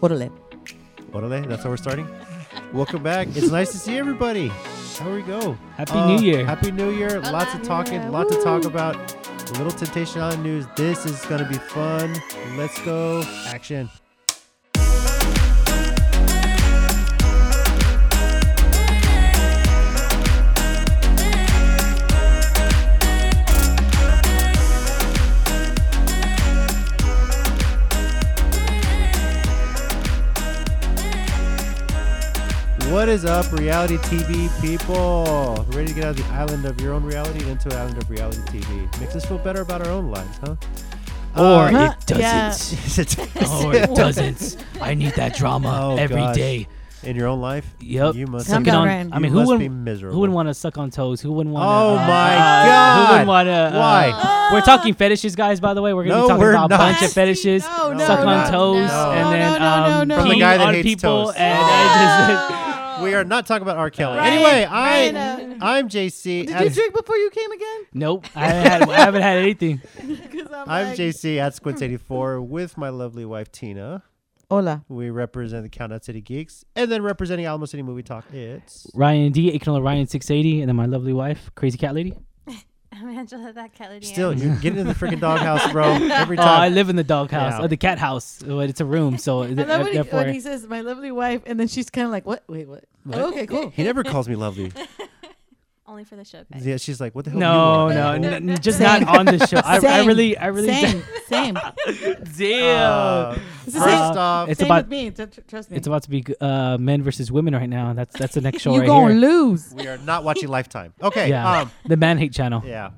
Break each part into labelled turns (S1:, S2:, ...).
S1: Orale.
S2: Orale, that's how we're starting. Welcome back. It's nice to see everybody. How we go? Uh,
S3: Happy New Year.
S2: Happy New Year. Lots of talking,
S1: Hola.
S2: lots to talk
S1: Woo.
S2: about. A little Temptation Island news. This is going to be fun. Let's go. Action. What is up, reality TV people? Ready to get out of the island of your own reality and into an island of reality TV. Makes us feel better about our own lives, huh?
S3: Or
S2: Uh,
S1: Huh?
S3: it
S1: Yeah.
S3: doesn't. Or
S1: What?
S3: it doesn't. I need that drama
S2: Oh,
S3: every day.
S2: gosh. in your own life,
S3: Yep.
S2: you must
S1: Calm
S3: Sucking
S1: down,
S3: on-
S1: Ryan.
S3: I mean,
S2: you
S3: who
S2: must be
S3: wouldn't?
S2: miserable.
S3: Who wouldn't want to suck on toes? Who wouldn't want?
S2: Oh my
S3: Who
S2: God.
S3: wouldn't want to? Uh,
S2: Why?
S3: We're talking fetishes, guys. By the way, we're gonna
S2: No,
S3: be talking
S2: we're
S3: about
S2: not.
S3: a bunch of fetishes.
S1: No,
S2: no,
S3: suck
S2: we're
S3: on
S2: not.
S3: toes
S2: No.
S3: and then
S1: No, no,
S3: um,
S1: no, no, no.
S3: peeing
S2: From the guy that
S3: on
S2: hates
S3: people
S2: toes.
S3: and I
S2: We are not talking about R. Kelly.
S1: Ryan,
S2: anyway, I
S1: Ryan, uh,
S2: I'm JC.
S1: Did
S2: at-
S1: you drink before you came again?
S3: just nope. I haven't, had, I haven't had anything.
S1: 'Cause I'm,
S2: I'm
S1: like-
S2: JC at Squints84 with my lovely wife Tina.
S1: Hola.
S2: We represent the Countdown City Geeks, and then representing Alamo City Movie Talk. It's
S3: Ryan D, Ignore Ryan six eighty, and then my lovely wife, Crazy Cat Lady.
S4: I'm Angela, that cat lady.
S2: still you're getting in the freaking doghouse, bro. Every
S3: Oh, I
S2: time.
S3: live in the doghouse,
S2: Yeah.
S3: or the cat house. But it's a room, so
S1: I love when he,
S3: therefore.
S1: when he says my lovely wife, and then she's kind of like, "What? Wait, what?
S2: What?
S1: okay, cool."
S2: he never calls me lovely.
S4: Only for the show, guys.
S2: Yeah, she's like, what the hell?
S3: No,
S2: you
S3: no,
S2: want?
S3: n- n- just
S1: Oh, Same.
S3: not on the show. I, I
S1: Same.
S3: really, I really,
S1: same, same.
S3: damn.
S2: Uh,
S1: It's the
S2: first
S1: same-
S2: off,
S3: It's
S1: same
S3: about-
S1: with me. tr- tr- trust me.
S3: It's about to be uh, men versus women right now. That's that's the next show
S1: you
S3: right
S1: gonna
S3: here.
S1: lose.
S2: we are not watching Lifetime. Okay.
S3: Yeah,
S2: Um,
S3: the man hate channel.
S2: Yeah.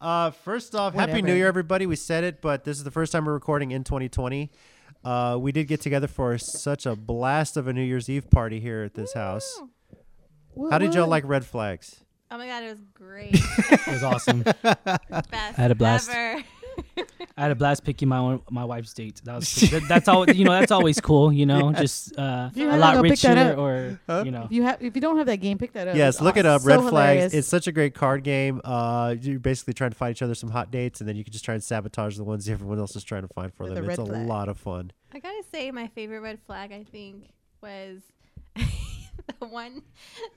S2: Uh, first off, Happy New
S1: Whatever.
S2: Year, everybody. We said it, but this is the first time we're recording in 2020. Uh, we did get together for such a blast of a New Year's Eve party here at this house. How did y'all like red flags?
S4: Oh my god, it was great.
S3: It was awesome.
S4: Best
S3: had a blast.
S4: Ever.
S3: I had a blast picking my own, my wife's date. That was pretty- that, that's all you know. That's always cool. You know, just uh,
S1: You
S3: a
S1: had to
S3: lot
S1: go pick that
S3: richer
S1: up.
S3: or
S2: Huh?
S3: you know.
S1: If you have, if you don't have that game, pick that up.
S2: yes,
S1: It's
S2: look it
S1: aw-
S2: up.
S1: so
S2: red
S1: hilarious.
S2: flags. It's such a great card game. Uh, you're basically trying to find each other some hot dates, and then you can just try and sabotage the ones everyone else is trying to find for
S1: With
S2: them.
S1: a
S2: it's a
S1: red flag.
S2: lot of fun.
S4: I gotta say, my favorite red flag, I think, was the one.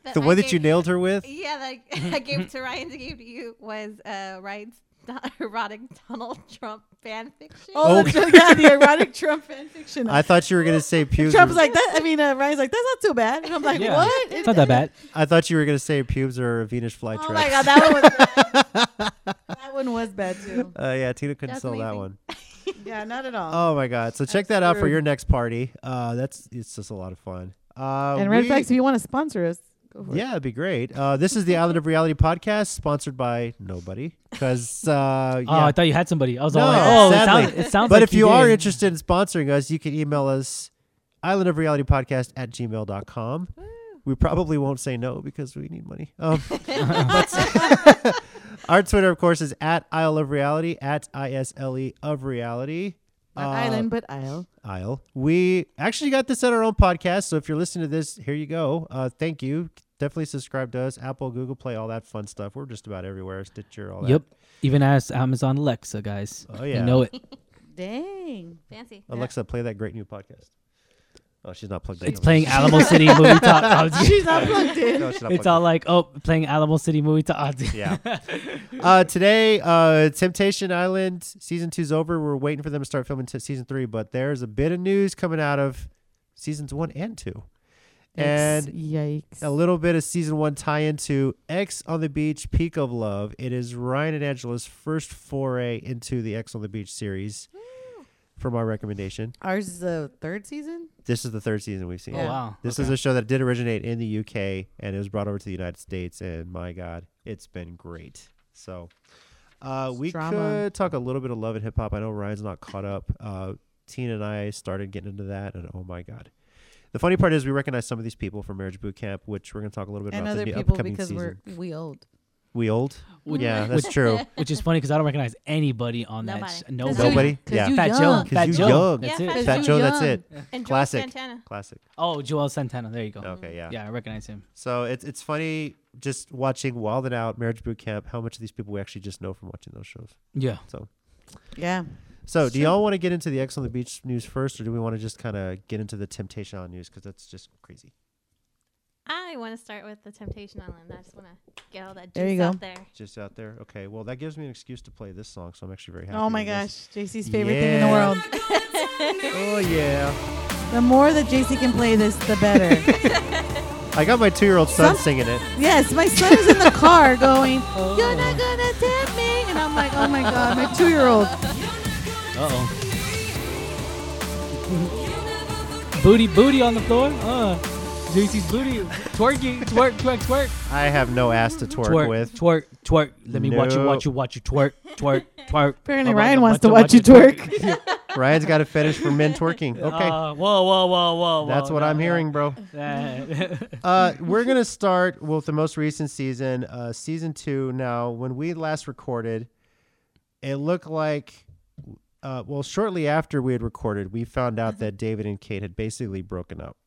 S4: That
S2: The
S4: I
S2: one that you
S4: gave-
S2: nailed her with.
S4: Yeah, that I, I gave to Ryan to give to you was uh, Ryan's do- erotic Donald Trump fan fiction.
S1: Oh,
S2: Okay.
S1: the, yeah, the erotic Trump fan fiction.
S2: I thought you were gonna say pubes.
S1: Trump's
S2: are-
S1: like that. I mean, uh, Ryan's like, that's not too bad. And I'm like,
S3: Yeah.
S1: what?
S3: It's not that bad.
S2: I thought you were gonna say pubes or a Venus flytrap.
S1: Oh my god, that one was bad. that one was bad too.
S2: Uh, yeah, Tina couldn't
S4: That's
S2: sell that
S4: amazing.
S2: one.
S1: Yeah, not at all.
S2: Oh my god! So check that out for
S1: true.
S2: your next party. Uh, that's it's just a lot of fun. Uh,
S1: and red
S2: we-
S1: flags, if you want to sponsor us, go for
S2: Yeah, it'd be great. Uh, this is the Island of Reality podcast, sponsored by nobody. Because uh,
S3: Oh, I
S2: yeah.
S3: thought you had somebody. I was
S2: No,
S3: all like, oh, it
S2: sadly.
S3: sounds, it sounds.
S2: but
S3: like
S2: if you, are
S3: did.
S2: interested in sponsoring us, you can email us Island of Reality Podcast at gmail.com. We probably won't say no because we need money. Um, but- our Twitter, of course, is at Isle of Reality at I S L E of Reality.
S1: it. Not
S2: Uh,
S1: island, but Isle.
S2: aisle. We actually got this at our own podcast. So if you're listening to this, here you go. Uh, thank you. Definitely subscribe to us. Apple, Google Play, all that fun stuff. We're just about everywhere. Stitcher, all that.
S3: Yep. Even as Amazon Alexa, guys.
S2: Oh, yeah.
S3: You know it.
S1: Dang.
S4: Fancy.
S2: Alexa, play that great new podcast. Oh, she's not plugged in.
S3: It's playing Alamo City Movie Talk. I was-
S1: She's not plugged in.
S2: No, she's not
S3: it's
S2: plugged
S3: all like, oh, playing Alamo City Movie Talk.
S2: in. Yeah. uh, today, uh, Temptation Island season two's over. We're waiting for them to start filming t- season three, but there's a bit of news coming out of seasons one and two. And
S1: yikes.
S2: a little bit of season one tie into X on the Beach, Peak of Love. It is Ryan and Angela's first foray into the X on the Beach series from our recommendation.
S1: Ours is the third season.
S2: This is the third season we've seen.
S3: Oh, wow.
S2: This is a show that did originate in the UK and it was brought over to the United States. And my God, it's been great. So uh, we
S1: Drama.
S2: could talk a little bit of love and hip hop. I know Ryan's not caught up. Uh, Tina and I started getting into that, and oh my God. The funny part is we recognize some of these people from Marriage Boot Camp, which we're going to talk a little bit
S1: and
S2: about
S1: other
S2: the new
S1: people
S2: upcoming
S1: because
S2: season.
S1: we're we old.
S2: We old?
S3: Would-
S2: yeah,
S3: would-
S2: that's true.
S3: Which is funny because I don't recognize anybody on that.
S4: Nobody.
S3: sh-
S1: Cause
S3: Nobody.
S1: you-
S2: Nobody?
S1: cause
S2: Yeah.
S1: you
S3: Fat Joe.
S1: young.
S3: Fat
S2: you
S3: Joe.
S2: young.
S3: That's
S4: Yeah,
S3: it.
S4: Fat
S2: Fat
S4: you
S2: Joe, that's
S1: young.
S2: it.
S4: And George
S2: Classic.
S4: Santana.
S2: Classic.
S3: Oh, Joel Santana. There you go.
S2: Okay, Oh, yeah.
S3: Uh-huh. Yeah, I recognize him.
S2: So it's it's funny just watching Wild and Out, Marriage Boot Camp, how much of these people we actually just know from watching those shows.
S3: Yeah.
S2: So
S1: Yeah.
S2: So, do y'all want to get into the X on the Beach news first, or do we want to just kind of get into the Temptation Island news because that's just crazy?
S4: I want to start with the Temptation Island. I just want to get all that juice
S1: There you go.
S4: out there.
S2: Just out there. Okay. Well, that gives me an excuse to play this song, so I'm actually very happy.
S1: Oh my
S2: with this.
S1: gosh, JC's favorite thing in the
S2: Yeah.
S1: world.
S2: Oh yeah.
S1: The more that JC can play this, the better.
S2: I got my two-year-old son
S1: Some-
S2: singing it.
S1: yes, my son is in the car going, "You're not gonna tempt me," and I'm like, "Oh my god, my two-year-old."
S3: oh. booty, booty on the floor. Uh, JC's booty. Twerking, twerk, twerk, twerk.
S2: I have no ass to twerk,
S3: twerk,
S2: with.
S3: twerk, twerk. Let me watch you,
S2: No.
S3: watch you, watch you, twerk, twerk, twerk.
S1: Apparently,
S3: Oh,
S1: Ryan wants
S3: watch you,
S1: to watch you twerk.
S2: Ryan's got a fetish for men twerking. Okay.
S3: Uh, whoa, whoa, whoa, whoa,
S2: That's
S3: whoa,
S2: what
S3: no,
S2: I'm
S3: no.
S2: hearing, bro.
S3: Uh,
S2: Uh, we're gonna start with the most recent season, uh, season two. Now, when we last recorded, it looked like, uh, well, shortly after we had recorded, we found out that David and Kate had basically broken up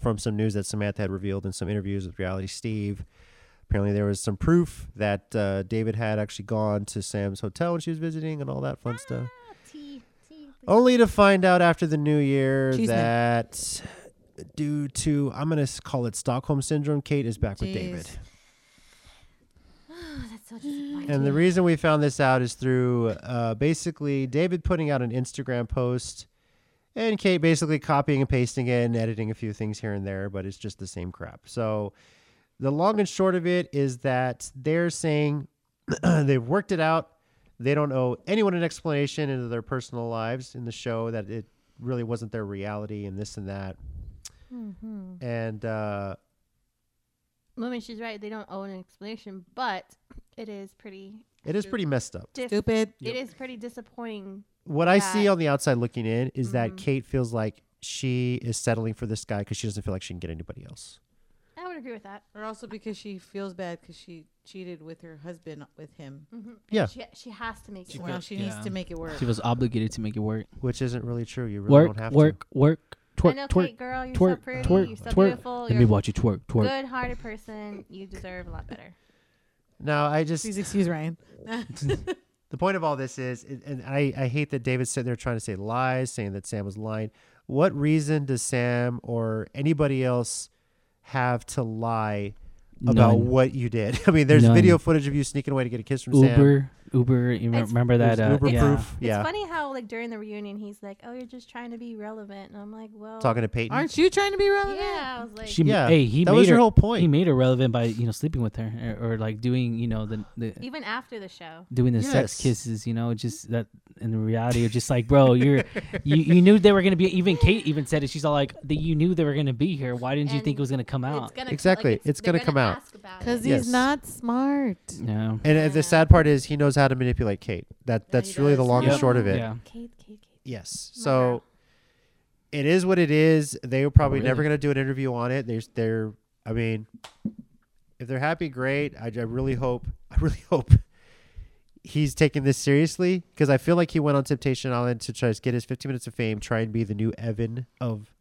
S2: from some news that Samantha had revealed in some interviews with Reality Steve. Apparently, there was some proof that uh, David had actually gone to Sam's hotel when she was visiting and all that fun stuff.
S4: Tea, tea.
S2: Only to find out after the new year
S1: Cheese man.
S2: that due to I'm gonna s- call it Stockholm syndrome, Kate is back with
S1: Jeez.
S2: David.
S4: Oh, that's so disappointing.
S2: And the reason we found this out is through uh, basically David putting out an Instagram post and Kate basically copying and pasting it and editing a few things here and there, but it's just the same crap. So the long and short of it is that they're saying they've worked it out. They don't owe anyone an explanation into their personal lives in the show that it really wasn't their reality and this and that. And uh,
S4: Woman, she's right. They don't owe an explanation, but it is pretty.
S2: it is pretty messed up.
S4: Dis-
S1: Stupid.
S4: It is pretty disappointing.
S2: what I see
S4: that-
S2: on the outside looking in is
S4: Mm-hmm.
S2: that Kate feels like she is settling for this guy because she doesn't feel like she can get anybody else.
S4: I would agree with that.
S1: Or also because she feels bad because she cheated with her husband with him.
S2: Yeah,
S4: Mm-hmm. She, she has to make it.
S1: Well, she needs
S3: yeah.
S1: to make it work.
S3: she was obligated to make it work.
S2: which isn't really true. You really don't
S3: Work,
S2: have
S3: work, work.
S4: I
S3: Twerk,
S4: know,
S3: twerk,
S4: Kate, girl, you're so
S3: twerk,
S4: pretty. you're
S3: twerk,
S4: so beautiful.
S3: twerk. Let me
S4: You're
S3: watch you twerk,
S4: a
S3: twerk.
S4: good-hearted person. You deserve a lot better.
S2: to. No, I just
S1: Please excuse Ryan.
S2: the point of all this is, and- and I, I hate that David's sitting there trying to say lies, saying that Sam was lying. What reason does Sam or anybody else have to lie about
S3: None.
S2: what you did? I mean, there's
S3: None.
S2: video footage of you sneaking away to get a kiss from Sam.
S3: Uber, Uber. You
S4: It's-
S3: remember that?
S2: There's
S3: Uh,
S2: Uber
S3: yeah.
S2: proof. Yeah,
S4: It's funny how like during the reunion he's like, "Oh, you're just trying to be relevant," and I'm like, "Well,
S2: talking to Peyton.
S1: Aren't you trying to be relevant?
S4: yeah." I was like,
S3: She,
S2: Yeah,
S3: hey, he
S2: that
S3: made
S2: was your
S3: her,
S2: whole point.
S3: He made her relevant by you know sleeping with her or, or like doing you know the, the
S4: even after the show,
S3: doing the
S2: Yes.
S3: sex kisses, you know, just that in the reality of just like, bro, you're you, you knew they were gonna be even Kate even said it. She's all like that you knew they were gonna be here. Why didn't you think it
S4: And
S3: was gonna come
S4: it's
S3: out?
S4: gonna
S2: Exactly.
S4: Like,
S2: It's
S4: they're
S2: gonna come out.
S4: ask about
S1: Because
S4: it.
S1: he's
S2: Yes.
S1: not smart.
S3: yeah.
S2: And uh, the sad part is he knows how to manipulate Kate. That that's really the
S1: does.
S2: long and
S3: Yep.
S2: short of it.
S3: Yeah.
S4: Kate, Kate, Kate.
S2: Yes.
S4: My
S2: So
S4: girl.
S2: it is what it is. They were probably never
S3: Oh, really?
S2: going to do an interview on it. There's they're I mean if they're happy great. I, I really hope I really hope he's taking this seriously because I feel like he went on Temptation Island to try to get his 15 minutes of fame, try and be the new Evan of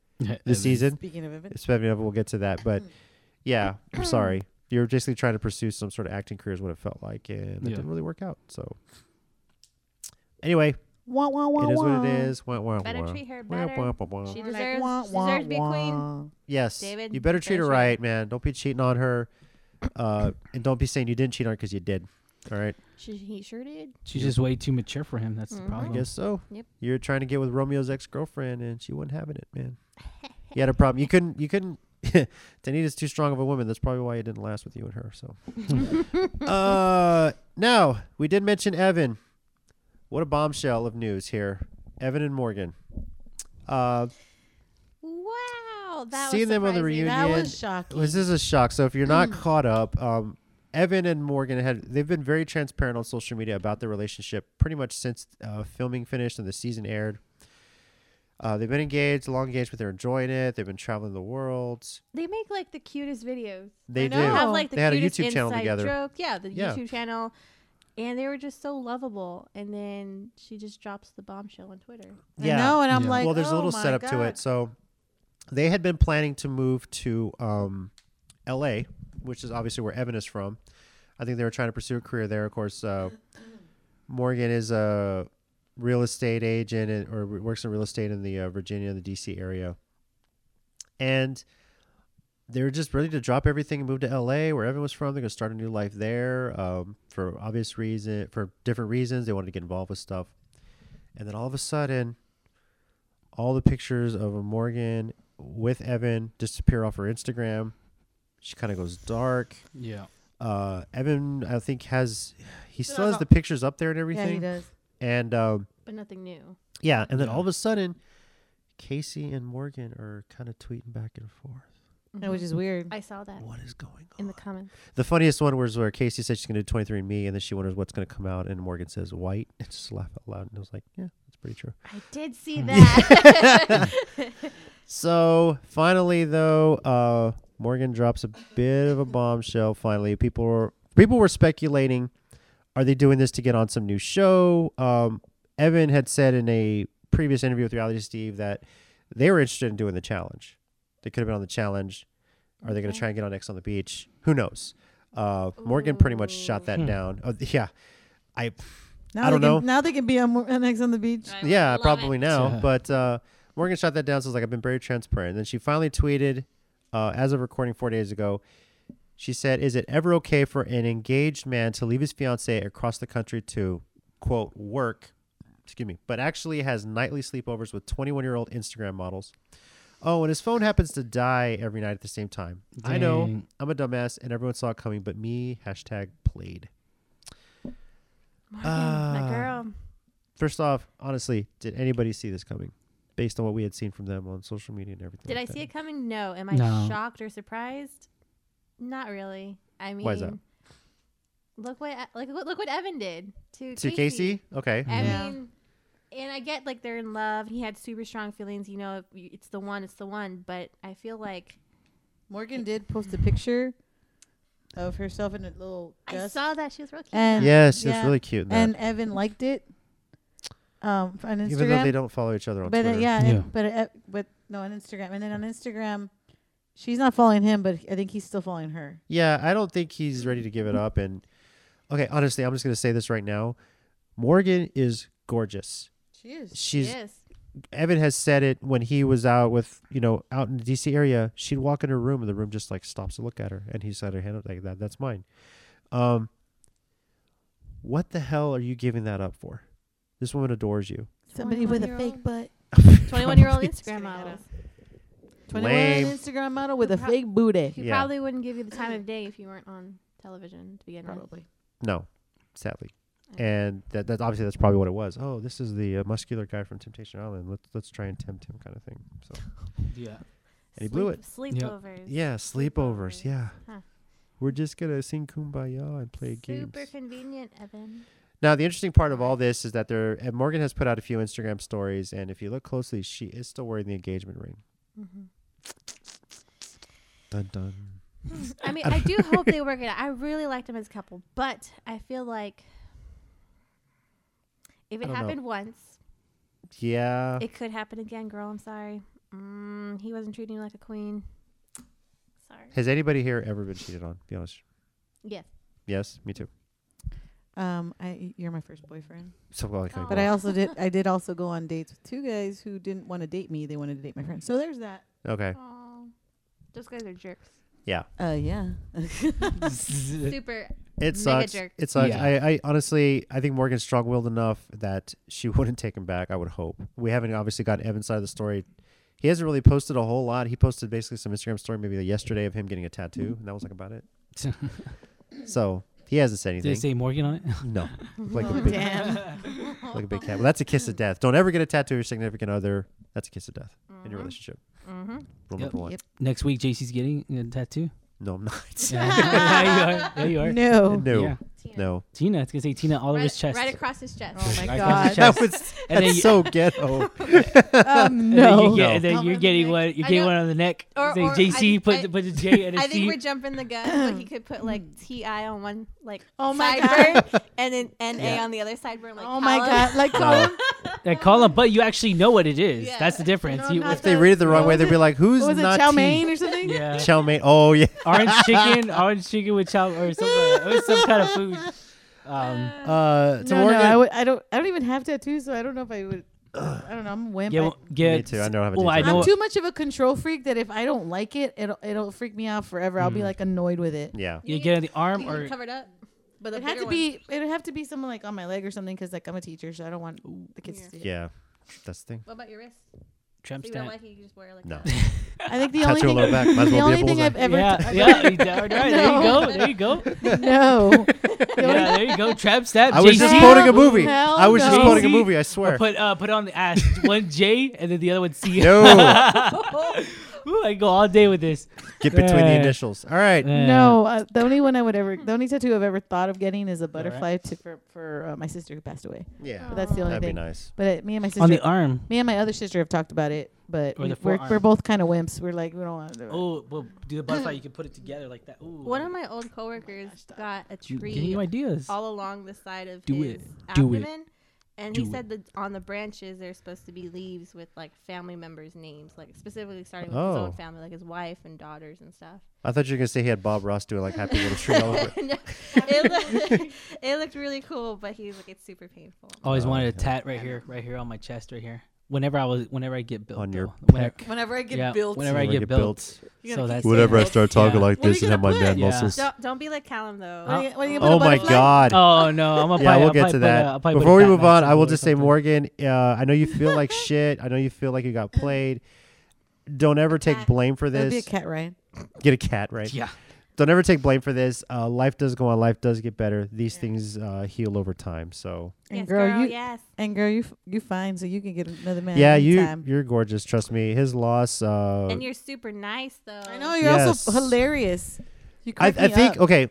S2: the season.
S1: Speaking of it,
S2: Speaking of, we'll get to that. But yeah, I'm sorry. You were basically trying to pursue some sort of acting career, is what it felt like, and it
S3: Yeah.
S2: didn't really work out. So, anyway,
S1: wah, wah, wah,
S2: it is
S1: wah.
S2: what it is. Wah, wah,
S4: Better
S2: wah.
S4: treat her
S2: Wah,
S4: better.
S2: wah, wah, wah.
S4: She
S1: We're like,
S4: deserves,
S1: wah, wah,
S4: deserves to be a queen.
S1: wah.
S2: Yes,
S4: David,
S2: you better treat her
S4: better treat her.
S2: right, man. Don't be cheating on her, uh, and don't be saying you didn't cheat on her because you did. All right,
S4: She, he sure did.
S3: She's just way too mature for him. That's the
S4: Mhm. I
S2: I
S3: problem.
S2: guess so.
S4: Yep.
S2: You're trying to get with Romeo's ex girlfriend, and she wasn't having it, man. You had a problem. You couldn't. You couldn't. Danita's too strong of a woman. That's probably why it didn't last with you and her. So, uh, now we did mention Evan. What a bombshell of news here, Evan and Morgan. Uh,
S4: Wow, that
S2: Seeing
S4: was
S2: them on the
S4: surprising.
S2: reunion-
S1: That
S2: Union
S1: was shocking.
S2: this is a shock. So if you're not
S1: Mm.
S2: caught up, um, Evan and Morgan had they've been very transparent on social media about their relationship pretty much since uh, filming finished and the season aired. Uh, they've been engaged, long engaged, but they're enjoying it. They've been traveling the world.
S4: They make like the cutest videos.
S2: They
S1: I
S2: do.
S1: know.
S4: Have, like, the
S2: Oh. They had a
S4: cutest
S2: YouTube channel
S4: inside
S2: together.
S4: Joke. Yeah, the
S2: Yeah.
S4: YouTube channel. And they were just so lovable. And then she just drops the bombshell on Twitter.
S1: I know, and I'm
S3: Yeah.
S1: like,
S2: well, there's a
S1: oh
S2: little
S1: my
S2: setup to
S1: God.
S2: it. So they had been planning to move to um, L.A., which is obviously where Evan is from. I think they were trying to pursue a career there. Of course, uh, Morgan is a real estate agent in- or works in real estate in the uh, Virginia and the DC area. And they were just ready to drop everything and move to LA where everyone was from. They're going to start a new life there um, for obvious reason, for different reasons. They wanted to get involved with stuff. And then all of a sudden, all the pictures of Morgan with Evan disappear off her Instagram. She kind of goes dark.
S3: Yeah.
S2: Uh, Evan, I think, has, he still has
S1: no.
S2: the pictures up there and
S1: Yeah, he
S2: everything.
S1: does.
S2: and um,
S4: but nothing new.
S2: yeah, and then
S3: Yeah.
S2: all of a sudden, Casey and Morgan are kind of tweeting back and forth.
S1: That was just weird.
S4: Mm-hmm. I saw that
S2: What is going on?
S4: in the comments.
S2: The funniest one was where Casey said she's going to do 23 and Me, and then she wonders what's going to come out, and Morgan says white, and just laugh out loud. And I was like, yeah, that's pretty true.
S4: I did see
S2: Hmm.
S4: that.
S2: So finally, though, uh, Morgan drops a bit of a bombshell. Finally, people were people were speculating, are they doing this to get on some new show? Um, Evan had said in a previous interview with Reality Steve that they were interested in doing the challenge. They could have been on the challenge. Are they going to
S4: Okay.
S2: try and get on X on the Beach? Who knows? Uh, Morgan pretty much shot that
S3: Ooh. Hmm.
S2: down. Oh, yeah, I
S1: Now
S2: I don't
S1: they
S2: know.
S1: Can, now they can be on Mo- on X on the beach.
S2: yeah, probably now.
S3: Yeah.
S2: But uh, Morgan shot that down. So it's like I've been very transparent. And then she finally tweeted, uh, as of recording four days ago, she said, "Is it ever okay for an engaged man to leave his fiancee across the country to quote work, excuse me, but actually has nightly sleepovers with 21-year-old Instagram models?" Oh, and his phone happens to die every night at the same time. I know
S3: Dang.
S2: I'm a dumbass, and everyone saw it coming, but me hashtag played.
S4: Morgan,
S2: Ah.
S4: my girl.
S2: First off, honestly, did anybody see this coming? Based on what we had seen from them on social media and everything.
S4: Did I
S2: like
S4: see
S2: that?
S4: it coming? No. Am I
S3: No.
S4: shocked or surprised? Not really. I mean,
S2: Why is that?
S4: look what like look, look what Evan did to
S2: To Casey? Okay.
S4: I
S1: Yeah.
S4: mean, and I get like they're in love. He had super strong feelings. You know, if you- it's the one, it's the one. But I feel like
S1: Morgan did post a picture of herself in a little
S4: I
S1: dress,
S4: saw that she was real cute.
S1: And-
S2: Yes, she was
S1: Yeah.
S2: really cute. in that.
S1: and Evan liked it. Um, on Instagram.
S2: Even though they don't follow each other on
S1: but uh,
S2: Twitter.
S1: yeah, and-
S3: Yeah.
S1: but uh, but no on Instagram, and then on Instagram, she's not following him, but I think he's still following her.
S2: Yeah, I don't think he's ready to give it up. And okay, honestly, I'm just gonna say this right now. Morgan is gorgeous.
S1: She is.
S2: She's
S4: yes.
S2: Evan has said it when he was out with you know out in the DC area. She'd walk in her room and the room just like stops to look at her, and he's had her hand up like that. That's mine. Um, what the hell are you giving that up for? This woman adores you.
S1: Somebody with a
S4: 21-year-old.
S1: fake butt.
S4: Twenty-one-year-old Instagram
S1: Instagram model.
S4: models
S1: Twenty-one
S2: Lame.
S1: Instagram model with a
S4: Pro-
S1: fake booty.
S4: who
S2: Yeah.
S4: probably wouldn't give you the time of day if you weren't on television to begin with.
S2: No, sadly.
S4: Okay.
S2: And that, that obviously that's probably what it was. Oh, this is the uh, muscular guy from Temptation Island. Let's let's try and tempt him, kind of thing. So
S3: Yeah.
S2: And he blew
S4: Sleep-
S3: Yep.
S4: Sleepovers.
S2: yeah, sleepovers.
S4: Sleepovers.
S2: Yeah,
S4: Huh.
S2: we're just gonna sing kumbaya and play games.
S4: Super convenient, Evan.
S2: Now, the interesting part of all this is that there, and Morgan has put out a few Instagram stories, and if you look closely, she is still wearing the engagement ring.
S4: Mhm.
S2: Dun dun.
S4: I mean, I do hope they work it out. I really liked them as a couple, but I feel like if
S2: I
S4: it
S2: don't know.
S4: happened once,
S2: Yeah,
S4: it could happen again, girl. I'm sorry. Mm, he wasn't treating you like a queen. Sorry.
S2: has anybody here ever been cheated on? Be honest.
S4: Yes.
S2: Yes, me too.
S1: Um, I you're my first boyfriend,
S2: So well, okay,
S4: Oh.
S1: but
S2: well,
S1: I also did I did also go on dates with two guys who didn't want to date me. They wanted to date my friend. So there's that.
S2: okay,
S4: Aw. Those guys are jerks.
S2: yeah,
S1: Uh, yeah.
S4: Super.
S2: it
S4: Mega
S2: sucks.
S4: jerk.
S2: It sucks.
S3: Yeah.
S2: I, I honestly, I think Morgan's strong-willed enough that she wouldn't take him back. I would hope. We haven't obviously gotten Evan's side of the story. He hasn't really posted a whole lot. He posted basically some Instagram story maybe yesterday of him getting a tattoo, and that was like about it. So he hasn't said
S3: Did
S2: anything.
S3: it say Morgan on it?
S2: No, like a
S1: Oh,
S2: big,
S1: damn.
S2: like a big cat. Well, that's a kiss of death. Don't ever get a tattoo of your significant other. That's a kiss of death in your relationship.
S4: Mm-hmm.
S2: Rule
S3: Yep.
S2: number one.
S1: Yep.
S3: Next week, JC's getting a tattoo.
S2: No, I'm not.
S3: yeah, Yeah, you are. Yeah, you are.
S1: No.
S2: No,
S3: Yeah.
S4: Tina.
S2: no.
S3: Tina, it's gonna say Tina all over
S4: Right,
S3: his chest.
S4: right across his chest.
S1: Oh my
S3: Right across
S1: god.
S3: his chest.
S2: That was
S3: And then
S2: that's
S3: you-
S2: so ghetto.
S1: um,
S3: And then you
S1: no.
S3: get,
S2: No.
S1: Not
S3: and then you're
S1: on the
S3: getting
S1: neck.
S3: one. You
S4: I
S3: get
S4: know.
S3: one on the neck.
S4: Or-
S3: Say
S4: or
S3: JC
S4: I-
S3: put
S4: I-
S3: the, put the J and a
S4: I think we're
S3: C.
S4: jumping the gun, but he could put like T I on one like
S1: Oh my
S4: sideburn and then N A
S3: Yeah.
S4: on the other sideburn. Like
S1: oh my
S4: column.
S1: god. Like
S2: No.
S1: Colin.
S3: That column, uh, but you actually know what it is.
S4: Yeah.
S3: That's the difference.
S1: No,
S3: you,
S1: not
S2: if they read it the wrong way, they'd be like, "Who's
S1: What was it?
S2: not
S1: Chow
S2: tea?
S1: mein or something?
S3: yeah.
S2: Chow mein. Oh yeah.
S3: orange chicken, orange chicken with chow or something. Like that. It was some kind of food. Um,
S2: Uh, so
S1: no,
S2: Morgan,
S1: no, I, would, I don't. I don't even have tattoos, so I don't know if I would. I don't know. I'm a wimp.
S3: get,
S1: I-
S3: get,
S2: Me too, I don't have a
S3: Oh, I
S2: detail.
S3: know.
S1: I'm too much of a control freak that if I don't like it, it'll it'll freak me out forever. I'll
S2: Mm.
S1: be like annoyed with it.
S2: yeah.
S3: you get in the arm
S4: You can
S3: or
S4: cover it up.
S1: But
S4: the
S1: it had
S4: bigger
S1: to be it'd have to be something like on my leg or something because like I'm a teacher, so I don't want the kids to see it.
S2: Yeah. That's the thing.
S4: What about your wrist? If
S3: tramp
S4: you don't
S3: stamp.
S4: like it, you just wear it like
S2: No.
S4: that.
S1: I think the only
S2: Tattoo
S1: thing,
S2: on low back. Might as
S1: the
S2: well be
S1: only
S2: a
S1: thing I've
S2: bullseye.
S1: ever
S3: yeah, yeah, you d- all right,
S4: No.
S3: There you go. There you go.
S1: no. The only-
S3: Yeah, there you go. Tramp stamp.
S2: I was just
S1: Hell
S3: JC.
S2: quoting a movie.
S1: hell
S2: I was just
S1: no.
S2: quoting a
S3: Jay-Z.
S2: movie. I
S3: Or
S2: swear.
S3: put uh, put on the ass one J and then the other one C.
S2: No.
S3: Ooh, I go all day with this.
S2: Get between the
S3: Yeah.
S2: initials. All right.
S3: Uh,
S1: no, uh, the only one I would ever, the only tattoo I've ever thought of getting is a butterfly to, for for uh, my sister who passed away.
S2: Yeah.
S1: But that's the only
S2: That'd be
S1: thing.
S2: nice.
S1: But uh, me and my sister,
S3: on the arm.
S1: me and my other sister have talked about it, but
S3: Or
S1: we,
S3: the
S1: we're
S3: forearm.
S1: we're both kind of wimps. We're like we don't want to do it.
S3: Oh, well, do the butterfly. You can put it together like that. Ooh.
S4: One of my old coworkers got a
S3: you give me
S4: tree
S3: ideas.
S4: all along the side of
S3: Do
S4: his
S3: it. Do it.
S4: abdomen. And
S3: Do
S4: he
S3: it.
S4: said that on the branches there's supposed to be leaves with like family members' names, like specifically starting with his
S2: Oh.
S4: own family, like his wife and daughters and stuff.
S2: I thought you were gonna say he had Bob Ross doing like Happy Little Tree all over. it.
S4: No, it, looked, it looked really cool, but he's like, it's super painful.
S3: Always
S2: Oh,
S3: wanted a
S2: okay.
S3: tat right here, right here on my chest, right here. Whenever I was, whenever I get built
S2: On your
S3: though. Whenever-
S2: pec.
S1: Whenever I get
S3: yeah,
S1: built,
S3: whenever I
S2: Whenever
S3: get,
S2: I get
S3: built.
S2: built.
S1: You're gonna keep
S3: So that's
S1: saying Whenever I
S3: it.
S1: start
S3: Yeah.
S1: What are you gonna put?
S3: Yeah.
S4: Don't, don't be like Callum though.
S3: Uh,
S1: what are you gonna put
S2: Oh
S1: a
S2: my
S1: butterfly?
S2: God.
S3: Oh no, I'm gonna.
S2: yeah,
S3: probably,
S2: we'll
S3: I'll
S2: get
S3: probably
S2: to
S3: put a- I'll
S2: that.
S3: probably put a
S2: Before we
S3: Fat
S2: move
S3: Max
S2: on, I
S3: symbol
S2: will
S3: or
S2: just say,
S3: something.
S2: Morgan, uh, I know you feel like shit. I know you feel like you got played. Don't ever take
S4: cat.
S2: blame for
S1: That'd be a
S2: this.
S1: cat, Ryan.
S2: Get a cat, right?
S3: Yeah,
S2: Don't ever take blame for this. Uh, life does go on. Life does get better. These things uh, heal over time. So
S1: And
S4: yes,
S1: girl,
S4: girl,
S1: you
S4: yes.
S1: and girl, you f- you fine, so you can get another man.
S2: yeah, you
S1: anytime.
S2: you're gorgeous. Trust me. His loss.
S3: Oh.
S2: Uh,
S4: And you're super nice though.
S1: I know you're also
S2: Yes.
S1: hilarious. You
S2: I,
S1: crack
S2: I
S1: me
S2: think
S1: up.
S2: okay.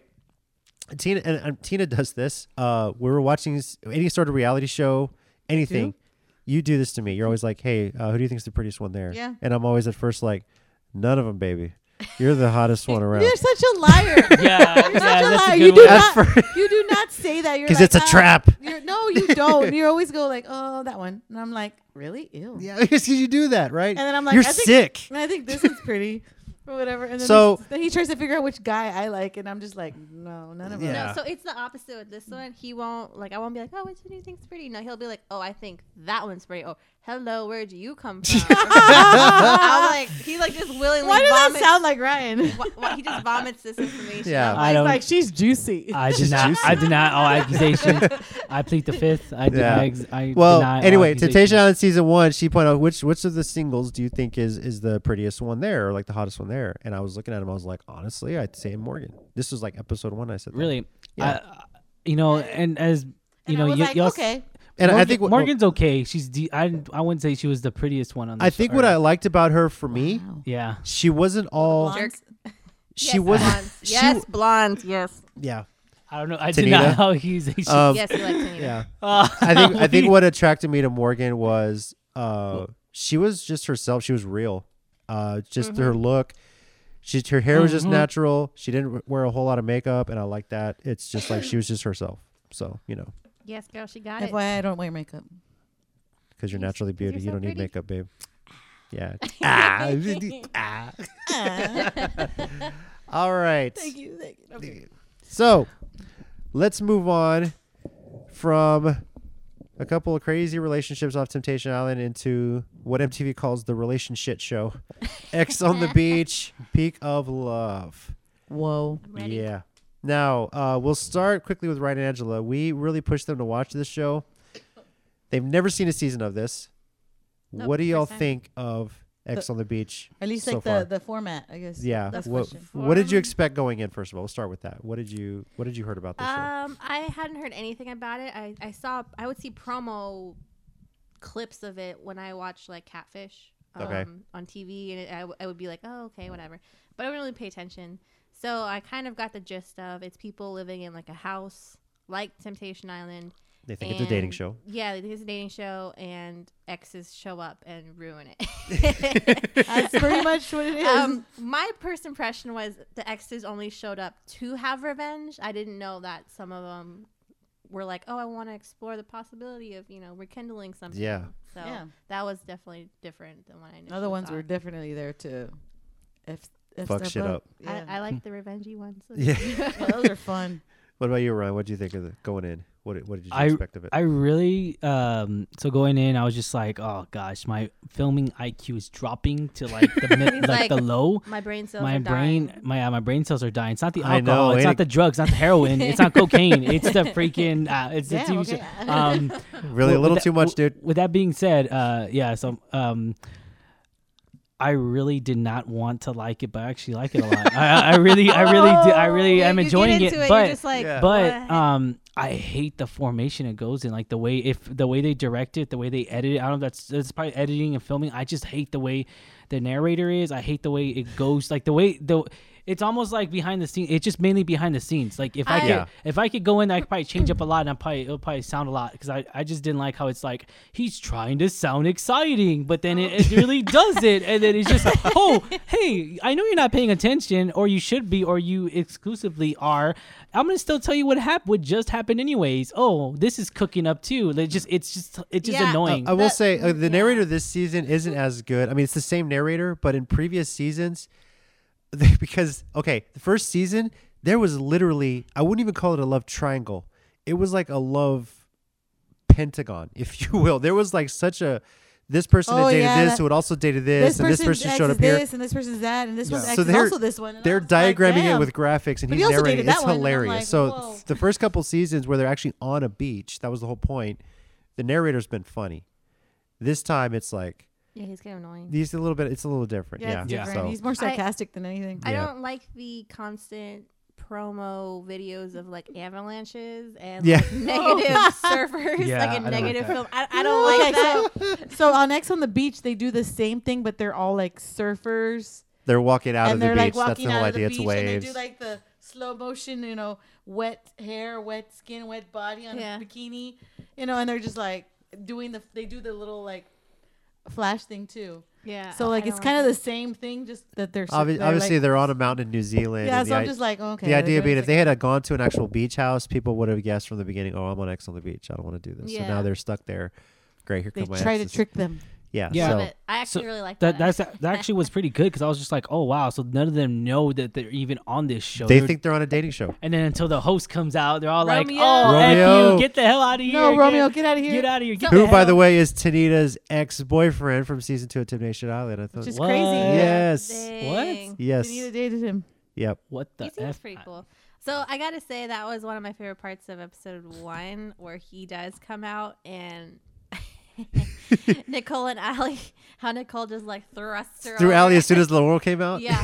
S2: Tina and, and Tina does this. Uh, we were watching s- any sort of reality show, anything. You do this to me. You're always like, "Hey, uh, who do you think's the prettiest one there?"
S1: Yeah.
S2: And I'm always at first like, "None of them, baby. You're the hottest one around."
S1: You're such a liar.
S3: yeah, yeah.
S1: You're such a
S3: That's
S1: liar.
S3: a
S1: You
S3: good
S1: do
S3: one.
S2: That's
S1: not.
S2: for-
S1: you do not say that. You're
S2: Because
S1: like,
S2: it's a
S1: "Ah,
S2: trap.
S1: You're, no, you don't. You always go like, oh, that one, and I'm like, really? Ew.
S2: Yeah, because you do that, right?
S1: And then I'm like,
S2: "You're
S1: I think-
S2: sick."
S1: And I think this is pretty, or whatever. And then
S2: So-
S1: he's- then he tries to figure out which guy I like, and I'm just like, no, none of
S2: Yeah.
S1: us.
S4: No, so it's the opposite with this one. He won't like. I won't be like, oh, which one do you think's pretty? No, he'll be like, oh, I think that one's pretty. Oh, hello, where'd you come from? I'm like, he like just willingly.
S1: Why does that
S4: vomits,
S1: sound like Ryan?
S4: why- why- he just vomits this information.
S2: Yeah.
S4: I'm
S3: I
S1: It's
S3: don't.
S1: like she's juicy.
S3: I deny. I deny all accusations. I plead the fifth. I deny.
S2: Yeah.
S3: Ex- I
S2: Well,
S3: deny all
S2: anyway,
S3: accusations.
S2: Temptation Island season one, she pointed out which which of the singles do you think is is the prettiest one there, or like the hottest one there? And I was looking at him, I was like, honestly, I'd say Morgan. This was like episode one. I said, that.
S3: Really,
S2: Yeah.
S3: I- you know, and as you
S1: And
S3: know,
S1: I was
S3: you,
S1: like,
S3: y'all s-
S1: okay.
S2: and I
S3: Morgan-
S2: think what,
S3: Morgan's okay. She's de- I I wouldn't say she was the prettiest one on. The
S2: I think what I liked about her for me,
S3: yeah.
S2: she wasn't all.
S4: Jerk.
S2: She
S4: yes,
S2: wasn't.
S4: blonde.
S2: she
S4: yes,
S2: w-
S4: blonde. Yes,
S2: yeah.
S3: I don't know. I
S2: Tanita?
S3: deny all accusations.
S2: Um,
S4: yes, you like Tanita.
S2: Yeah.
S3: Uh,
S2: I think I think what attracted me to Morgan was uh, she was just herself. She was real. Uh, just
S4: Mm-hmm.
S2: her look. She her hair was just
S3: Mm-hmm.
S2: natural. She didn't wear a whole lot of makeup, and I like that. It's just like she was just herself. So you know,
S4: Yes, girl, she got it.
S1: FYI, I don't wear makeup.
S2: because you're
S4: Yes,
S2: naturally
S4: 'cause you're
S2: beauty, you
S4: so
S2: don't need
S4: pretty.
S2: makeup, babe. Yeah. ah, ah.
S1: Ah,
S2: All right.
S1: thank you. Thank you. Okay.
S2: So let's move on from a couple of crazy relationships off Temptation Island into what MTV calls the relationship show. X on the beach, peak of love.
S1: Whoa.
S4: Ready.
S2: Yeah. Now, uh, we'll start quickly with Ryan and Angela. We really pushed them to watch this show. They've never seen a season of this.
S4: Nope,
S2: what do y'all
S4: first time.
S2: think of X
S1: The-
S2: on the Beach?
S1: At least
S2: so
S1: like
S2: far?
S1: the, the format, I guess.
S2: yeah.
S1: That's
S2: What,
S1: question.
S2: what did you
S4: Um,
S2: expect going in? First of all, we'll start with that. What did you What did you heard about this show?
S4: Um, I hadn't heard anything about it. I, I saw I would see promo clips of it when I watched like Catfish um,
S2: Okay.
S4: on TV, and it, I, w- I would be like, oh okay, whatever. But I wouldn't really pay attention. So I kind of got the gist of it's people living in like a house like Temptation Island.
S2: They think it's a dating
S4: and-
S2: show.
S4: Yeah, they think it's a dating show, and exes show up and ruin it.
S1: That's pretty much what it is.
S4: Um, my first impression was the exes only showed up to have revenge. I didn't know that some of them were like, "Oh, I want to explore the possibility of you know rekindling something."
S2: Yeah.
S4: So
S1: Yeah.
S4: that was definitely different than what I knew.
S1: Other ones were definitely there to f, f
S2: Fuck
S1: stuff
S2: shit up.
S1: Yeah.
S4: I, I like the revengey ones.
S2: Yeah.
S1: Well, those are fun.
S2: What about you, Ryan? What do you think of the going in? What did- what did you
S3: I-
S2: expect of it?
S3: I really um so going in I was just like, oh gosh, my filming IQ is dropping to like the mid,
S4: He's
S3: like, the
S4: like,
S3: low.
S4: My brain cells.
S3: My
S4: are
S3: brain
S4: dying.
S3: my uh, my brain cells are dying. It's not the
S2: I
S3: alcohol,
S2: know,
S3: it's
S2: ain't
S3: not
S2: it?
S3: the drugs, not the heroin, it's not cocaine, it's the freaking uh, it's
S1: Yeah,
S3: the TV
S1: okay.
S3: show.
S2: Uh,
S3: Um
S2: really,
S3: Well,
S2: a
S3: with
S2: little
S3: that-
S2: too much,
S3: w-
S2: dude.
S3: With that being said, uh, yeah, so um, I really did not want to like it, but I actually like it a lot. I, I really, I really, do, I really
S4: Oh,
S3: am
S4: you get
S3: enjoying
S4: into
S3: it,
S4: You're
S3: but.
S4: just like,
S2: Yeah.
S3: But um, I hate the formation it goes in, like the way if the way they direct it, the way they edit it. I don't know. if That's it's probably editing and filming. I just hate the way the narrator is. I hate the way it goes, like the way the. It's almost like behind the scenes. It's just mainly behind the scenes. Like if I,
S4: I-
S3: could,
S2: Yeah.
S3: if I could go in, I could probably change up a lot, and I probably it'll probably sound a lot because I, I just didn't like how it's like he's trying to sound exciting, but then it, it really does it, and then it's just like, oh hey, I know you're not paying attention, or you should be, or you exclusively are. I'm gonna still tell you what happened, what just happened, anyways. Oh, this is cooking up too. Like just it's just it's just
S4: Yeah.
S3: annoying.
S2: I will
S4: The-
S2: say uh, the
S4: yeah.
S2: narrator this season isn't as good. I mean, it's the same narrator, but in previous seasons, they- because okay, the first season there was literally I wouldn't even call it a love triangle. It was like a love pentagon, if you will. There was like such a this person
S1: Oh,
S2: had dated
S1: yeah,
S2: this,
S1: that-
S2: who had also dated this, and this person
S1: X
S2: showed
S1: is
S2: up here.
S1: This and this person's that, and this
S3: Yeah.
S1: one's X
S2: So
S1: is
S2: they're-
S1: also this one. and I
S2: They're
S1: was like,
S2: diagramming it
S1: damn.
S2: with graphics, and
S1: But
S2: he's
S1: he also
S2: narrating.
S1: dated that
S2: It's
S1: one, and I'm
S2: hilarious.
S1: like,
S2: So
S1: whoa.
S2: the first couple seasons where they're actually on a beach, that was the whole point. The narrator's been funny. This time it's like
S4: yeah, he's kind of annoying.
S2: He's a little bit. It's a little different.
S1: Yeah,
S2: Yeah.
S1: it's
S3: Yeah.
S1: different.
S2: So
S1: He's more sarcastic than anything.
S4: I
S2: Yeah.
S4: don't like the constant promo videos of like avalanches and
S2: Yeah.
S4: like, negative surfers,
S3: Yeah, I
S4: like
S3: don't
S4: a
S3: like
S4: negative
S3: that.
S4: film. I, I don't like that.
S1: So, so on X on the beach, they do the same thing, but they're all like surfers,
S2: they're walking out
S1: and
S2: of the
S1: they're
S2: beach.
S1: like
S2: That's the
S1: walking
S2: whole
S1: out of
S2: idea.
S1: the
S2: It's
S1: beach, and they
S2: waves.
S1: do like the slow motion, you know, wet hair, wet skin, wet body on
S4: Yeah.
S1: a bikini, you know, and they're just like doing the. They do the little like flash thing too.
S4: Yeah.
S1: So like it's kind of the same thing, just that they're sur-
S2: Obvi-
S1: they're,
S2: obviously,
S1: like,
S2: they're on a mountain in New Zealand.
S1: yeah.
S2: and
S1: So
S2: the,
S1: I'm
S2: i-
S1: just like okay.
S2: the
S1: they're
S2: idea
S1: doing
S2: being,
S1: the
S2: if they had uh, gone to an actual beach house, people would have guessed from the beginning, "Oh, I'm on X on the beach. I don't want to do this." So now
S4: Yeah.
S2: they're stuck there. Great. Here
S1: same-
S2: come my
S1: they try to
S2: exes.
S1: trick them.
S2: Yeah.
S3: Yeah.
S2: So
S4: Love it. I actually
S3: so
S4: really like
S3: That that's that actually was pretty good because I was just like, oh wow, so none of them know that they're even on this show.
S2: they
S3: They're-
S2: think they're on a dating show.
S3: and then until the host comes out, they're all like,
S4: Romeo.
S3: oh, F
S2: Romeo.
S3: you, get the hell out of here.
S1: No, Romeo, get out of here.
S3: Get out of here. Get
S2: Who,
S3: the
S2: by
S3: hell-
S2: the way, is Tanita's ex-boyfriend from season two of Temptation Island? I thought.
S1: Which is
S3: What?
S1: crazy.
S3: Yeah.
S2: yes.
S4: Dang.
S2: Yes.
S1: Danita dated him.
S2: Yep.
S3: What the
S4: He seems
S3: F?
S4: pretty cool. So I gotta say that was one of my favorite parts of episode one, where he does come out and Nicole and Allie, how Nicole just like thrust her
S2: Through
S4: over.
S2: Allie as soon as the world came out.
S4: yeah,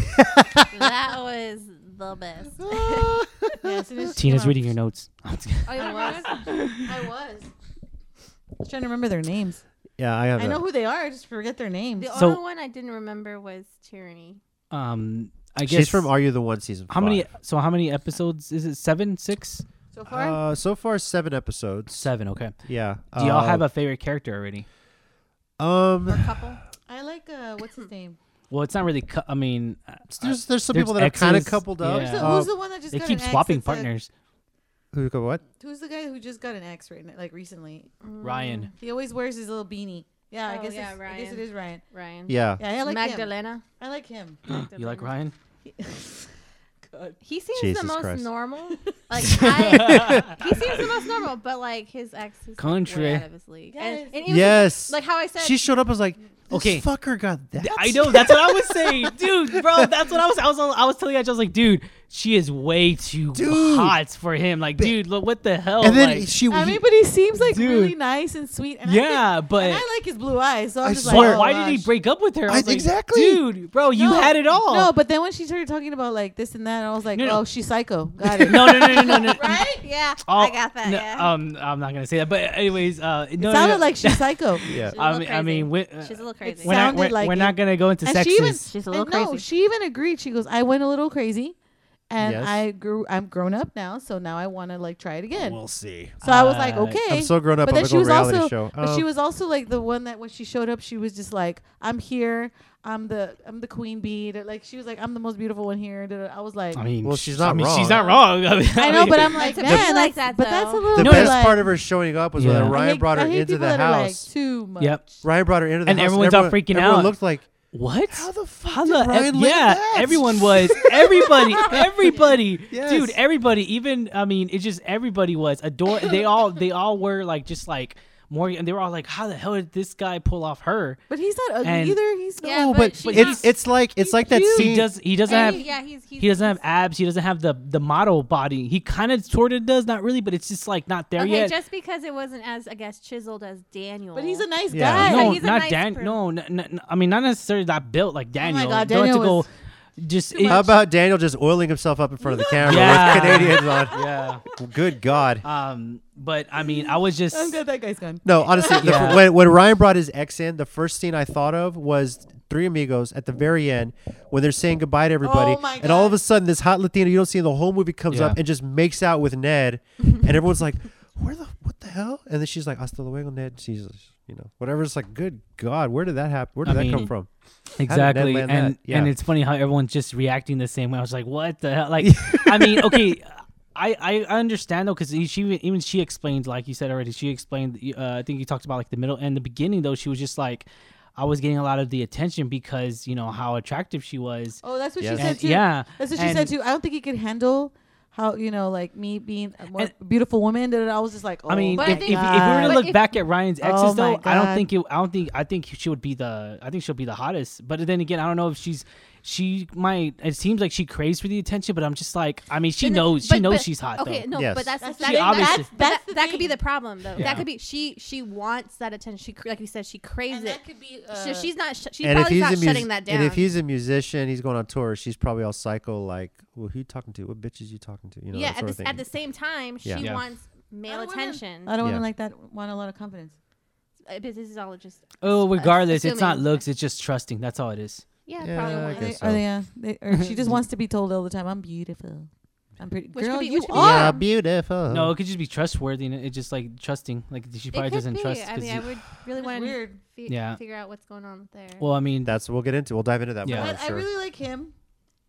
S4: that was the best. Oh,
S1: Yeah, as soon as she came
S3: Tina's
S1: out.
S3: reading your notes.
S1: I was. I was. I was trying to remember their names.
S2: Yeah, I have.
S1: I
S2: that.
S1: know who they are. I just forget their names.
S4: The
S3: So-
S4: only one I didn't remember was Tyranny.
S3: um, I guess
S2: She's from Are You the One season.
S3: how many?
S2: five.
S3: So how many episodes is it? Seven, six,
S1: So far,
S2: Uh, so far, seven Oh. episodes.
S3: seven. Okay.
S2: Yeah.
S3: Do y'all have a favorite character already?
S2: a um?
S4: Or couple.
S1: I like uh, what's his name?
S3: Well, it's not really. Cu- I mean, uh,
S2: There's there's some
S3: there's
S2: people that are kind of
S3: exes,
S2: coupled up.
S3: yeah.
S1: Who's the-
S2: Uh,
S1: who's the one that just
S3: they
S1: got
S3: keep
S1: an ex
S3: swapping
S1: that's, uh,
S3: partners.
S2: who go what?
S1: who's the guy who just got an ex right now, like recently?
S3: Ryan.
S1: He always wears his little beanie. Yeah, I
S4: Oh,
S1: guess
S4: yeah,
S1: it's, I guess it
S4: Ryan.
S1: is Ryan.
S4: Ryan.
S2: Yeah.
S1: Yeah, I like him.
S4: Magdalena.
S1: I like him.
S3: You like Ryan?
S1: God.
S4: He seems
S2: Jesus
S4: the most
S2: Christ.
S4: normal. Like I, he seems the most normal, but like his ex is like, way
S3: Country.
S4: out of his league. And,
S1: Yes.
S4: and even
S2: Yes.
S4: Like how I said,
S2: she showed up as like, this
S3: Okay.
S2: fucker got that.
S3: I know that's what I was saying, dude, bro. That's what I was. I was. I was telling you. I was like, dude, she is way too
S2: Dude.
S3: hot for him. Like, dude, look, what the hell?
S2: And then
S3: like,
S2: she.
S1: I mean, but he seems like
S3: Dude.
S1: really nice and sweet. And I
S3: yeah,
S1: think-
S3: but
S1: and I like his blue eyes. So I'm
S2: I
S1: just like,
S2: swear-
S1: oh,
S3: why did he
S1: gosh.
S3: break up with her?
S2: I-
S3: I was like,
S2: exactly.
S3: dude, bro, you
S1: No,
S3: had it all.
S1: No, but then when she started talking about like this and that, I was like,
S3: No, no.
S1: oh, she's psycho. Got it.
S3: no, no, no, no, no, no.
S4: right? Yeah,
S3: Oh,
S4: I got that.
S3: no,
S4: yeah.
S3: Um, I'm not gonna say that, but anyways, uh, no, no,
S1: it sounded
S3: no.
S1: like she's psycho.
S2: yeah.
S4: She's a
S3: I
S4: little
S3: mean, I mean, we, uh,
S4: crazy. she's a little
S1: it's
S4: crazy.
S3: we're not,
S1: Sounded
S3: we're,
S1: like
S3: we're
S1: it.
S3: not gonna go into
S1: And she even-
S3: sexes.
S4: She's a
S1: And
S4: little
S1: No,
S4: crazy.
S1: she even agreed. She goes, "I went a little crazy, and
S2: Yes.
S1: I grew. I'm grown up now, so now I want to like try it again."
S2: We'll see.
S1: so I was like,
S3: Uh,
S1: "Okay."
S2: I'm so grown up.
S1: but then
S2: I'm like
S1: she
S2: a
S1: was
S2: reality
S1: also,
S2: show.
S1: but she
S2: Um,
S1: was also like the one that when she showed up, she was just like, "I'm here. I'm the I'm the queen bee." da- Like she was like, "I'm the most beautiful one here." da- da- I was like,
S3: I mean,
S2: Well,
S3: sh-
S2: she's not
S3: I mean, She's
S2: wrong.
S3: not wrong. I, mean,
S1: "I know," but I'm like,
S4: To
S1: "Man,
S4: be
S1: that's-
S4: like that,
S1: but that's a
S4: though.
S1: little."
S2: the
S3: No,
S1: bit
S2: best
S1: like,
S2: part of her showing up was
S3: Yeah.
S2: when
S1: I
S2: Ryan
S1: hate-
S2: brought her
S1: I hate
S2: into
S1: people
S2: the
S1: that are, like,
S2: house.
S1: too much.
S3: Yep.
S2: Ryan brought her into the
S3: And
S2: house,
S3: everyone's all
S2: everyone-
S3: freaking
S2: everyone
S3: out.
S2: Looked like
S3: what?
S2: How the fuck
S3: Holla,
S2: did Ryan
S3: ev-
S2: land
S3: yeah,
S2: that?
S3: everyone was. Everybody, everybody,
S2: Yes.
S3: dude, everybody. Even I mean, it's just everybody was adore. They all, they all were like, just like more, and they were all like, how the hell did this guy pull off her?
S1: But he's not ugly
S3: And-
S1: either. He's
S4: Yeah,
S2: No,
S1: not.
S2: but,
S4: but she's
S2: it's
S4: not-
S2: it's like it's like that
S3: Dude,
S2: scene.
S3: He does. He doesn't
S4: And
S3: have.
S4: he- yeah, he's, he's
S3: He doesn't have abs. He doesn't have the the model body. He kind of sort of does, not really, but it's just like not there
S4: Okay,
S3: yet.
S4: just because it wasn't as I guess chiseled as Daniel.
S1: But he's a nice
S2: Yeah.
S1: guy.
S3: no,
S4: he's a
S3: not
S4: nice Oh
S3: Daniel.
S4: per-
S3: No, n- n- n- I mean not necessarily that built like Daniel.
S1: God,
S3: Don't have to
S1: Daniel
S3: go.
S1: was
S3: Just
S2: How about Daniel just oiling himself up in front of the camera
S3: Yeah.
S2: with Canadians on?
S3: yeah.
S2: Good God.
S3: Um, but I mean, I was just
S1: I'm glad that guy's gone.
S2: No, honestly, the
S3: Yeah.
S2: fir- when, when Ryan brought his ex in, the first scene I thought of was Three Amigos at the very end when they're saying
S4: Oh
S2: goodbye to everybody.
S1: my
S2: and all
S1: God.
S2: of a sudden, this hot Latino you don't see in the whole movie comes
S3: Yeah.
S2: up and just makes out with Ned. and everyone's like, where the, what the hell? And then she's like, hasta luego, Ned. Jesus, you know, whatever. It's like, good God, where did that happen? Where did
S3: I
S2: that
S3: mean-
S2: come from?
S3: exactly,
S2: land
S3: and
S2: that? Yeah.
S3: and it's funny how everyone's just reacting the same way. I was like, what the hell? Like, I mean, okay. I, I I understand though because she even she explained like you said already she explained uh, I think you talked about like the middle and the beginning though she was just like I was getting a lot of the attention because you know how attractive she was
S1: Oh, that's what
S2: Yes.
S1: she said
S3: And-
S1: too.
S3: yeah
S1: That's what she
S3: and-
S1: said too. I don't think he could handle how you know like me being a more
S3: And-
S1: beautiful woman. da, da, da. I was just like, oh,
S3: I mean,
S1: my
S3: if, if, if we
S1: God.
S3: were to
S4: But
S3: look
S4: if-
S3: back at Ryan's exes,
S1: Oh my
S3: though, I don't
S1: God.
S3: think it. I don't think. I think she would be the. I think she'll be the hottest. But then again, I don't know if she's. She might. It seems like she craves for the attention, but I'm just like. I mean, she
S4: But-
S3: knows.
S4: but-
S3: she knows
S4: but-
S3: she's hot.
S4: Okay,
S3: though.
S4: no,
S2: Yes.
S4: but that's,
S1: That's
S4: that,
S3: the
S4: that,
S3: thing.
S4: that's,
S3: Obviously.
S4: that,
S1: That's the
S4: that could be
S1: thing.
S4: the problem though.
S3: Yeah.
S4: That could be she she wants that attention. She cr- like you said she craves
S1: And
S4: it.
S1: that could be,
S4: so
S1: uh,
S4: she's not sh- she's
S2: and if
S4: probably
S2: he's
S4: not
S2: a mus-
S4: shutting that down.
S2: and if he's a musician, he's going on tour. She's probably all psycho, like, well, who you talking to? What bitch is you talking to? You know,
S4: yeah,
S2: that
S4: at
S2: sort of
S4: the, s-
S2: thing.
S4: at the same time she
S2: Yeah. Uh,
S3: Yeah.
S4: wants male
S1: I don't wanna-
S4: attention.
S1: I don't want
S2: Yeah.
S1: to like that. Want a lot of confidence.
S4: Uh, but this is all just
S3: Oh, regardless, it's not
S4: assuming.
S3: looks. It's just trusting. That's all it is.
S4: yeah,
S2: Yeah,
S4: probably.
S2: I
S1: Are
S4: won't.
S1: they,
S2: guess
S1: are
S2: so.
S1: they, uh, they- or she just wants to be told all the time, I'm beautiful. I'm pretty.
S4: Which could
S1: Girl,
S4: be-
S1: you
S4: which could be-
S1: are.
S2: yeah,
S4: Yeah.
S2: beautiful.
S3: No, it could just be trustworthy. and It's just like trusting. Like she
S4: It
S3: probably
S4: could
S3: doesn't
S4: be.
S3: trust.
S4: I
S3: 'cause
S4: mean, I
S3: you-
S4: would really
S1: That's
S4: want to
S1: weird.
S3: Yeah.
S4: figure out what's going on there.
S3: well, I mean,
S2: That's what we'll get into. We'll dive into that
S3: Yeah.
S2: more,
S1: But
S2: I'm
S1: I
S2: sure.
S1: really like him.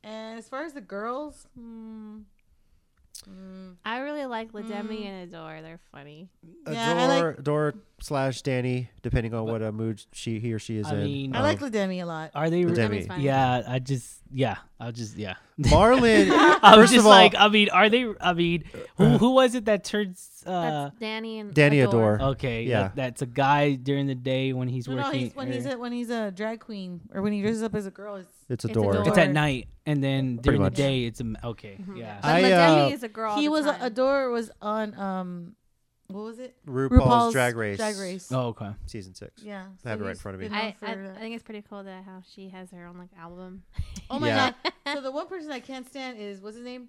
S1: And as far as the girls,
S4: Hmm.
S1: mm, mm,
S4: I really like Ledemi and Adore. They're funny.
S1: Yeah, I
S2: Adore, Adore slash Danny, depending on what uh, mood she he or she is
S3: I
S2: in.
S3: mean-
S1: I
S2: Um,
S1: like Ledemi a lot.
S3: are they?
S2: the
S3: re-
S2: Demi.
S4: Ledemi's fine.
S3: Yeah, I just. Yeah, I'll just. Yeah.
S2: Marlon.
S3: I was
S2: first
S3: just
S2: of all,
S3: like, I mean, are they? I mean, who who was it that turns? Uh,
S4: That's Danny and
S2: Danny
S4: Adore.
S2: Adore.
S3: Okay,
S2: Yeah.
S3: that, that's a guy during the day when he's
S1: No, no,
S3: working.
S1: he's, when he's
S3: or-
S1: a, when he's a drag queen or when he dresses up as a girl, it's
S2: it's
S4: It's
S2: Adore.
S4: Adore.
S3: it's at night, and then during the
S2: much.
S3: day it's a m- okay,
S1: Mm-hmm.
S3: yeah.
S2: I,
S4: But Ledemi
S2: uh,
S4: is a girl. all
S1: he
S4: the
S1: was
S4: time.
S1: Adore was on um, what was it?
S2: RuPaul's, Drag Race.
S1: Drag Race.
S3: Oh, okay.
S2: Season six.
S1: Yeah,
S2: I have it right in
S1: he's
S2: front of me.
S1: been known
S4: I,
S1: for
S4: I,
S1: that.
S4: I think it's pretty cool that how she has her own like album.
S1: Oh my
S2: Yeah.
S1: god! So the one person I can't stand is what's his name?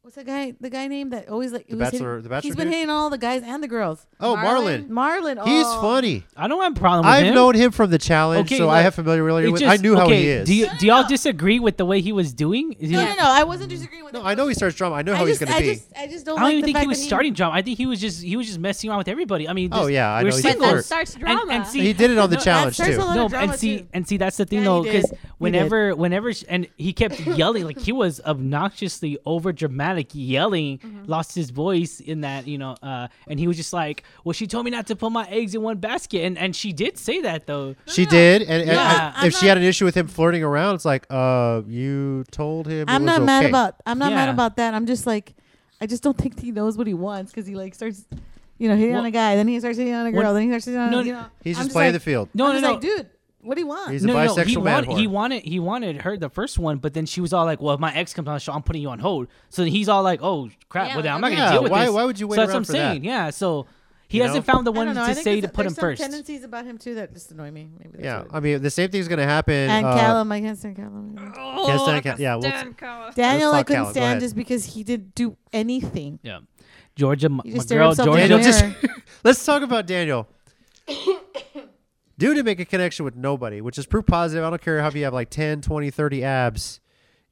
S1: What's the guy? The guy name that always like
S2: The
S1: was hitting-
S2: Bachelor- the Bachelor
S1: He's been
S2: dude?
S1: hitting all the guys and the girls.
S2: Oh, Marlon.
S4: Marlon.
S1: Marlon.
S2: He's
S1: oh.
S2: funny.
S3: I don't have a problem with
S2: I've
S3: him.
S2: known him from the challenge,
S3: Okay,
S2: so I
S3: look,
S2: have familiarity
S3: It
S2: with.
S3: just-
S2: I knew how he
S3: okay,
S2: is.
S3: Do, you,
S1: No, no,
S3: do y'all
S1: no.
S3: disagree with the way he was doing? Is he-
S1: No, no, no. I wasn't disagreeing with
S2: no,
S1: him.
S2: I know he starts drama. I know
S1: I
S2: how he's
S1: just,
S2: going to
S1: I
S2: be.
S1: just, I just don't.
S3: I don't
S1: like
S3: even
S1: the
S3: think
S1: fact
S3: he was
S1: that
S3: starting drama. I think he was just he was just messing around with everybody. I mean,
S2: Oh,
S3: just-
S2: yeah, I
S3: we're
S2: know he's
S4: But
S2: Single.
S4: that
S2: hurt.
S3: singles.
S4: starts drama.
S3: And, and see,
S2: he did it on the
S3: No,
S2: challenge
S1: that's a
S2: too.
S1: lot
S3: no,
S1: of
S3: and
S1: drama,
S3: see,
S1: too.
S3: and see, that's the thing
S1: Yeah,
S3: though,
S1: he did.
S3: because whenever, whenever, sh and he kept yelling, like he was obnoxiously over dramatic yelling,
S1: Mm-hmm.
S3: lost his voice in that, you know, uh, and he was just like, well, she told me not to put my eggs in one basket, and and she did say that though.
S2: She did, and, and
S3: Yeah.
S2: I- if
S1: I'm
S2: she
S1: not-
S2: had an issue with him flirting around, it's like, uh, you told him. it
S1: I'm
S2: was
S1: not mad
S2: okay.
S1: about. I'm not mad
S3: Yeah.
S1: about that. I'm just like, I just don't think he knows what he wants because he like starts, you know, hitting
S3: Well-
S1: on a guy, then he starts hitting on a
S3: Well,
S1: girl, then he starts hitting on.
S3: no,
S1: a you
S3: no,
S1: know,
S2: He's
S1: I'm
S2: just playing
S1: like,
S2: the field.
S3: No,
S1: I'm
S3: no,
S1: just
S3: no.
S1: like, dude, what do you want?
S2: He's
S3: no,
S2: a
S3: no, no.
S2: bisexual
S3: He,
S2: man.
S3: wanted,
S2: whore.
S3: he wanted he wanted her the first one, but then she was all like, "Well, if my ex comes on the show, I'm putting you on hold." So then he's all like, "Oh crap!
S4: Yeah,
S3: well, then I'm
S4: like,
S3: not
S2: Yeah,
S3: gonna deal with
S2: why-
S3: this."
S2: why would you wait
S3: So that's what
S2: around
S3: I'm
S2: for that?
S3: saying. Yeah, so he
S2: You
S3: hasn't
S2: know?
S3: found the
S1: I
S3: one
S1: don't know. I
S3: to
S1: think
S3: say
S1: there's-
S3: to put
S1: there's
S3: him
S1: some
S3: first.
S1: Tendencies about him too that just annoy me. Maybe that's
S2: Yeah,
S1: what it
S2: I mean, the same thing's going to happen.
S1: is. and
S2: uh,
S1: Callum, I can't stand Callum.
S2: Can't
S4: Oh,
S2: stand Cal- yeah, we'll-
S1: Daniel,
S2: talk
S1: I couldn't
S2: Callum. Go ahead.
S1: stand just because he didn't do anything.
S3: Yeah, Georgia, my,
S1: He
S3: my
S1: just stared
S3: girl,
S1: himself in the
S3: Georgia.
S2: Daniel, just
S1: Mirror.
S2: let's talk about Daniel. Dude didn't make a connection with nobody, which is proof positive. I don't care how you have like 10, 20, 30 abs.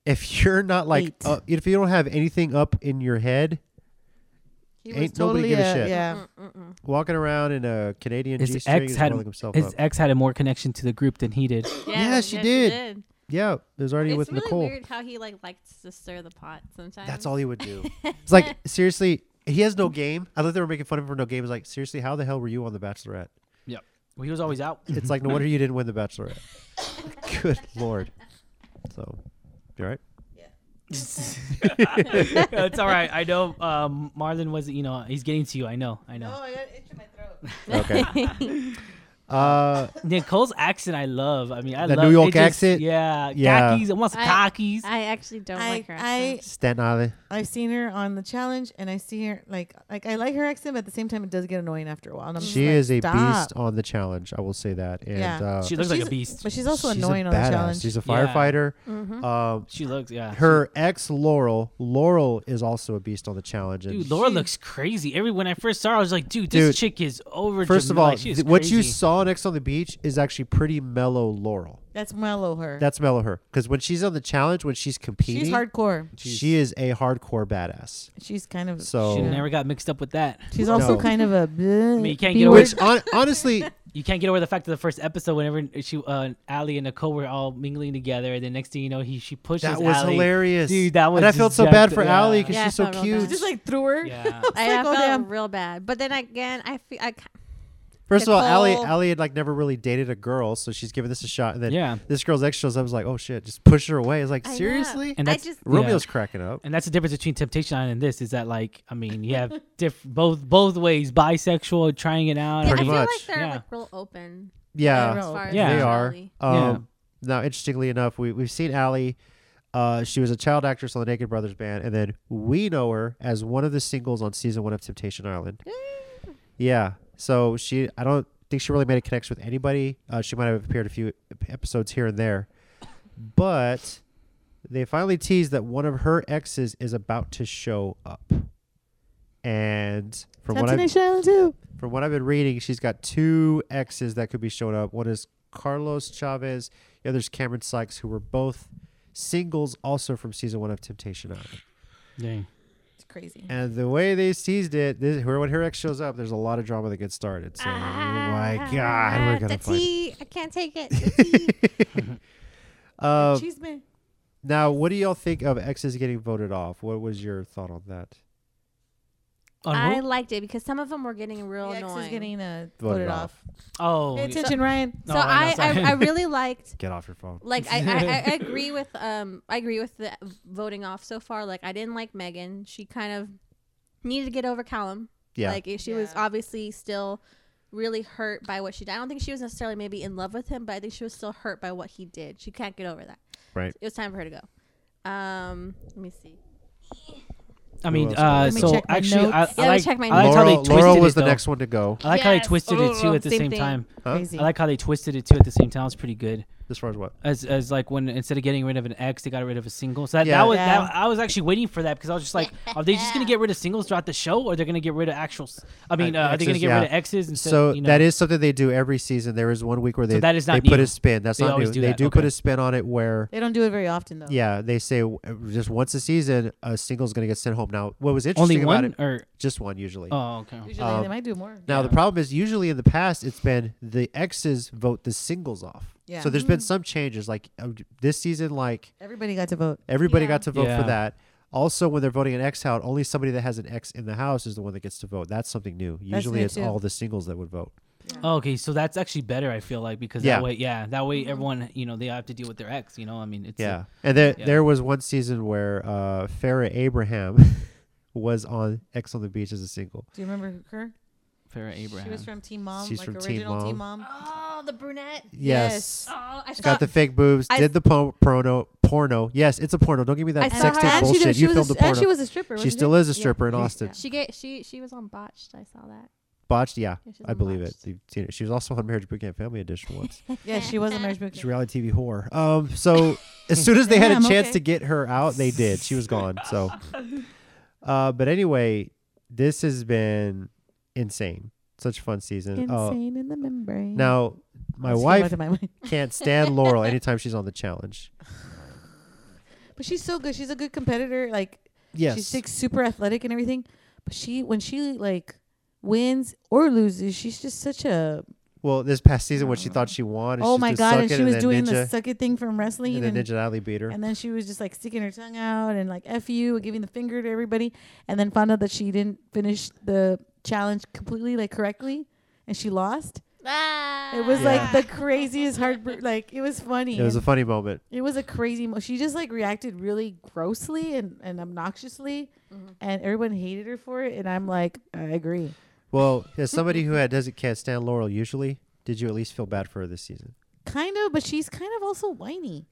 S2: If you're not like,
S1: Eight.
S2: uh, if you don't have anything up in your head,
S1: He
S2: Ain't nobody give a shit.
S1: Yeah.
S3: Mm.
S2: walking around in a Canadian G
S3: his
S2: string
S3: ex
S2: is
S3: had
S2: rolling himself
S3: his
S2: up.
S3: ex had a more connection to the group than he did.
S2: Yeah, she did. yeah, it was already
S4: It's
S2: with
S4: really
S2: Nicole.
S4: weird how he like likes to stir the pot sometimes.
S2: That's all he would do. it's like seriously, he has no game. I thought they were making fun of him for no game. It's like seriously, how the hell were you on the Bachelorette?
S3: Yep. Well, he was always out.
S2: It's like no wonder you didn't win the Bachelorette. Good lord. So, you all right?
S3: it's all right. I know um, Marlon wasn't. You know, he's getting to you. I know. I know.
S1: Oh, I got itch in my throat.
S2: Okay. Uh,
S3: Nicole's accent, I love. I mean, I
S2: The
S3: love
S2: New York
S3: it just-
S2: accent?
S3: Yeah,
S2: Yeah.
S3: khakis. Almost
S4: I-
S3: khakis.
S4: I actually don't
S1: I,
S4: like her.
S1: I,
S4: accent.
S2: Staten Island.
S1: I've seen her on the challenge, and I see her like like I like her accent, but at the same time, it does get annoying after a while. And I'm just
S2: She
S1: like,
S2: is a
S1: "Stop."
S2: beast on the challenge. I will say that. And
S1: Yeah.
S2: uh,
S3: she looks like a
S1: she's-
S3: beast.
S1: but she's also
S2: she's a
S1: annoying on the
S2: badass.
S1: challenge. Mm-hmm.
S2: She's a
S3: Yeah.
S2: firefighter.
S4: Mhm.
S2: Um,
S3: She looks. Yeah.
S2: her ex Laurel, Laurel is also a beast on the challenge. And
S3: Dude, Laura
S1: She-
S3: looks crazy. Every when I first saw her, I was like, dude, this
S2: Dude,
S3: chick is over.
S2: first of all,
S3: Like, she is
S2: th- what you
S3: crazy.
S2: saw next on the beach is actually pretty mellow Laurel.
S1: That's mellow her.
S2: That's mellow her because when she's on the challenge, when she's competing,
S1: she's hardcore.
S2: she is a hardcore badass.
S1: She's kind of
S2: So-
S3: She
S1: yeah.
S3: never got mixed up with that.
S1: She's also
S2: No.
S1: kind of a. I
S3: mean, you can't get away-
S2: Which on, honestly,
S3: You can't get over the fact that the first episode, whenever she, uh, Allie and Nicole were all mingling together, and then next thing you know, he she pushes.
S2: that was
S3: Allie.
S2: hilarious,
S3: Dude, that was
S2: And I felt
S3: just
S2: so bad
S3: jacked-
S2: for
S3: yeah.
S2: Allie because
S4: Yeah,
S2: she's
S4: I
S2: so
S4: felt real
S2: cute.
S4: bad.
S1: just like threw her.
S3: Yeah.
S1: I
S4: I,
S1: was like,
S4: I
S1: oh,
S4: felt
S1: damn.
S4: real bad, but then again, I feel I, ca-
S2: First of all, Allie,
S4: Nicole.
S2: Allie had like never really dated a girl, so she's giving this a shot. And then
S3: Yeah.
S2: this girl's ex shows up. I was like, oh shit, just push her away. It's like
S4: I know.
S2: seriously,
S3: And
S4: I
S3: that's-
S4: just
S2: Romeo's cracking up.
S3: And that's the difference between Temptation Island and this is that like I mean you have diff- both both ways bisexual trying it out.
S4: yeah, I
S2: Pretty
S4: feel
S2: much.
S4: like they're
S3: Yeah.
S4: like real open.
S1: I
S2: Yeah,
S1: don't-
S4: As far
S3: Yeah.
S4: as
S2: they are.
S4: sexuality.
S2: Um, Now, interestingly enough, we we've seen Allie. Uh, she was a child actress on the Naked Brothers band, and then we know her as one of the singles on season one of Temptation Island. Yeah. So she, I don't think she really made a connection with anybody. Uh, she might have appeared a few episodes here and there, but they finally teased that one of her exes is about to show up, and from what I
S1: Temptation Island too.
S2: from what I've been reading, she's got two exes that could be showing up. One is Carlos Chavez. The other's Cameron Sykes, who were both singles also from season one of Temptation Island.
S3: Dang.
S1: It's crazy.
S2: And the way they seized it, this, whoever- when her ex shows up, there's a lot of drama that gets started. So, Oh my God,
S4: Ah,
S2: we're gonna
S4: the
S2: find.
S4: tea. I can't take it. The tea.
S2: Uh,
S1: She's been.
S2: now, what do y'all think of exes getting voted off? What was your thought on that?
S3: On
S4: I
S3: who?
S4: liked it because some of them were getting real
S1: The ex
S4: annoying.
S1: is getting uh, voted off.
S3: Oh,
S1: Pay
S3: yeah.
S1: attention, Ryan.
S4: so
S3: No, I
S4: I,
S3: know, sorry.
S4: I, I really liked
S2: Get off your phone.
S4: like I, I, I agree with um I agree with the voting off so far. Like I didn't like Megan. She kind of needed to get over Callum.
S2: Yeah,
S4: Like she was
S1: Yeah.
S4: obviously still really hurt by what she did. I don't think she was necessarily maybe in love with him, but I think she was still hurt by what he did. She can't get over that.
S2: Right.
S4: It was time for her to go. Um, let me see.
S3: I mean,
S2: else?
S3: uh,
S1: Let me
S3: so
S1: check my
S3: actually, I, I
S1: notes.
S4: Yeah, let me
S3: like,
S4: check my
S3: I like how they
S2: Laurel,
S3: twisted
S2: Laurel
S3: it,
S2: was the
S3: though.
S2: next one to go.
S3: I like how they
S4: Yes.
S3: twisted it too
S4: Ugh,
S3: at the
S4: same
S3: same,
S4: thing.
S3: time.
S2: Huh?
S1: Crazy.
S3: I like how they twisted it too at the same time. It's pretty good.
S2: As far as what?
S3: As as like when instead of getting rid of an ex, they got rid of a single. So that,
S2: Yeah.
S3: that was
S1: Yeah.
S3: that, I was actually waiting for that because I was just like, are they just gonna get rid of singles throughout the show, or they're gonna get rid of actual? s- I mean, uh,
S2: Uh,
S3: are they gonna
S2: exes,
S3: get
S2: yeah.
S3: rid of exes? Instead,
S2: so
S3: you know?
S2: that is something they do every season. There is one week where they
S3: that is not
S2: they put
S3: new.
S2: a spin. That's
S3: They
S2: not
S3: always
S2: new.
S3: do
S2: they
S3: that.
S2: do put
S3: Okay.
S2: a spin on it where
S1: They don't do it very often though.
S2: yeah they say w- just once a season a single's going to get sent home. Now what was interesting
S3: only
S2: about
S3: one
S2: it
S3: or
S2: just one usually.
S3: oh okay.
S1: Usually
S2: Um,
S1: they might do more.
S2: Now the problem is usually in the past it's been the exes vote the singles off.
S1: Yeah.
S2: So there's been
S3: Mm-hmm.
S2: some changes like uh, this season like
S1: Everybody got to vote.
S2: everybody
S4: Yeah.
S2: got to vote
S3: Yeah.
S2: for that. Also, when they're voting an ex out, only somebody that has an ex in the house is the one that gets to vote. That's something new. Usually,
S1: new
S2: it's
S1: too.
S2: all the singles that would vote.
S3: Oh, okay, so that's actually better. I feel like because
S2: Yeah.
S3: that way, yeah, that way everyone you know they have to deal with their ex. You know, I mean, it's a-
S2: Yeah, and there
S3: Yeah.
S2: there was one season where uh, Farrah Abraham was on X on the Beach as a single.
S1: Do you remember her?
S3: Farrah Abraham.
S1: She was from Team Mom,
S2: She's
S1: like
S2: from Teen
S1: original Team Mom.
S2: Mom.
S4: Oh, the brunette.
S2: Yes,
S4: Oh, I saw.
S2: got the fake boobs.
S4: I-
S2: did the po- porno? Porno? Yes, it's a porno. Don't give me
S4: I
S2: that
S4: saw
S2: sex
S4: her-
S2: tape
S4: and
S2: bullshit.
S1: was,
S2: you filmed
S1: a,
S2: a porno.
S1: and she was a stripper.
S2: she
S1: wasn't
S2: still is a
S1: Yeah.
S2: stripper in
S1: Yeah.
S2: Austin.
S4: she get she she was on botched. I saw that.
S2: Botched. Yeah,
S4: Yeah, she's
S2: I
S4: on
S2: believe it.
S4: Botched.
S2: You've seen it. She was also on Marriage Boot Camp Family Edition once.
S1: Yeah, she was a marriage book.
S2: She's a reality TV whore. Um, so as soon as they had a
S1: Damn,
S2: chance
S1: okay.
S2: to get her out, they did. She was gone. So, uh, but anyway, this has been insane. Such a fun season. Uh,
S1: Insane in the membrane.
S2: Now, my
S1: Let's go back
S2: wife
S1: to my wife.
S2: can't stand Laurel anytime she's on the challenge.
S1: But she's so good. She's a good competitor. Like
S2: Yes.
S1: she's like super athletic and everything. But she when she like wins or loses, she's just such a
S2: well, this past season, when she thought she won, and
S1: oh
S2: she's
S1: my
S2: just
S1: god!
S2: suck
S1: And
S2: it,
S1: she was
S2: then
S1: doing the
S2: ninja,
S1: suck it thing from wrestling,
S2: and
S1: and,
S2: then Ninja Alley beat her.
S1: and then she was just like sticking her tongue out and like f you, giving the finger to everybody, and then found out that she didn't finish the challenge completely like correctly, and she lost.
S4: Ah.
S1: It was
S2: Yeah.
S1: like the craziest heartbreak. Like it was funny.
S2: It was a funny moment.
S1: It was a crazy. Mo- she just like reacted really grossly and, and obnoxiously,
S4: Mm-hmm.
S1: and everyone hated her for it. And I'm like, I agree.
S2: Well, as somebody who had, doesn't can't stand Laurel usually, did you at least feel bad for her this season?
S1: Kind of, but she's kind of also whiny.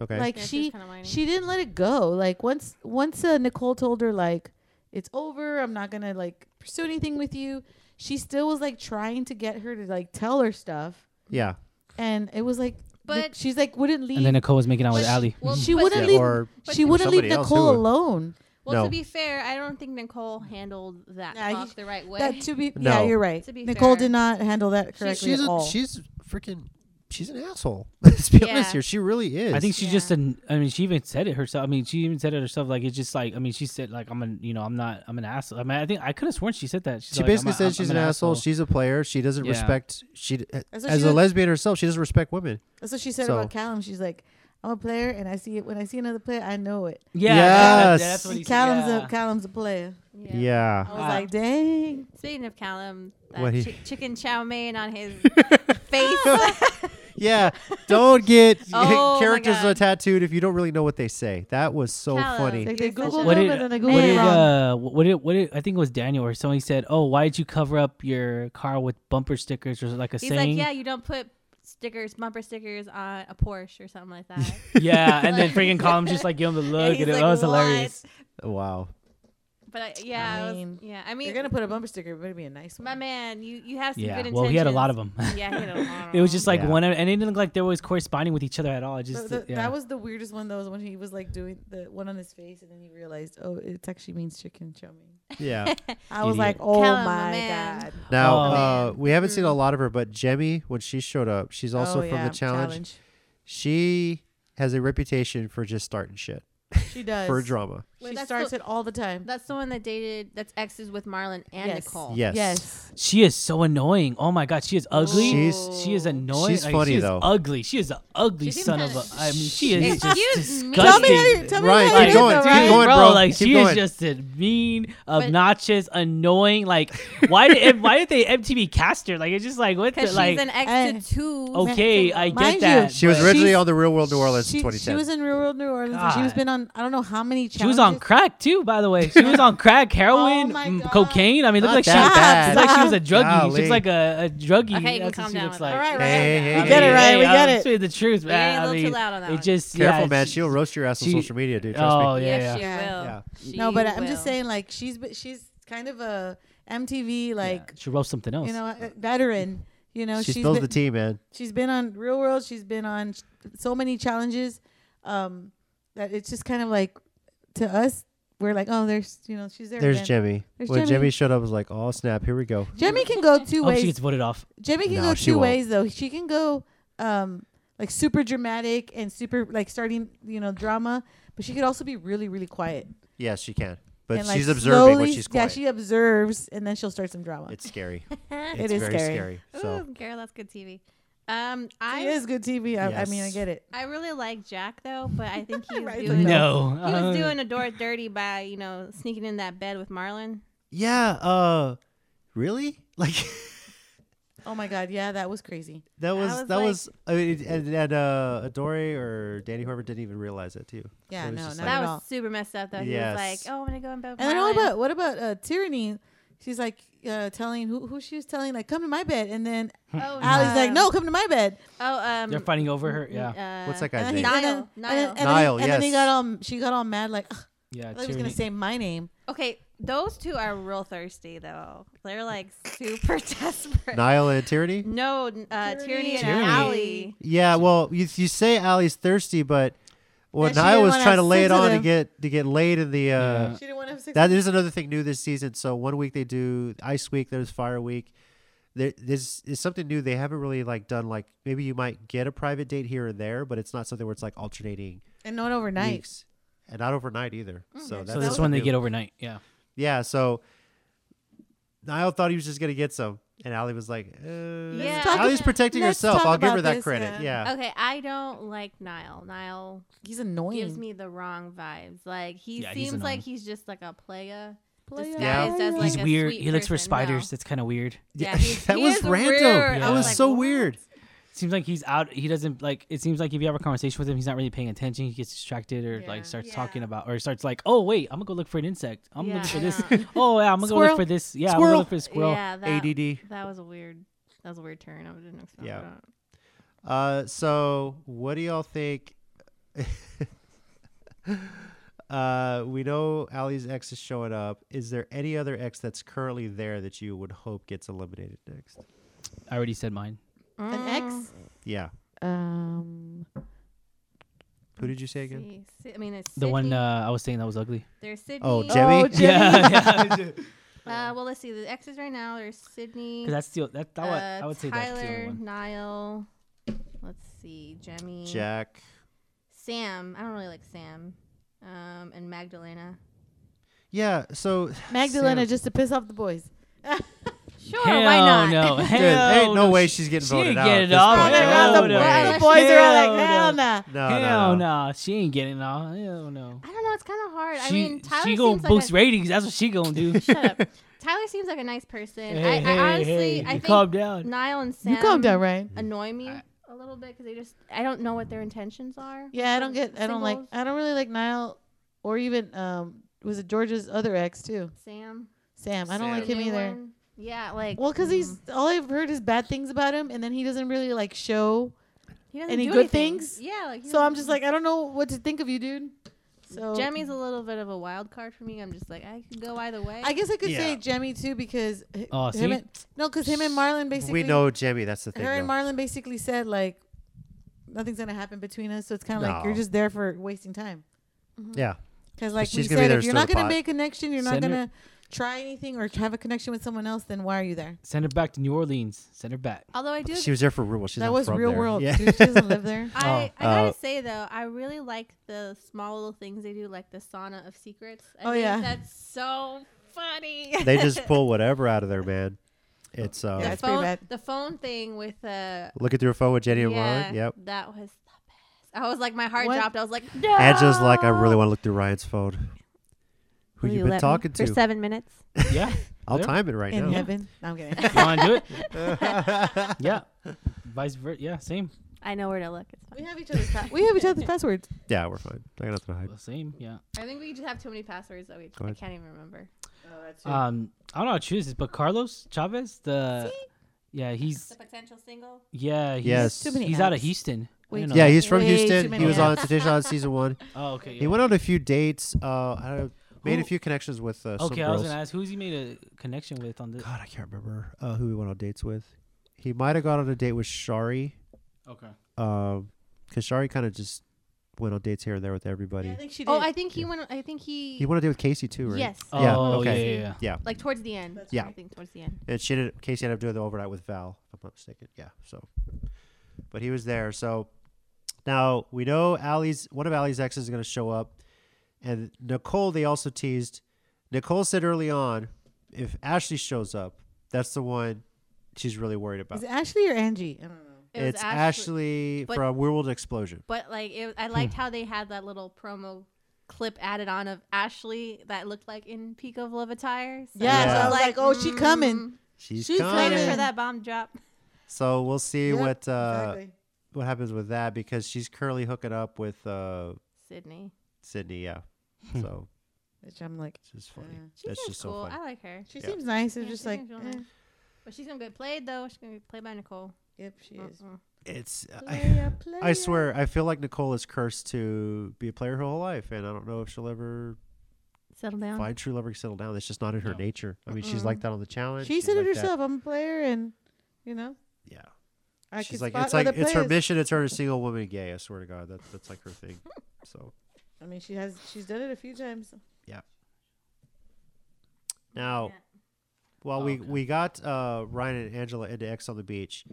S2: Okay.
S1: Like
S4: Yeah, she was
S1: she
S4: kinda whiny.
S1: she didn't let it go. Like once once uh, Nicole told her like it's over. I'm not gonna like pursue anything with you. She still was like trying to get her to like tell her stuff,
S2: yeah.
S1: and it was like. Nic-
S4: But-
S1: she's like wouldn't leave.
S3: And then Nicole was making out with
S4: But-
S3: Allie.
S4: well,
S1: she
S4: but-
S1: wouldn't
S2: Yeah,
S1: leave.
S2: or-
S1: she
S2: or
S1: wouldn't leave
S2: somebody else who
S1: Nicole
S2: would-
S1: alone.
S4: Well,
S2: No.
S4: to be fair, I don't think Nicole handled that
S1: Nah,
S4: talk
S1: he-
S4: the right way.
S1: That to be yeah,
S2: No.
S1: you're right.
S4: To be
S1: Nicole
S4: fair.
S1: did not handle that correctly
S2: she's
S1: at all.
S2: a, she's freaking she's an asshole. Let's be honest
S4: Yeah.
S2: here. She really is.
S3: I think she's just
S4: Yeah.
S3: an. I mean, she even said it herself. I mean, she even said it herself. Like it's just like. I mean, she said like I'm an. You know, I'm not. I'm an asshole. I mean, I think I could have sworn she said that. She's
S2: she
S3: like, I'm
S2: basically
S3: a-
S2: says
S3: I'm
S2: she's an, asshole. She's a player. She doesn't
S3: Yeah.
S2: respect. She
S1: That's
S2: as
S1: what she
S2: a
S1: was-
S2: lesbian herself, she doesn't respect women.
S1: That's what she said
S2: So-
S1: about Callum. She's like, I'm a player, and I see it when I see another player, I know it.
S3: yeah.
S2: Yes.
S3: that- that's what he
S1: And
S3: said.
S1: Callum's
S3: yeah.
S1: a Callum's a player.
S2: Yeah.
S1: I was
S3: Ah.
S1: like, dang.
S4: Speaking of Callum, that
S2: What he-
S4: chi- chicken chow mein on his
S1: Oh.
S4: face.
S2: Yeah. Don't get
S4: Oh my
S2: characters
S4: God.
S2: tattooed if you don't really know what they say. That was so
S4: Callum.
S2: funny.
S1: Like they
S4: You're such
S1: Googled
S4: a-
S3: What
S1: him
S3: did,
S1: and then they
S3: what
S1: Googled
S3: did,
S1: it wrong.
S3: uh, what did, what did, I think it was Daniel or somebody said, oh, why did you cover up your car with bumper stickers or like a
S4: He's
S3: saying?
S4: like, yeah, you don't put stickers, bumper stickers on a Porsche or something like that.
S3: Yeah, and then freaking Column just like give him the
S4: Yeah,
S3: look,
S4: he's
S3: and it
S4: like,
S3: was
S4: "What?"
S3: hilarious.
S2: Oh, Wow.
S4: But I, yeah, I
S1: I mean,
S4: was, yeah. I mean,
S1: You're gonna put a bumper sticker, it better be a nice one.
S4: my man, you you have some
S3: Yeah,
S4: good intentions.
S3: well, he had a lot of them.
S4: Yeah, he had a lot. of
S3: It was just like
S2: Yeah.
S3: one, and it didn't look like they were always corresponding with each other at all. It
S1: But
S3: Just
S1: the-
S3: yeah.
S1: That was the weirdest one though, was when he was like doing the one on his face and then he realized, oh, it actually means chicken chow mein.
S2: Yeah.
S1: I was
S3: Idiot.
S1: like, oh
S4: Callum, my
S1: my
S4: man.
S1: god.
S2: Now
S3: Oh,
S2: uh,
S4: man.
S2: we haven't seen a lot of her, but Jemmy, when she showed up, she's also
S1: Mm. Oh,
S2: from
S1: yeah,
S2: the challenge. She has a reputation for just starting shit
S1: She does.
S2: for drama.
S4: Wait,
S1: She
S4: that's
S1: starts
S4: the-
S1: it all the time.
S4: That's the one that dated. That's exes with Marlon and
S1: Yes.
S4: Nicole.
S2: Yes.
S1: Yes.
S3: she is so annoying. Oh my god, she is ugly.
S2: She's-
S3: she is annoying.
S2: she's
S3: Like,
S2: funny,
S3: she is
S2: though.
S3: Ugly. She is an ugly
S4: She seemed
S3: son of
S4: kinda-
S3: a. I mean, she is just
S4: Excuse
S3: disgusting.
S4: me? Tell me how you-
S1: tell me
S2: Ryan,
S1: how you
S2: keep
S1: did
S2: going,
S1: that,
S2: keep
S1: Ryan.
S2: going,
S3: bro,
S2: bro.
S3: Like
S2: Keep
S3: she
S2: going.
S3: is just a mean, obnoxious, annoying. Like why did why did they MTV cast her? Like it's just like what the
S4: Because
S3: like.
S4: she's an ex
S1: eh,
S4: to two.
S3: okay, I
S1: Mind
S3: get
S1: you,
S3: that.
S2: She was
S3: but-
S2: originally
S1: She's-
S2: on the Real World New Orleans
S1: she,
S2: 2010.
S1: she was in Real World New Orleans. And she was
S3: God.
S1: been on I don't know how many challenges.
S3: She was on crack too, by the way. She was on
S4: Oh
S3: crack, heroin,
S1: my
S3: m-
S1: God.
S3: cocaine. I mean, look
S2: Not
S3: like she,
S2: that bad.
S3: it's like she was a druggie. She
S2: Golly.
S3: looks like a, a druggie.
S4: Okay, you can
S3: That's
S4: calm
S3: what she
S4: down.
S3: looks
S4: with that.
S3: like.
S4: All right,
S2: Hey,
S4: Ryan,
S2: hey,
S4: yeah.
S2: You get it,
S1: Ryan, we get it.
S3: Say the truth,
S4: You're getting
S3: man.
S4: a
S3: I
S4: little too
S3: mean,
S4: loud on that
S3: it
S4: one.
S3: just
S2: Careful,
S3: yeah,
S2: man.
S3: she-
S2: She'll roast your ass on
S3: she-
S2: social media, dude. Trust
S3: Oh
S2: me.
S3: yeah, yeah.
S4: Yes,
S1: Yeah.
S2: Yeah.
S4: she will.
S1: No, but
S4: She
S1: I'm just
S4: will.
S1: saying like she's b- she's kind of a MTV like
S3: she wrote something else.
S1: you know a veteran. You know
S2: she
S1: she's
S2: spills
S1: been,
S2: the tea, man.
S1: she's been on Real World. She's been on sh- so many challenges um, that it's just kind of like to us we're like oh there's you know she's there.
S2: There's
S1: again.
S2: Jimmy.
S1: There's
S2: when
S1: Jimmy.
S2: Jimmy showed up, I was like, oh, snap, here we go.
S1: Jemmy can go two
S3: I hope
S1: ways.
S3: Oh, she gets voted off.
S1: Jimmy can
S2: No,
S1: go
S2: she
S1: two
S2: won't.
S1: ways though. She can go um like super dramatic and super like starting you know drama, but she could also be really really quiet.
S2: Yes, she can. But
S1: and, like,
S2: she's observing when
S1: slowly-
S2: she's quiet.
S1: Yeah, she observes and then she'll start some drama.
S2: it's scary.
S4: It
S2: It's
S1: is
S2: very
S1: scary.
S2: scary. So
S4: Ooh, girl, that's good TV. Um, I
S1: It is good TV. I, I mean, I
S2: Yes.
S1: get it.
S4: I really like Jack though, but I think he was
S1: Right,
S4: doing
S3: No,
S4: he was
S3: Uh,
S4: doing a door dirty by you know sneaking in that bed with Marlon.
S2: yeah, uh, really? Like
S1: Oh my god, yeah, that was crazy.
S2: that was,
S4: was
S2: that
S4: like-
S2: was. I mean, and, and uh, Adore or Danny whoever didn't even realize it too.
S1: Yeah,
S2: It was
S1: no,
S2: just
S1: not
S2: like-
S1: at
S4: that was
S1: all.
S4: super messed up though. He
S2: Yes.
S4: was like, "Oh, I'm gonna go in bed." With
S1: And then
S4: Marlon.
S1: what about what about uh, Tyranny? She's like uh, telling who who she was telling like come to my bed, and then
S4: Oh,
S1: Allie's
S4: um,
S1: like no, come to my bed.
S4: Oh, um,
S3: they're fighting over her. Yeah,
S4: Uh,
S2: What's that
S1: And
S2: guy's
S1: then he-
S2: name?
S4: Niall,
S1: and then- and then- and then he-
S4: Niall.
S2: Niall,
S1: And then he
S2: yes.
S1: got all she got all mad like "Ugh,
S3: yeah.
S1: I thought he was gonna say
S3: tyranny.
S1: my name.
S4: Okay, those two are real thirsty though. They're like super desperate.
S2: Niall and Tyranny.
S1: Mm.
S4: no, n- uh,
S1: Tyranny.
S4: Tyranny, and
S3: Tyranny.
S4: Allie.
S2: Yeah, well, you, you say Allie's thirsty, but when
S1: And she
S2: Niall
S1: didn't
S2: was
S1: wanna
S2: trying to
S1: have
S2: lay it
S1: sex with
S2: on to
S1: him.
S2: get to get laid in the uh,
S3: Yeah.
S1: She didn't want to have sex.
S2: That is another thing new this season. So one week they do Ice Week, there's Fire Week. There, there's is something new they haven't really like done. Like maybe you might get a private date here and there, but it's not something where it's like alternating
S1: and not overnight.
S2: weeks, and not overnight either. so that's
S3: So this
S2: something
S3: one they
S2: new.
S3: get overnight. Yeah,
S2: Yeah. So Niall thought he was just gonna get some, and Allie was like, uh, yeah.
S1: talk
S2: Allie's
S4: ab-
S2: protecting
S1: let's
S2: herself.
S1: talk
S2: I'll give
S1: about
S2: her that
S1: this,
S2: credit.
S1: yeah.
S2: Yeah.
S4: Okay, I don't like Niall. Niall
S1: He's annoying.
S4: gives me the wrong vibes. Like he
S3: Yeah, he's
S4: seems
S3: annoying.
S4: like he's just like a playa.
S1: Play
S4: Disguised
S1: on.
S4: as, like,
S3: He's
S4: a
S3: weird.
S4: sweet
S3: He looks for
S4: person,
S3: spiders.
S4: no.
S3: That's kind of weird.
S4: Yeah, he's-
S2: that
S4: he
S2: was
S4: is
S2: random.
S4: weird.
S2: That
S4: I
S2: was
S4: was like,
S2: so
S4: what?
S2: weird.
S3: Seems like he's out. He doesn't like. It seems like if you have a conversation with him, he's not really paying attention. He gets distracted or
S1: Yeah.
S3: like starts
S4: Yeah.
S3: talking about or starts like, oh wait, I'm gonna go look for an insect. I'm
S4: Yeah,
S3: looking for
S4: I
S3: this.
S4: know.
S3: oh yeah, I'm gonna go
S1: Squirrel.
S3: look for this. Yeah, I'm
S2: Squirrel.
S3: gonna look for this squirrel.
S4: yeah, that,
S2: ADD.
S4: that was a weird. That was a weird turn. I didn't expect
S2: Yeah.
S4: that.
S2: Uh, so what do y'all think? uh, we know Ali's ex is showing up. Is there any other ex that's currently there that you would hope gets eliminated next?
S3: I already said mine.
S1: An
S4: Mm,
S1: ex?
S2: Yeah.
S1: Mm. Um,
S2: Who did you say again?
S4: See, si- I mean, it's
S3: The one
S4: Sydney.
S3: uh, I was saying that was ugly.
S4: there's Sydney.
S2: Oh, Jeb-
S1: oh,
S2: Jimmy?
S1: Jimmy.
S3: Yeah, because
S4: Uh, well, let's see. The exes right now there's Sydney.
S3: that's still that. that wa-
S4: uh,
S3: I would say that's the only
S4: Tyler,
S3: one.
S4: Niall. Let's see, Jemmy,
S2: Jack.
S4: Sam. I don't really like Sam. Um, and Magdalena.
S2: Yeah. So
S1: Magdalena,
S2: Sam-
S1: just to piss off the boys.
S4: Sure,
S3: Hell
S4: why not?
S3: no.
S2: Dude,
S3: Hell
S2: ain't no,
S3: no.
S2: way she's getting
S3: she
S2: voted
S3: ain't
S2: out.
S3: getting
S2: at this
S3: off.
S2: point.
S1: They're
S3: Hell
S1: all the,
S3: no.
S1: all the
S4: Hell
S1: boys are all like,
S3: no.
S1: hell nah.
S2: No, no,
S3: Hell
S2: no.
S3: nah, she ain't getting all. Hell no.
S4: I don't know. It's kind of hard. I
S3: she
S4: mean, Tyler
S3: she gonna
S4: seems
S3: boost
S4: like
S3: ratings. That's what she gonna do.
S4: a, Shut up. Tyler seems like a nice person. I, I honestly,
S3: hey,
S4: I
S3: you
S4: think
S3: calm down.
S4: Niall and Sam
S1: You calm down, Ryan.
S4: annoy me a little bit because they just I don't know what their intentions are.
S1: Yeah, I
S4: for
S1: don't get. I don't like.
S4: singles.
S1: I don't really like Niall, or even um, was it George's other ex too?
S4: Sam.
S1: Sam. I don't
S2: Sam.
S1: like him
S4: New
S1: either.
S4: one. Yeah, like
S1: Well, because he's all I've heard is bad things about him, and then he doesn't really like show.
S4: mm-hmm. he doesn't
S1: any
S4: do
S1: good
S4: anything.
S1: things?
S4: Yeah, like he
S1: So I'm
S4: doesn't-
S1: just like, I don't know what to think of you, dude. So
S4: Jemmy's a little bit of a wild card for me. I'm just like I could go either way.
S1: I guess I could
S2: Yeah.
S1: say Jemmy too because h-
S3: Oh,
S1: him
S3: see?
S1: and, no, because him and Marlon basically
S2: We know Jimmy. That's the thing.
S1: her and
S2: though.
S1: Marlon basically said like nothing's gonna happen between us. So it's kind of like you're
S2: No.
S1: just there for wasting time.
S2: yeah.
S1: Because like we
S2: she's gonna be
S1: said,
S2: there
S1: if
S2: to
S1: you're
S2: stir
S1: not
S2: the
S1: gonna
S2: pot.
S1: make a connection, you're not
S3: Send her-
S1: gonna try anything or have a connection with someone else. Then why are you there?
S3: Send her back to New Orleans. Send her back.
S4: Although I do,
S2: She was there for real. She's
S1: that
S2: not
S1: was
S2: from
S1: real
S2: there.
S1: world.
S2: Yeah.
S1: Dude, she doesn't live there.
S4: I, I
S2: Uh,
S4: gotta say though, I really like the small little things they do, like the sauna of secrets. I
S1: Oh,
S4: think
S1: yeah.
S4: that's so funny.
S2: they just pull whatever out of there, man. It's
S1: Yeah.
S2: uh,
S4: the
S1: That's pretty
S4: phone,
S1: bad.
S4: the phone thing with uh,
S2: looking through a phone with Jenny and
S4: yeah,
S2: Marlon. Yep.
S4: that was the best. I was like, my heart
S1: What?
S4: dropped. I was like, no.
S2: Angela's like, I really want to look through Ryan's phone. Who
S4: Will
S2: you
S4: let
S2: been
S4: me
S2: talking
S4: for
S2: to?
S4: seven minutes?
S3: Yeah.
S2: I'll
S3: Yeah.
S2: time it right
S1: In
S2: now.
S1: heaven, no, I'm kidding.
S3: You wanna do it? yeah. Vice versa. Yeah. Same.
S4: I know where to look. It's fine.
S1: we have each other's. Pa- we have each other's passwords.
S2: Yeah, we're fine. I got nothing to hide.
S3: Well, Same. Yeah.
S4: I think we just have too many passwords that we
S2: Go
S4: I
S2: ahead.
S4: can't even remember.
S3: Um. I don't know how to choose this, but Carlos Chavez, the yeah, he's
S4: The potential single.
S3: yeah, he's,
S2: Yes.
S1: Too many
S3: he's out of
S1: apps.
S3: Houston. I
S1: Wait.
S3: don't know.
S2: Yeah, he's from
S1: Way too
S2: Houston.
S1: many
S2: He was
S1: apps.
S2: on Sensational on season one.
S3: Oh, okay. Yeah.
S2: He went on a few dates. Uh, I don't know, made a
S3: Who-
S2: few connections with uh, some
S3: Okay, I was
S2: girls.
S3: gonna ask who's he made a connection with on this.
S2: God, I can't remember uh, who he went on dates with. He might have gone on a date with Shari,
S3: Okay.
S2: because Shari kind of just went on dates here and there with everybody.
S1: Yeah, I think she did.
S4: Oh, I think he went. I think he.
S2: he went on a date with Casey too, right?
S4: Yes.
S3: Oh,
S2: Yeah,
S3: yeah,
S2: okay.
S3: yeah, yeah.
S2: Yeah.
S4: Like towards the end.
S2: Yeah.
S4: I think towards the end.
S2: And she ended, Casey ended up doing the overnight with Val, if I'm not mistaken. Yeah. So, but he was there. So now we know Allie's one of Allie's exes is going to show up, and Nicole. They also teased. Nicole said early on, if Ashley shows up, that's the one she's really worried about.
S1: Is it Ashley or Angie? I don't know.
S4: It was
S2: it's Ashley,
S4: but-
S2: from Werewolf Explosion.
S4: But like, it, I liked
S1: Hmm.
S4: how they had that little promo clip added on of Ashley that looked like in peak of love attire. So
S1: Yeah,
S2: so I
S1: was like, oh, she coming.
S2: She's,
S1: She's
S4: Waiting
S2: coming.
S1: coming.
S4: mm-hmm. for that bomb drop.
S2: So we'll see
S1: Yep,
S2: what uh,
S1: exactly.
S2: what happens with that because she's currently hooking up with uh,
S4: Sydney.
S2: Sydney. Yeah.
S4: Hmm.
S2: so
S1: Which I'm like,
S2: it's just funny.
S1: uh,
S4: She
S2: That's
S4: seems
S2: just so
S4: cool.
S2: funny.
S4: I like her.
S1: she
S2: Yeah.
S1: seems nice. It's
S4: Yeah,
S1: just
S4: she
S1: like,
S4: seems real
S1: eh,
S4: nice. But she's gonna get played though. She's gonna get played by Nicole.
S1: yep, she is.
S4: Mm-mm.
S2: It's Uh-uh. I,
S1: Player,
S2: I
S1: player.
S2: swear I feel like Nicole is cursed to be a player her whole life, and I don't know if she'll ever
S4: Settle down.
S2: find true love or settle down. That's just not in her
S3: No.
S2: nature. I mean, she's
S4: Mm-mm.
S2: like that on the challenge.
S1: She
S2: she's
S1: said it
S2: like that-
S1: herself. I'm a player, and you know,
S2: Yeah,
S1: I
S2: she's
S1: could
S2: like
S1: spot
S2: it's like
S1: other
S2: it's her
S1: players.
S2: mission. It's her to single woman gay. I swear to God, that that's like her thing. So
S1: I mean, she has. She's done it a few times.
S2: now, while
S3: Oh,
S2: we
S3: okay.
S2: we got uh, Ryan and Angela into X on the beach,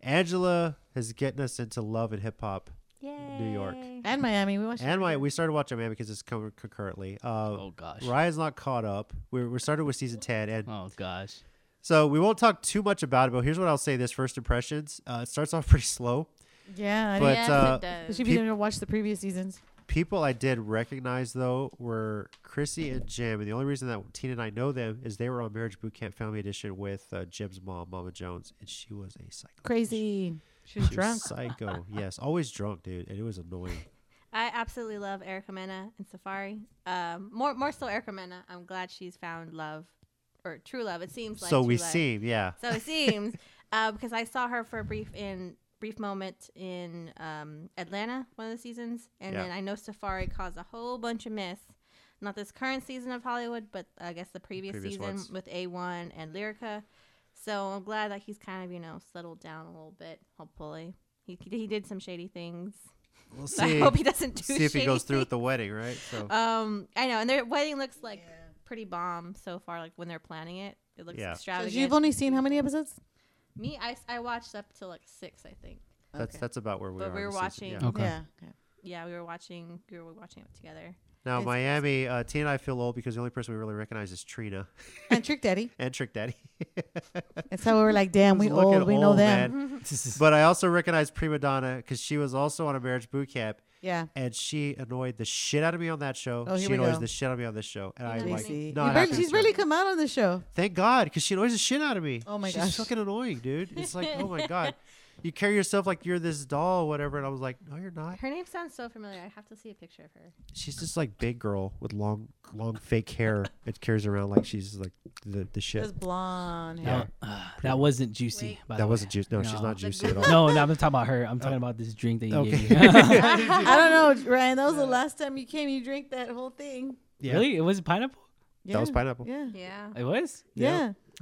S2: Angela is getting us into love and hip hop. New York.
S4: Yay.
S1: And Miami, we watched.
S2: And why we started watching Miami because it's coming concurrently. Uh,
S3: Oh gosh.
S2: Ryan's not caught up. We we started with season ten, and
S3: Oh gosh.
S2: So we won't talk too much about it, but here's what I'll say: this first impressions. Uh, it starts off pretty slow,
S1: yeah, I
S2: But,
S1: didn't-
S4: yes,
S2: uh,
S4: it does.
S1: But she
S2: peop-
S1: didn't watch the previous seasons.
S2: people I did recognize though were Chrissy and Jim, and the only reason that Tina and I know them is they were on Marriage Boot Camp Family Edition with uh, Jim's mom, Mama Jones, and she was a psycho.
S1: Crazy. She
S2: She
S1: was
S2: was
S1: drunk.
S2: psycho. yes, always drunk, dude, and it was annoying.
S4: I absolutely love Erica Mena and Safari. Um, more more so Erica Mena. I'm glad she's found love or true love. It seems like
S2: so
S4: true
S2: we
S4: love.
S2: seem, yeah.
S4: So it seems uh, because I saw her for a brief in brief moment in um, Atlanta one of the seasons, and
S2: Yeah.
S4: then I know Safari caused a whole bunch of mess. Not this current season of Hollywood, but I guess the previous,
S2: Previous
S4: season
S2: ones.
S4: with A1 and Lyrica. So I'm glad that he's kind of you know settled down a little bit. Hopefully, he he did some shady things.
S2: We'll
S4: So I
S2: see.
S4: hope he doesn't do.
S2: see if he
S4: shady
S2: goes through
S4: things.
S2: with the wedding, right? So
S4: Um, I know, and their wedding looks like pretty bomb so far. Like when they're planning it, it looks
S2: Yeah. So
S1: So
S4: extravagant.
S1: you've only seen how many episodes?
S4: Me, I, I watched up to like six, I think.
S2: that's that's about where we
S4: But
S2: are.
S4: we're
S2: in the season,
S4: watching-
S2: yeah.
S3: Okay.
S1: Yeah. okay.
S4: Yeah, we were watching. We were watching it together.
S2: Now
S1: It's-
S2: Miami, uh, Tina and I feel old because the only person we really recognize is Trina
S1: And Trick Daddy.
S2: and Trick Daddy.
S1: That's how we were like, damn, we
S2: Just looking
S1: old. We know
S2: old,
S1: them.
S2: man. But I also recognize Prima Donna because she was also on a marriage boot camp,
S1: Yeah.
S2: and she annoyed the shit out of me on that show.
S1: Oh, here
S2: she
S1: we
S2: annoys
S1: go.
S2: the shit out of me on this show, and I'm
S4: Jay-Z.
S2: like,
S1: Crazy.
S2: not
S1: You barely-
S2: happy
S1: she's
S2: with her.
S1: really come out on the show.
S2: Thank God, because she annoys the shit out of me.
S1: Oh my
S2: She's
S1: gosh.
S2: fucking annoying, dude. It's like, oh my god, you carry yourself like you're this doll, or whatever. And I was like, no, you're not.
S4: Her name sounds so familiar. I have to see a picture of her.
S2: She's just like big girl with long, long fake hair. It carries around like she's like the the shit.
S1: Just blonde.
S2: Yeah.
S1: hair.
S3: Uh, that wasn't juicy.
S4: Wait.
S3: by the
S2: That
S3: way.
S2: wasn't juicy. No, she's
S3: No.
S2: not
S3: The
S2: juicy at all. Oh.
S3: No, no, I'm not talking about her. I'm talking about this drink that you
S2: Okay.
S3: gave me.
S1: I don't know, Ryan. That was the last time you came. You drank that whole thing.
S2: Yeah.
S3: Really? It was pineapple?
S1: Yeah.
S2: was pineapple.
S1: Yeah. Yeah.
S4: Yeah.
S3: It was?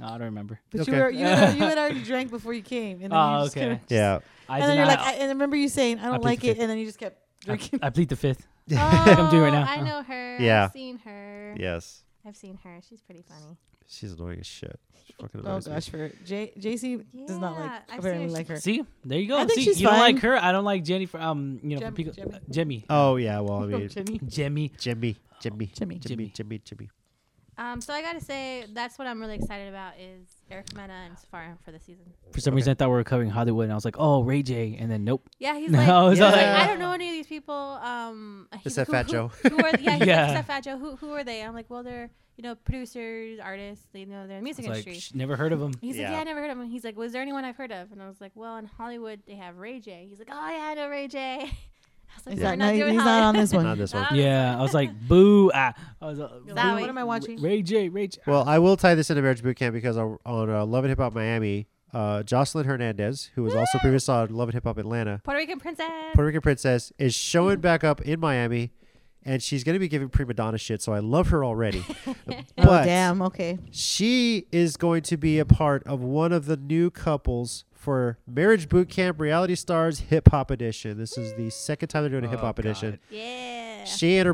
S3: Oh, I don't remember.
S1: But
S2: Okay.
S1: you were you, had- you had already drank before you came, and then
S3: Oh,
S1: you just
S3: okay.
S1: kinda-
S2: Yeah.
S3: I
S1: and
S3: did
S1: then you're
S3: not-
S1: like, I, and I remember you saying, "I don't
S3: plead
S1: like
S3: the
S1: it,"
S3: fifth.
S1: and then you just kept drinking.
S3: I, I plead the fifth.
S4: I'm
S3: doing right now.
S4: I
S3: Oh.
S4: know her.
S2: Yeah.
S4: I've seen her.
S2: Yes.
S4: I've seen her. She's pretty funny.
S2: She's annoying as shit. She fucking
S1: oh
S2: annoys me.
S1: gosh, for J- JC does not like
S4: Yeah, I've seen
S1: apparently
S4: her.
S1: like her.
S3: See, there you go.
S1: I think
S3: See,
S1: she's
S3: you don't like
S1: fine.
S3: her. I don't like Jenny for um, you know,
S1: Jem-
S3: Jemmy.
S1: Jemmy.
S3: Jemmy.
S2: Oh yeah. Well, I
S1: From
S2: mean,
S1: Jimmy.
S3: Jemmy.
S2: Jimmy, Jimmy,
S1: Jimmy.
S2: Jimmy, Jimmy, Jimmy.
S4: Um, so I gotta say, that's what I'm really excited about is Eric Mena and Safari for the season.
S3: For some reason, I thought we were covering Hollywood, and I was like, oh, Ray J, and then nope.
S4: Yeah, he's
S3: No,
S4: like,
S3: I was
S4: he's like,
S3: like-
S4: I don't know any of these people. Um, he's
S2: Except Fat
S4: like, who,
S2: Joe.
S4: Who, who are, yeah, he's
S3: Yeah.
S4: like, except Fat Joe. Who, who are they? I'm like, well, they're you know producers, artists. They know they're in the
S3: I
S4: music
S3: was like,
S4: industry.
S3: "Sh- never heard of him.
S4: He's
S2: Yeah.
S4: like, yeah, I never heard of him. He's like, was there anyone I've heard of? And I was like, well, in Hollywood they have Ray J. He's like, oh yeah, I know Ray J. I was like,
S1: He's,
S4: "We're
S1: not, no,
S4: doing
S1: he's not on
S4: Hollywood."
S1: this one.
S2: Not this one.
S4: Not on
S3: Yeah, I was like, boo. Ah. I was like,
S1: You're
S3: "Boo,
S1: like,
S4: Zoe.
S1: what am I watching?
S3: Ray J, Ray J.
S2: Well, I will tie this into Marriage Boot Camp because on on, uh, Love and Hip Hop Miami, uh, Jocelyn Hernandez, who was also previously on Love and Hip Hop Atlanta,
S4: Puerto Rican princess.
S2: Puerto Rican princess, is showing back up in Miami, and she's going to be giving prima donna shit. So I love her already.
S1: oh
S2: but
S1: damn. Okay.
S2: she is going to be a part of one of the new couples for Marriage Boot Camp Reality Stars Hip Hop Edition. This is the second time they're doing a hip hop
S3: God.
S2: edition.
S4: yeah.
S2: She and her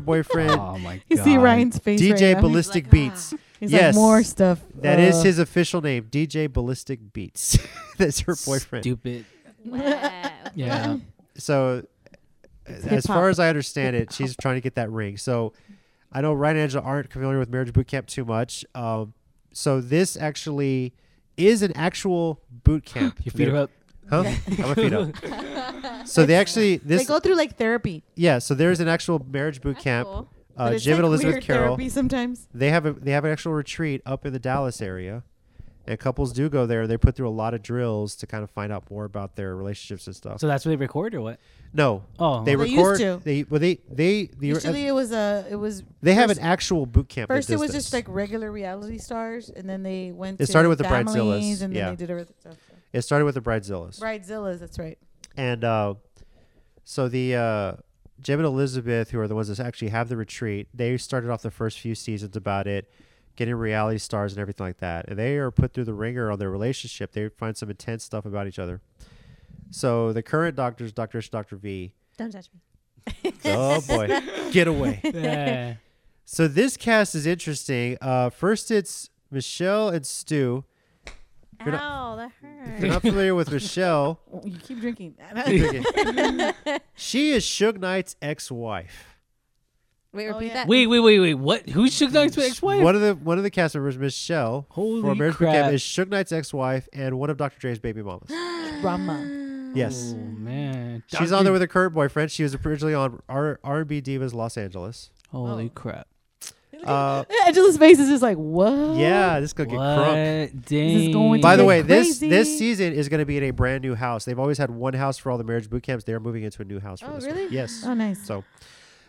S2: boyfriend
S3: Oh, my God.
S1: You see Ryan's face.
S2: DJ
S1: right now.
S2: Ballistic
S4: like,
S2: Beats.
S1: He's
S2: yes.
S1: like more stuff.
S2: That is
S1: Uh,
S2: his official name, DJ Ballistic Beats. That's her boyfriend.
S3: Stupid.
S4: Wow.
S1: Uh-uh.
S3: Yeah.
S2: So, uh, as
S1: hip-hop.
S2: far as I understand it, she's trying to get that ring. So, I know Ryan and Angela aren't familiar with Marriage Boot Camp too much. Um, so this actually is an actual boot camp.
S3: Your feet are up.
S2: Huh? I'm a feet up. So they actually
S1: They
S2: this
S1: go through like therapy.
S2: yeah. So there's an actual marriage boot
S4: That's
S2: camp.
S4: cool.
S1: but
S2: Uh,
S1: it's,
S2: Jim and
S1: like,
S2: Elizabeth
S1: weird
S2: Carroll.
S1: Therapy sometimes.
S2: they have a they have an actual retreat up in the Dallas area, and couples do go there. They put through a lot of drills to kind of find out more about their relationships and stuff.
S3: So that's what they record or what?
S2: no,
S3: Oh,
S2: they
S1: Well, they used
S2: record.
S1: to.
S2: They well they they the,
S1: Usually it was a it was
S2: uh, they have an
S1: first-
S2: actual boot camp. that
S1: First, it
S2: does
S1: was
S2: this.
S1: just like regular reality stars, and then they went.
S2: It
S1: to
S2: started with the
S1: families,
S2: Bridezillas,
S1: and
S2: yeah.
S1: then they did other stuff.
S2: it started with the Bridezillas,
S1: Bridezillas, that's right.
S2: and uh, so the uh, Jim and Elizabeth, who are the ones that actually have the retreat, they started off the first few seasons about it. Getting reality stars and everything like that, and they are put through the ringer on their relationship. They find some intense stuff about each other. So the current doctors, Doctor Doctor V,
S4: Don't judge me.
S2: Oh boy, get away.
S3: Yeah.
S2: So this cast is interesting. Uh, first, it's Michelle and Stu. You're
S4: Ow, that
S2: If you're
S4: hurts.
S2: not familiar with Michelle,
S1: Oh, You keep drinking.
S2: she is Suge Knight's ex-wife.
S4: Wait,
S1: Oh,
S4: repeat
S1: yeah.
S4: that.
S3: wait, wait, wait, wait. What? Who's Suge Knight's ex-wife?
S2: One of the one of the cast members, Michelle,
S3: Holy
S2: from Marriage Boot
S3: crap.
S2: Camp, is Suge Knight's ex-wife and one of Dr. Dre's baby mamas.
S1: Drama.
S2: Yes.
S3: Oh man,
S2: She's on there with her current boyfriend. She was originally on R- R&B Divas Los Angeles.
S3: Holy
S1: Holy
S3: crap!
S2: Uh,
S1: Angela's face is just like, what?
S2: yeah, this could get crunk.
S1: is going
S2: By the
S1: Like
S2: way, this this
S1: crazy.
S2: season is going to be in a brand new house. They've always had one house for all the marriage boot camps. They're moving into a new house for
S1: Oh,
S2: this
S1: really?
S2: one. Yes.
S1: Oh, nice.
S2: So,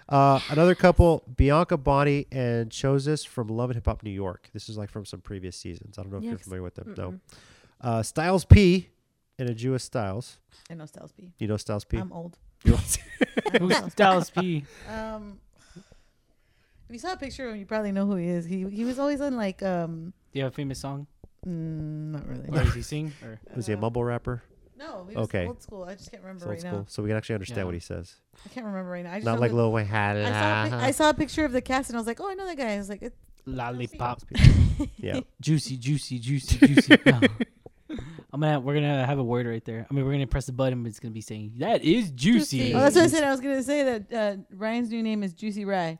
S2: uh, another couple, Bianca Bonnie and Chosis from Love and Hip Hop New York. This is like from some previous seasons. I don't know if you're
S1: Yes.
S2: familiar with them. No.
S4: Mm-mm.
S2: Uh, Styles P and a Jewish Styles.
S1: I know Styles P.
S2: You know Styles P?
S1: I'm old.
S3: who's Dallas P?
S1: Um, if you saw a picture of him, you probably know who he is. He he was always on like um,
S3: Do you have a famous song,
S1: mm, not really.
S3: or does he sing? Or
S2: was he a
S1: Uh,
S2: mumble rapper?
S1: No, he was
S2: Okay.
S1: old school. I just can't remember
S2: So
S1: right
S2: it's
S1: now.
S2: cool. So we can actually understand
S3: Yeah.
S2: what he says.
S1: I can't remember right now. I just
S2: Not
S1: know
S2: like
S1: that-
S2: Lil Wayne. Ah,
S1: I saw, a pic- I saw a picture of the cast and I was like, oh, I know that guy. I was like, it's
S3: lollipop,
S2: yeah.
S3: juicy, juicy, juicy, juicy. No. I'm gonna we're gonna have a word right there. I mean, we're gonna press the button, but it's gonna be saying that is juicy.
S1: oh, that's what I said. I was gonna say that uh, Ryan's new name is Juicy Rye.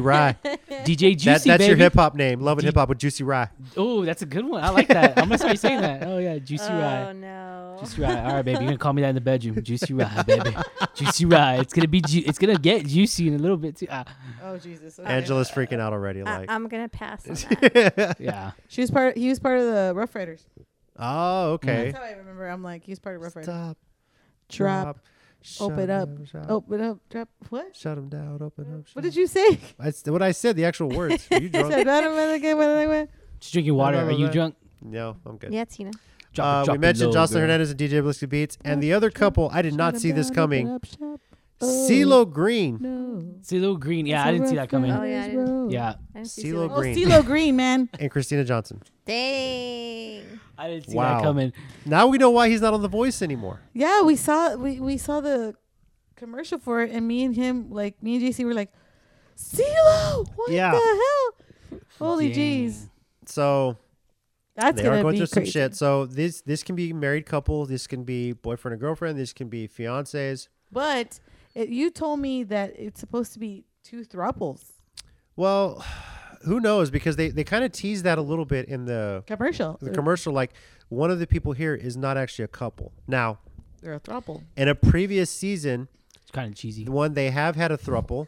S2: Rye.
S3: DJ Juicy,
S2: that, that's
S3: baby.
S2: your hip hop name. Love and
S3: D-
S2: hip hop with Juicy Rye.
S3: Oh, that's a good one. I like that. I'm gonna start saying that. Oh yeah, Juicy
S4: oh,
S3: Rye.
S4: no.
S3: Juicy Rye. All right, baby, you're gonna call me that in the bedroom. Juicy Rye, baby. Juicy Rye. It's gonna be. Ju- it's gonna get juicy in a little bit too. Ah,
S1: Oh Jesus. okay.
S2: Angela's freaking out already.
S1: Uh,
S4: I,
S2: Like,
S4: I'm gonna pass on that.
S3: yeah.
S1: She was part. He was part of the Rough Riders.
S2: oh, okay.
S1: That's how I remember. I'm like, he was part of Rough Riders.
S2: Stop.
S1: Drop.
S2: shut
S1: open up,
S2: him, Shut,
S1: Open up. Drop. What?
S2: shut him down. Open up.
S1: What did you say?
S2: That's what I said. The actual words. Are you
S1: I
S2: drunk?
S1: said, "Blah, blah, blah, blah, blah, blah."
S3: She's drinking water.
S2: no, no,
S3: Are you
S2: no.
S3: drunk?
S2: no, I'm good.
S4: yeah, Tina.
S3: Drop it,
S2: Uh,
S3: drop
S2: we
S3: it
S2: mentioned
S3: low,
S2: Jocelyn
S3: girl.
S2: Hernandez and DJ Bliska Beats, and the other couple. I did not
S1: Shut
S2: see
S1: 'em
S2: this
S1: down,
S2: coming.
S1: open up shop. Oh,
S2: CeeLo Green.
S1: No.
S3: CeeLo Green. Yeah,
S1: It's
S3: I
S1: a
S3: didn't see
S1: Rough
S3: that coming.
S4: Oh, yeah, I
S1: Riders
S4: didn't.
S1: road.
S3: Yeah,
S4: I didn't see
S2: CeeLo
S4: Celia
S1: Oh,
S2: Green.
S1: CeeLo Green, man.
S2: and Christina Johnson.
S4: Dang.
S3: I didn't see
S2: Wow.
S3: that coming.
S2: Now we know why he's not on The Voice anymore.
S1: Yeah, we saw we, we saw the commercial for it, and me and him, like me and JC, were like, "CeeLo, what
S2: Yeah.
S1: the hell? Holy
S3: Dang.
S1: jeez,
S2: So
S1: that's
S2: they
S1: gonna
S2: are going
S1: be
S2: through some
S1: crazy.
S2: shit. So this this can be married couple. This can be boyfriend and girlfriend. This can be fiancés.
S1: But it, you told me that it's supposed to be two thruples
S2: Well, who knows? Because they they kind of tease that a little bit in the
S1: commercial.
S2: the
S1: They're-
S2: commercial. Like one of the people here is not actually a couple. Now
S1: they're a thruple.
S2: in a previous season,
S3: It's kind of cheesy.
S2: the one they have had a thruple,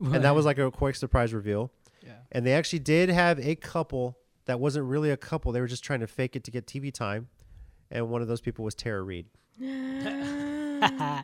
S2: and that was like a quick surprise reveal.
S3: Yeah.
S2: And they actually did have a couple that wasn't really a couple. They were just trying to fake it to get TV time. And one of those people was Tara Reid.
S1: Yeah,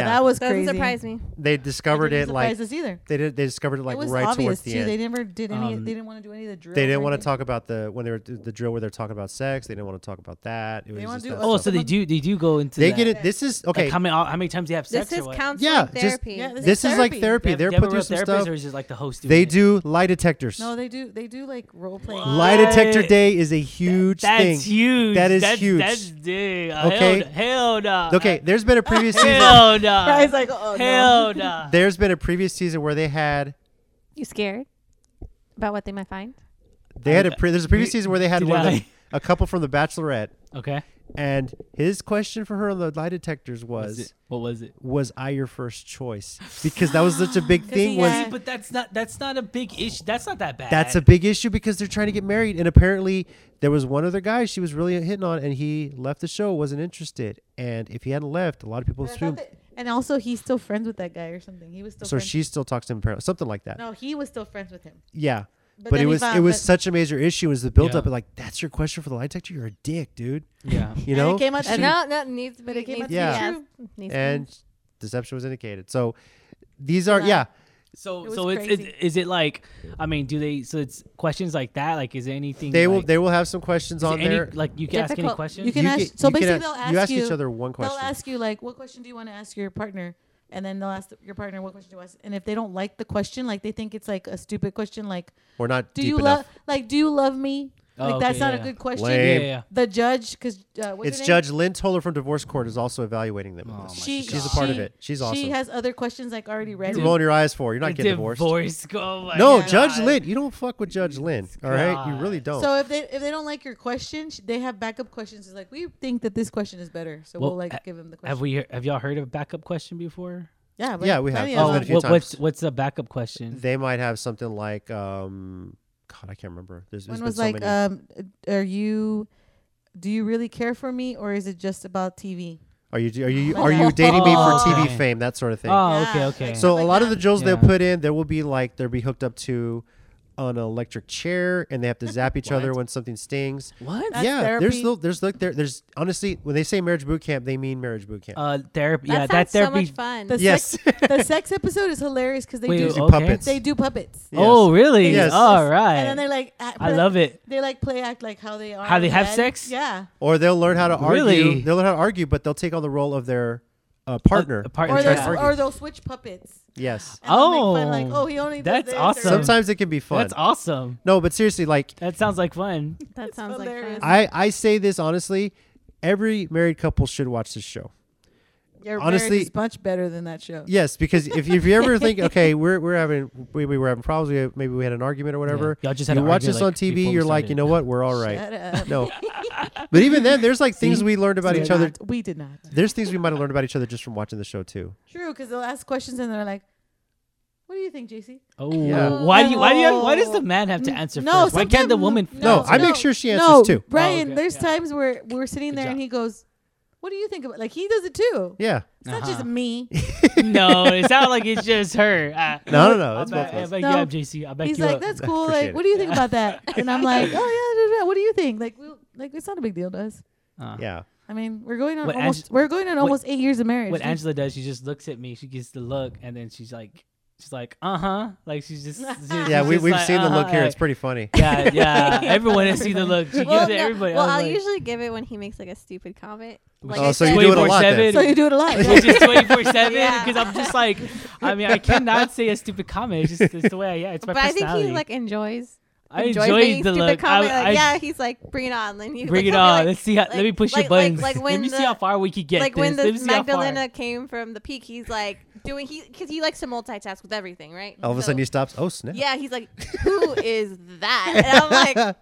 S2: Yeah.
S1: that was
S4: Doesn't
S1: crazy.
S4: surprise me.
S2: They discovered it like
S1: surprise us either.
S2: they did. They discovered it like
S1: it was
S2: right
S1: obvious
S2: towards the
S1: too.
S2: end.
S1: They never did any.
S3: Um,
S1: they didn't want to do any of the drills.
S2: They didn't want to
S1: to
S2: talk about the when they were the drill where they're talking about sex. They didn't want to talk about that. It was
S1: They wanna
S2: just
S1: do
S2: that
S1: other
S3: Oh,
S2: stuff.
S3: so they do. They do go into.
S2: they
S3: that.
S2: get it. This is
S3: Like,
S2: okay.
S3: how many? How many times they have sex?
S4: This is
S3: or what?
S4: counseling
S2: Yeah, just-
S4: therapy.
S1: Yeah,
S2: this is
S1: therapy.
S2: like
S3: They
S2: therapy.
S3: have-
S2: They're
S3: they have a
S2: put through
S3: real
S2: some
S3: therapist,
S2: stuff.
S3: Or is it like the host? doing
S2: They
S3: it?
S2: do lie detectors.
S1: No, they do. They do like role playing.
S2: lie detector
S3: What?
S2: day is a huge thing.
S3: That's huge.
S2: That is
S3: that's,
S2: huge.
S3: That's big.
S2: Okay.
S3: Okay. Hell no.
S2: Okay, there's been a previous season.
S3: Hell no.
S1: Ryan's like, oh, no.
S3: Hell no.
S2: There's been a previous season where they had
S4: You scared about what they might find?
S2: they had a pre- there's a previous season where they had
S3: did
S2: one of the,
S3: I-
S2: a couple from the Bachelorette,
S3: Okay.
S2: and his question for her on the lie detectors
S3: Was
S2: was.
S3: it? What was it?
S2: Was I your first choice? Because that was such a big thing.
S1: he
S2: Was
S1: had-
S3: But that's not. That's not a big issue. That's not that bad.
S2: That's a big issue because they're trying to get married, and apparently there was one other guy she was really hitting on, and he left the show, wasn't interested, and if he hadn't left, a lot of people
S1: I thought
S2: assumed.
S1: that- And also, he's still friends with that guy or something. He was still.
S2: So
S1: friends.
S2: she still talks to him, apparently, something like that.
S1: No, he was still friends with him.
S2: Yeah, but,
S1: then
S2: it
S1: he
S2: was
S1: found-
S2: it was
S1: but-
S2: such a major issue. Was the buildup?
S3: Yeah.
S2: and Like that's your question for the lie detector? You're a dick, dude.
S3: Yeah.
S2: You
S1: And it
S2: know.
S1: came out
S4: Uh,
S1: She-
S4: no, no, needs,
S1: But it came out
S4: needs to be
S2: to Yeah.
S1: be
S4: asked. Needs to be
S2: and deception was indicated. So these are
S1: Yeah.
S2: yeah.
S1: It
S3: So
S1: was
S3: so it's,
S1: crazy.
S3: it's is it like? I mean, do they? So it's questions like that. Like, is there anything?
S2: They will
S3: like-
S2: they will have some questions
S3: is
S2: on
S3: any,
S2: there.
S3: Like you can ask any
S4: Difficult-
S3: questions.
S1: you can ask- so basically they'll ask
S2: you ask each
S1: you-
S2: other one question.
S1: They'll ask you like, what question do you want to ask your partner? And then they'll ask th- your partner, what question do you ask? And if they don't like the question, like they think it's like a stupid question, like,
S2: We're not
S1: do
S2: deep
S1: you
S2: enough.
S1: love, like, do you love me?
S3: Oh,
S1: Like
S3: okay,
S1: that's not
S3: yeah.
S1: a good question.
S3: yeah,
S2: Lame.
S3: yeah,
S2: Babe.
S3: yeah.
S1: The judge, because uh, what's
S2: it's
S1: her name?
S2: Judge Lynn Toller from Divorce Court is also evaluating them. in
S3: Oh
S2: this.
S3: my
S1: She,
S2: She's a part of
S1: she-
S2: it. She's awesome.
S1: She has other questions like already ready.
S2: What you rolling your eyes for? You're not getting divorced.
S3: divorce. Oh my
S2: No,
S3: God.
S2: Judge Lynn. You don't fuck with Judge Lynn. All right, you
S3: God.
S2: really don't.
S1: So if they if they don't like your question, sh- they have backup questions. It's like we think that this question is better, so we'll,
S3: Well,
S1: like
S3: ha-
S1: give them the question.
S3: Have we? he- Have y'all heard of backup question before?
S1: yeah,
S2: Yeah, we have.
S1: plenty
S2: Oh,
S1: of
S2: I've
S1: them.
S2: heard a few
S3: what- what's
S2: times.
S3: what's a backup question?
S2: they might have something like, um, God, I can't remember. There's,
S1: One
S2: there's been
S1: was
S2: so
S1: like, uh,
S2: many.
S1: um, are you, do you really care for me, or is it just about TV?
S2: Are you are you are you dating me for TV
S3: Okay.
S2: fame? That sort of thing.
S3: Oh,
S1: Yeah,
S3: okay,
S1: like
S3: okay.
S1: stuff
S2: so a
S1: like uh,
S2: lot of
S1: that.
S2: the drills
S3: Yeah.
S2: they'll put in, there will be like they'll be hooked up to an electric chair, and they have to zap each other
S3: What?
S2: when something stings.
S3: what?
S1: That's
S2: yeah,
S1: therapy.
S2: there's little, there's like there, there's honestly when they say marriage boot camp, they mean marriage boot camp.
S3: Uh, therapy.
S4: That
S3: yeah, that
S4: sounds so
S3: therapy.
S4: much fun.
S1: The
S2: yes,
S1: sex, the sex episode is hilarious because they
S3: Wait, oh,
S1: do
S2: Using
S3: okay.
S2: puppets.
S1: they do puppets.
S2: Yes.
S3: Oh, really?
S2: Yes.
S3: All
S1: And then
S3: right.
S1: they like act,
S3: I love it.
S1: They like play act like how they are.
S3: How
S1: in
S3: they have
S1: bed.
S3: sex?
S1: Yeah.
S2: or they'll learn how to argue.
S3: Really?
S2: They'll learn how to argue, but they'll take on the role of their uh, partner.
S3: a partner,
S1: Or
S2: and try
S1: they'll,
S2: to
S3: yeah.
S1: s-
S2: argue.
S1: or they'll switch puppets.
S2: yes,
S1: And they'll make fun, like,
S3: Oh,
S1: oh, he only does
S3: that's
S1: this," or-
S3: awesome.
S2: sometimes it can be fun.
S3: That's awesome.
S2: No, but seriously, like
S3: That sounds like fun.
S4: That sounds like
S1: hilarious.
S4: fun.
S2: I I say this honestly, every married couple should watch this show.
S1: Your
S2: Honestly-
S1: marriage is much better than that show.
S2: Yes, because if, if you ever think, okay, we're we're having we, we were having problems, we, maybe we had an argument or whatever.
S3: Yeah, y'all just had
S2: you
S3: to
S2: watch
S3: argue,
S2: this
S3: like,
S2: on TV,
S3: before we
S2: you're like,
S3: started.
S2: you know what, we're all right.
S1: Shut up.
S2: No, but even then, there's like things we learned about
S1: We
S2: each
S1: did
S2: other.
S1: not- We did not.
S2: There's things we might have learned about each other just from watching the show too.
S1: True, because they'll ask questions and they're like, "What do you think, JC?"
S3: Oh,
S2: Yeah.
S3: why do you, why do you, why does
S1: Oh.
S3: the man have to answer
S1: No,
S3: first? Why can't the
S1: sometimes-
S3: woman?
S2: No,
S1: No,
S2: I
S1: no,
S2: make sure she answers
S1: no,
S2: too.
S1: Brian.
S3: Oh, okay,
S1: There's
S3: yeah.
S1: times where we're sitting
S3: Good
S1: there and
S3: job.
S1: he goes, "What do you think about?" Like he does it too.
S2: Yeah,
S1: It's not just
S3: Uh-huh.
S1: me.
S3: no, it sounds like it's just her. Uh,
S2: No, no, no,
S3: I'll
S2: it's both
S3: back,
S2: of us.
S3: I'll back
S1: No.
S3: you up, JC. I'll back
S1: He's
S3: you uh,
S1: like,
S3: up.
S1: "That's cool.
S2: appreciate
S1: Like,
S2: it.
S1: what do you think about that?" And I'm like, "Oh yeah, da, da, da. what do you think?" Like, we, like it's not a big deal to us.
S3: Uh,
S2: yeah.
S1: I mean, we're going on
S3: What
S1: almost
S3: Ange-
S1: we're going on
S3: what-
S1: almost eight years of marriage.
S3: What
S1: dude.
S3: Angela does, she just looks at me. She gives the look, and then she's like, she's like, uh huh. Like she's just, she's-
S2: Yeah,
S3: she's
S2: we,
S3: just
S2: we've
S3: like,
S2: seen the look
S3: uh-huh,
S2: here.
S3: like-
S2: It's pretty funny.
S3: Yeah, yeah. Everyone has seen the look. She
S4: well,
S3: gives it to
S4: no-
S3: everybody. I
S4: well,
S3: was
S4: I'll
S3: like,
S4: usually give it when he makes like a stupid comment. Like
S2: oh,
S4: I
S2: so you
S4: said-
S2: do it a lot. Then.
S3: 24/7.
S1: so you do it a lot.
S3: which
S1: yeah.
S3: is 24 7
S4: Yeah.
S3: because i'm just like i mean i cannot say a stupid comment it's just it's the way I, yeah it's my
S4: But I think
S3: personality
S4: he like enjoys.
S3: i
S4: enjoys
S3: enjoyed
S4: making
S3: the
S4: stupid
S3: look
S4: comment.
S3: I,
S4: like,
S3: I,
S4: yeah, he's like, bring it on. Then you
S3: bring it
S4: like, he'll be
S3: on
S4: like-
S3: let's see how, let
S4: like-
S3: me push
S4: like-
S3: your buttons
S4: Like, like
S3: let
S4: when
S3: me
S4: the,
S3: see how far we could get
S4: like
S3: this.
S4: when
S3: let
S4: the
S3: me see how
S4: Magdalena
S3: far.
S4: came from the peak, he's like doing he because he likes to multitask with everything, right?
S2: All of a
S4: So-
S2: sudden, he stops. Oh snap!
S4: yeah, he's like, who is that? And I'm like,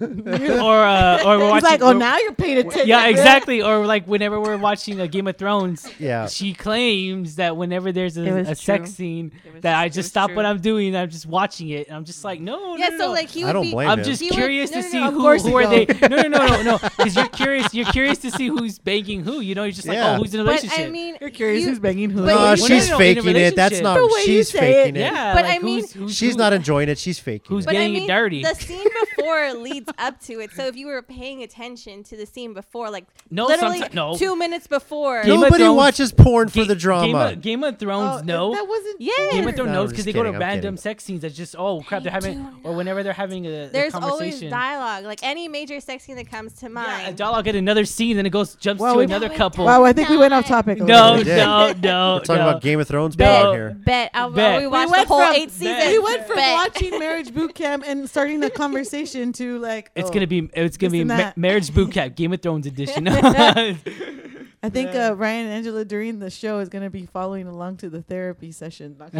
S3: or uh, or we're
S1: He's
S3: watching
S1: like, "Oh,
S3: we're-
S1: now you're paying attention."
S3: yeah exactly or like whenever we're watching a game of thrones
S2: Yeah.
S3: she claims that whenever there's a,
S4: It was
S3: a sex
S4: true.
S3: scene
S4: It was-
S3: that i
S4: it
S3: just
S4: was
S3: stop what
S4: true.
S3: i'm doing and i'm just watching it and i'm just like no
S4: yeah.
S3: no,
S4: So
S3: no.
S4: like he
S2: I
S4: would
S2: don't
S4: be
S2: blame
S3: I'm
S2: him.
S3: just
S4: He would-
S3: curious
S4: no,
S3: to
S4: no,
S3: see
S4: no, of
S3: who,
S1: course
S3: who
S1: you
S3: are they.
S1: don't.
S3: No, no, no, no, no. Because you're curious. You're curious to see who's banging who. You know, you're just like,
S2: Yeah.
S3: oh, who's in a
S4: But
S3: relationship.
S4: I mean,
S1: You're curious
S4: you-
S1: who's banging who.
S4: But
S2: Nah,
S4: you-
S2: she's
S3: No, no, no, in a
S2: faking it. That's
S3: relationship.
S2: not.
S1: The way you
S2: she's
S1: say it.
S2: faking it.
S3: yeah,
S4: But
S3: like,
S4: I mean-
S3: who's, who's,
S2: She's
S3: who?
S2: not enjoying it. She's faking
S3: Who's
S2: it.
S4: But I
S3: getting
S4: mean,
S3: it dirty.
S4: The scene before leads up to it. So if you were paying attention to the scene before, like
S3: No,
S4: literally
S3: someti- no.
S4: two minutes before,
S3: Game of
S2: Nobody
S3: Thrones-
S2: watches porn for
S3: Ga-
S2: the drama.
S3: Game of, Game of
S1: Oh,
S3: Thrones,
S1: That
S3: no.
S1: wasn't.
S4: Yeah.
S3: Game of Thrones,
S2: No, I'm
S3: no, because
S2: just
S3: they go to
S2: kidding, I'm
S3: random
S2: kidding.
S3: sex scenes. That's just, oh crap, they're having, or whenever they're having a, a
S4: there's always
S3: conversation.
S4: dialogue. Like any major sex scene that comes to
S3: yeah, a
S4: mind.
S3: dialogue at another scene, then it goes jumps
S1: Well,
S3: to
S1: we-
S3: another couple.
S1: Wow, I think we went off topic. a
S3: no,
S1: little bit.
S2: We did.
S3: no, no,
S2: We're talking
S3: no.
S2: about Game of Thrones
S4: bet,
S2: porn here.
S4: bet. I,
S3: Bet.
S4: We
S3: We
S4: watched
S1: went
S4: the whole
S1: from-
S4: eight
S3: bet.
S4: seasons.
S1: We went from
S4: Bet.
S1: watching Marriage Boot Camp and starting the conversation to like.
S3: It's
S1: oh.
S3: gonna be it's gonna
S1: This
S3: be
S1: and
S3: ma-
S1: that.
S3: marriage boot camp, Game of Thrones edition.
S1: I think uh, Ryan and Angela during the show is gonna be following along to the therapy session.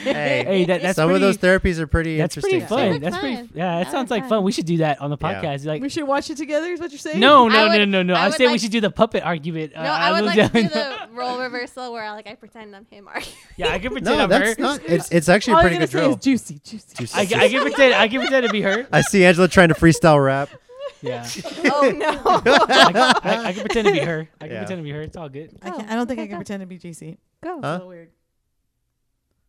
S2: Hey,
S3: hey, that, that's
S2: some
S3: pretty,
S2: of those therapies are pretty
S3: That's
S2: interesting.
S3: pretty fun.
S4: Sounds
S3: That's
S4: like
S3: pretty.
S4: fun.
S3: Yeah, that
S4: Sounds
S3: sounds
S4: like
S3: like fun. We should do that on the
S2: Yeah.
S3: podcast.
S1: we
S3: Like,
S1: should watch it together. Is what you're saying?
S3: no,
S4: I
S3: no, no,
S4: would-
S3: no, no.
S4: I
S3: I,
S4: would
S3: say we
S4: like-
S3: should do the puppet argument.
S4: No,
S3: uh,
S4: I would
S3: will
S4: like to do
S3: definitely-
S4: the role reversal where I like I pretend I'm him. Arguing.
S3: yeah, I can pretend
S2: No,
S3: I'm
S2: that's
S3: her.
S2: not. It's, it's actually
S1: All
S2: a
S1: you're
S2: pretty
S1: gonna
S2: good
S1: say
S2: drill.
S1: is juicy, juicy.
S2: Juicy.
S3: I, can- I can pretend. I can pretend to be her.
S2: I see Angela trying to freestyle rap.
S3: Yeah,
S4: oh no!
S3: I, I- I can pretend to be her. I can
S2: Yeah.
S3: pretend to be her. It's all good.
S1: I, can't, I don't think I can pretend to be JC.
S4: Go.
S2: Huh?
S1: So weird.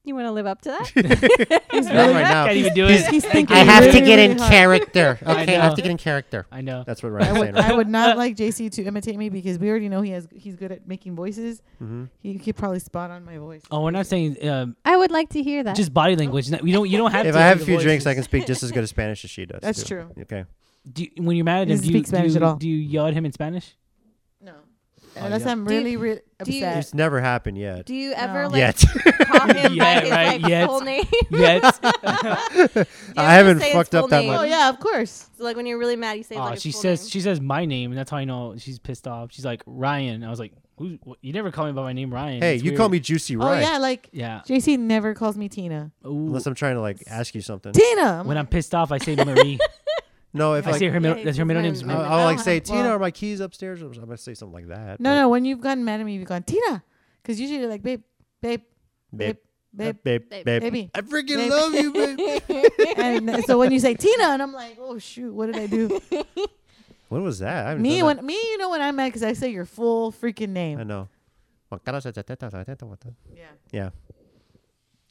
S4: You want to live up to that?
S2: Not
S3: really-
S2: right now.
S3: Can't even do
S2: He's-
S3: it.
S1: he's
S3: Thank
S1: thinking
S3: you.
S1: I have to get in
S2: character.
S3: I Okay, I have know. to
S2: get in character.
S3: I know.
S2: That's what
S1: I
S2: Ryan's saying.
S1: would,
S2: Right?
S1: I would not like JC to imitate me because we already know he has he's good at making voices.
S2: Mhm.
S1: He could probably spot on my voice.
S3: Oh, we're not saying um,
S4: I would like to hear that.
S3: just body language. Not- You don't. You don't have.
S2: If
S3: to
S2: I
S3: do
S2: have a
S3: the
S2: few drinks, I
S3: voices.
S2: can speak just as good a Spanish as she does.
S1: That's
S2: too.
S1: true.
S2: Okay.
S3: Do you, when you're mad at
S1: He
S3: him,
S1: doesn't
S3: do you,
S1: speak Spanish
S3: do,
S1: at all.
S3: do you yell at him in Spanish?
S1: No,
S3: Oh,
S1: unless
S3: yeah.
S1: I'm
S4: Do you-
S1: really, really
S4: do you-
S1: upset.
S2: It's never happened yet.
S4: Do you ever
S1: No.
S4: like
S2: Yet.
S4: call him
S3: Yeah,
S4: by his
S3: right,
S4: like
S3: yet.
S4: full name?
S3: Yes.
S4: You
S2: I
S4: have to
S2: haven't
S4: say his
S2: fucked
S4: full
S2: up that
S4: name.
S1: Oh
S2: much.
S1: yeah, of course.
S4: So, like when you're really mad, you say
S3: Aw,
S4: like his
S3: she
S4: full
S3: says
S4: name.
S3: she says my name, and that's how I know she's pissed off. She's like Ryan. I was like, Who, what, you never call me by my name, Ryan.
S2: Hey,
S3: It's
S2: you
S3: weird."
S2: call me Juicy
S1: Oh
S2: Ryan.
S1: yeah, like
S3: Yeah.
S1: JC never calls me Tina.
S3: Ooh.
S2: Unless I'm trying to like ask you something.
S1: Tina. I'm
S3: When
S1: like,
S3: I'm pissed off, I say Marie.
S2: No, if
S3: I say
S2: like
S3: her middle.
S4: Yeah,
S3: That's her middle name's
S4: it's
S2: I'll,
S4: my-
S3: Marie.
S2: I'll like
S1: I'll
S2: say
S1: have-
S2: Tina,
S1: Oh, well-
S2: are my keys upstairs? I'm gonna say something like that.
S1: no, no. When you've gotten mad at me, you've gone Tina, because usually you're like babe, babe,
S2: babe, uh,
S1: babe, babe,
S2: babe,
S4: Babe.
S2: babe,
S1: Baby.
S2: I freaking
S1: Babe.
S2: love you, babe.
S1: and so when you say Tina, and I'm like, oh shoot, what did I do?
S2: When was that? I haven't
S1: Me
S2: done
S1: when me, you know when I'm mad because I say your full freaking
S2: that- I
S1: name.
S2: know.
S1: Yeah.
S2: Yeah.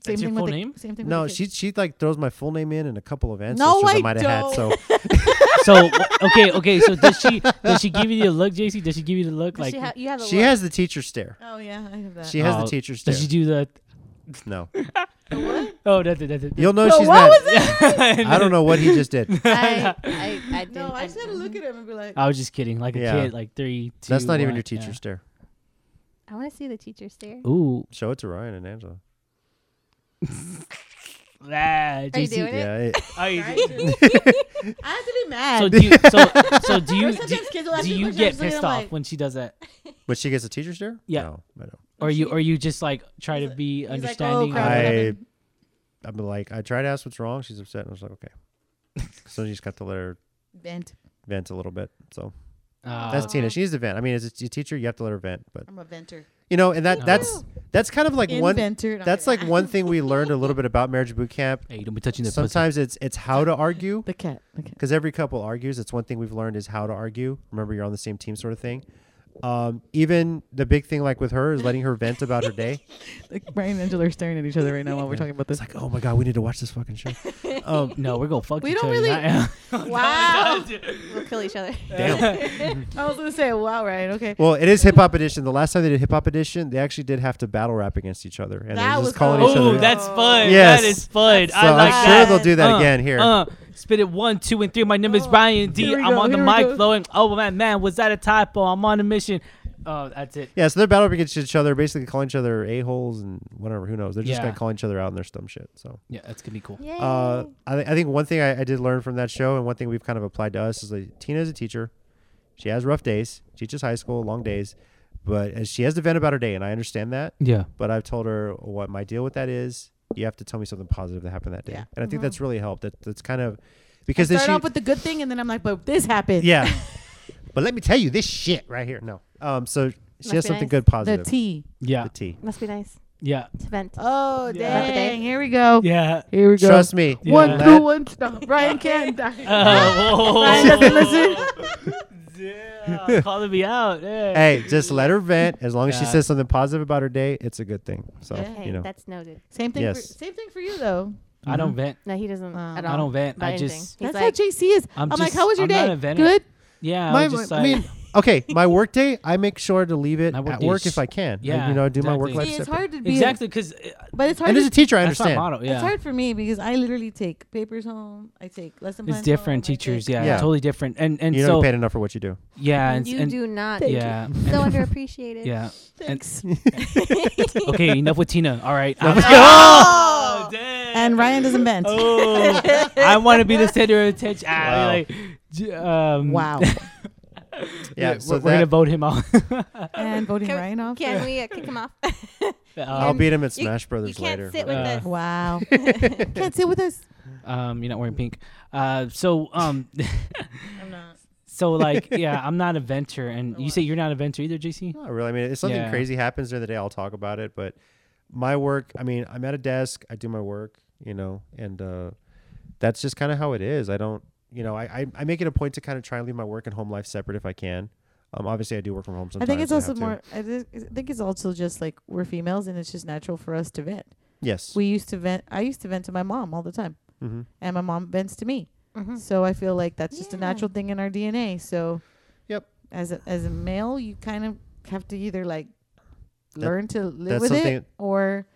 S1: Same
S3: That's your
S1: thing
S3: full
S1: with the,
S3: name?
S1: Same thing.
S2: No,
S1: with the
S2: she
S1: kids.
S2: she like throws my full name in and a couple of ancestors
S1: No,
S2: I
S1: I
S2: might have had. So
S1: don't.
S3: So wh- okay, okay. So does she does she give you the look, JC? Does she give you the look?
S4: Does
S3: Like
S4: she ha- you have a
S2: she
S4: look.
S2: has the teacher stare.
S1: Oh yeah, I have that.
S2: She has the
S3: Oh,
S2: teacher stare.
S3: does she do the?
S2: no,
S3: Oh, that's it. That's it.
S2: you'll know
S1: No,
S2: she's
S1: what
S2: mad.
S1: was
S2: I don't know what he just did.
S4: I, I, I didn't.
S1: no, I just had to
S4: didn't.
S1: look at him and be like,
S3: I was just kidding. Like a
S2: Yeah.
S3: kid, like three, two.
S2: That's not even
S3: one,
S2: your teacher
S3: yeah.
S2: stare.
S4: I want to see the teacher stare.
S3: Ooh,
S2: Show it to Ryan and Angela.
S3: ah, JC.
S4: Are you doing it?
S2: Yeah, it,
S3: Are you-
S1: I had to I had to be mad.
S3: so do you, so so do
S1: Or
S3: you do,
S1: sometimes kids will ask
S3: do
S1: me
S3: you
S1: questions,
S3: get
S1: I'm looking
S3: pissed
S1: at
S3: off
S1: 'em like-
S3: when she does that,
S2: but she gets a teacher stare.
S3: Yeah.
S2: No, I don't.
S3: or you
S1: she-
S3: or you just like try to be
S1: He's like, "Oh,
S3: understanding? or
S1: crap, what
S3: whatever?
S2: I,
S1: happened?"
S2: I'm like, I tried to ask what's wrong. She's upset, and I was like, okay. so you just got to let her
S1: Vent.
S2: vent a little bit. So
S3: Uh,
S2: that's Tina. She needs to vent. I mean, as a teacher, you have to let her vent. But
S1: I'm a venter.
S2: you know, and that that's that's kind of like one.
S1: Inventer. No, I'm
S2: That's
S1: kidding.
S2: like one thing we learned a little bit about marriage boot camp.
S3: Hey, don't be touching that pussy.
S2: Sometimes it's it's how to argue
S1: the cat. The cat.
S2: because every couple argues. It's one thing we've learned is how to argue. Remember, you're on the same team, sort of thing. Um, even the big thing, like with her, is letting her vent about her day.
S1: Like Brian and Angela are staring at each other right now while we're talking about
S2: It's
S1: this.
S2: like, oh my god, we need to watch this fucking show. Um,
S3: No, we're gonna fuck
S1: We
S3: each
S1: don't
S3: other.
S1: really-
S3: not-
S1: Wow.
S4: We'll kill each other.
S2: damn.
S1: I was gonna say wow, right? Okay.
S2: Well, it is hip hop edition. The last time they did hip hop edition, they actually did have to battle rap against each other, and
S1: That
S2: they're
S1: was
S2: just calling each
S1: cool.
S2: other.
S3: Oh,
S1: Ooh,
S2: out.
S3: that's fun.
S2: Yes.
S3: That is fun.
S2: so
S3: I like
S2: am
S3: that.
S2: sure they'll do that
S3: Uh,
S2: again here.
S3: Uh, spit it one, two, and three. My name is Brian D.
S1: Oh, Here we
S3: I'm
S1: go,
S3: on the
S1: here we
S3: mic
S1: go.
S3: flowing. Oh man, man, was that a typo? I'm on a mission. Oh, that's it.
S2: yeah, so they're battling against each other, basically calling each other a holes and whatever. Who knows? They're just
S3: Yeah.
S2: gonna call each other out in their dumb shit. So.
S3: Yeah, that's gonna be cool.
S4: Yay.
S2: Uh, I, thi- I think one thing I, I did learn from that show, and one thing we've kind of applied to us is like Tina is a teacher. She has rough days. She teaches high school, long days, but as she has to vent about her day, and I understand that.
S3: Yeah.
S2: But I've told her what my deal with that is. You have to tell me something positive that happened that day,
S1: Yeah.
S2: and I think that's really helped. That that's kind of
S1: I
S2: because then
S1: start
S2: she,
S1: off with the good thing, and then I'm like, but this happened.
S2: yeah. but let me tell you this shit right here. No, um, so she
S4: Must
S2: has
S4: be
S2: something
S4: nice.
S2: good
S1: The
S2: positive.
S1: T.
S3: Yeah.
S2: The tea.
S4: Must be nice
S3: Yeah.
S4: to vent.
S1: Oh
S3: Yeah.
S1: dang! Here we go.
S3: Yeah.
S1: Here we go.
S2: Trust me.
S3: Yeah.
S1: One,
S2: Let-
S1: two, one, stop. Brian can't die.
S3: Uh,
S1: Brian doesn't listen.
S3: Damn, calling me out. Yeah.
S2: Hey, just let her vent. As long as she
S3: Yeah.
S2: says something positive about her day, it's a good thing. So
S1: Okay,
S2: you know.
S4: that's noted.
S1: Same thing.
S2: Yes.
S1: For, same thing for you though.
S3: I don't vent.
S4: No, he doesn't
S1: Um,
S4: at all.
S1: No,
S3: I don't vent.
S4: about
S3: I
S4: anything.
S3: just
S4: He's
S1: That's
S4: like,
S1: how JC is.
S3: I'm
S1: I'm, like,
S3: just-
S1: how was your
S3: I'm not
S1: day?
S3: a venter.
S1: Good.
S3: yeah.
S2: my,
S3: I'm just
S2: my-
S3: like,
S2: I mean, okay, my work day, I make sure to leave it
S3: My work
S2: at
S3: day
S2: work
S3: is-
S2: if I can. I-
S3: yeah,
S2: you know, I do my work
S3: exactly.
S2: life
S1: See, it's
S2: separate.
S1: hard to be
S3: exactly because
S1: but it's hard.
S2: And
S1: To,
S2: as a teacher, I
S3: that's my
S2: understand.
S3: motto. Yeah.
S1: It's hard for me because I literally take papers home. I take lesson plans.
S3: It's different
S1: home, I
S3: teachers,
S1: take-
S3: yeah,
S2: Yeah.
S3: totally different, and and
S2: you don't
S3: so
S2: get paid enough for what you do.
S3: yeah, and,
S4: you
S3: and
S4: do not.
S1: Thank you.
S3: yeah,
S4: So
S3: and-
S4: underappreciated.
S3: yeah.
S1: Thanks.
S3: Okay, enough with Tina. All right. I'm-
S1: Oh!
S3: damn.
S1: And Ryan doesn't vent.
S3: Oh, I want to be the center of attention. Ah,
S2: Wow.
S3: like, j- um,
S1: Wow.
S2: Yeah,
S3: we're,
S2: so
S3: we're gonna
S2: that,
S3: vote him out.
S1: and voting
S4: Can-
S1: Ryan off.
S4: Can we uh, kick him off?
S2: I'll
S3: um,
S2: beat him at
S4: you-
S2: Smash
S4: you
S2: Brothers
S4: can't
S2: later.
S4: sit
S2: but-
S4: with
S3: Uh,
S4: this.
S1: Wow. Can't sit with us.
S3: um, you're not wearing pink. Uh, so um,
S1: I'm not.
S3: so like, yeah, I'm not a venter, and you say you're not a venter either, JC.
S2: Not really. I mean, if something
S3: Yeah.
S2: crazy happens during the day, I'll talk about it. But my work, I mean, I'm at a desk, I do my work, you know, and uh, that's just kind of how it is. I don't, you know, I, I, I make it a point to kind of try and leave my work and home life separate if I can. Um, obviously, I do work from home
S1: I
S2: sometimes.
S1: think it's
S2: have
S1: also
S2: to.
S1: more. I thi- I think it's also just like we're females, and it's just natural for us to vent.
S2: Yes.
S1: We used to vent. I used to vent to my mom all the time,
S2: hmm
S1: and my mom vents to me.
S4: Mhm.
S1: So I feel like that's just a
S4: Yeah.
S1: natural thing in our DNA. So,
S2: Yep.
S1: As a, as a male, you kind of have to either like
S2: That-
S1: learn to live
S2: that's
S1: with it,
S2: something-
S1: or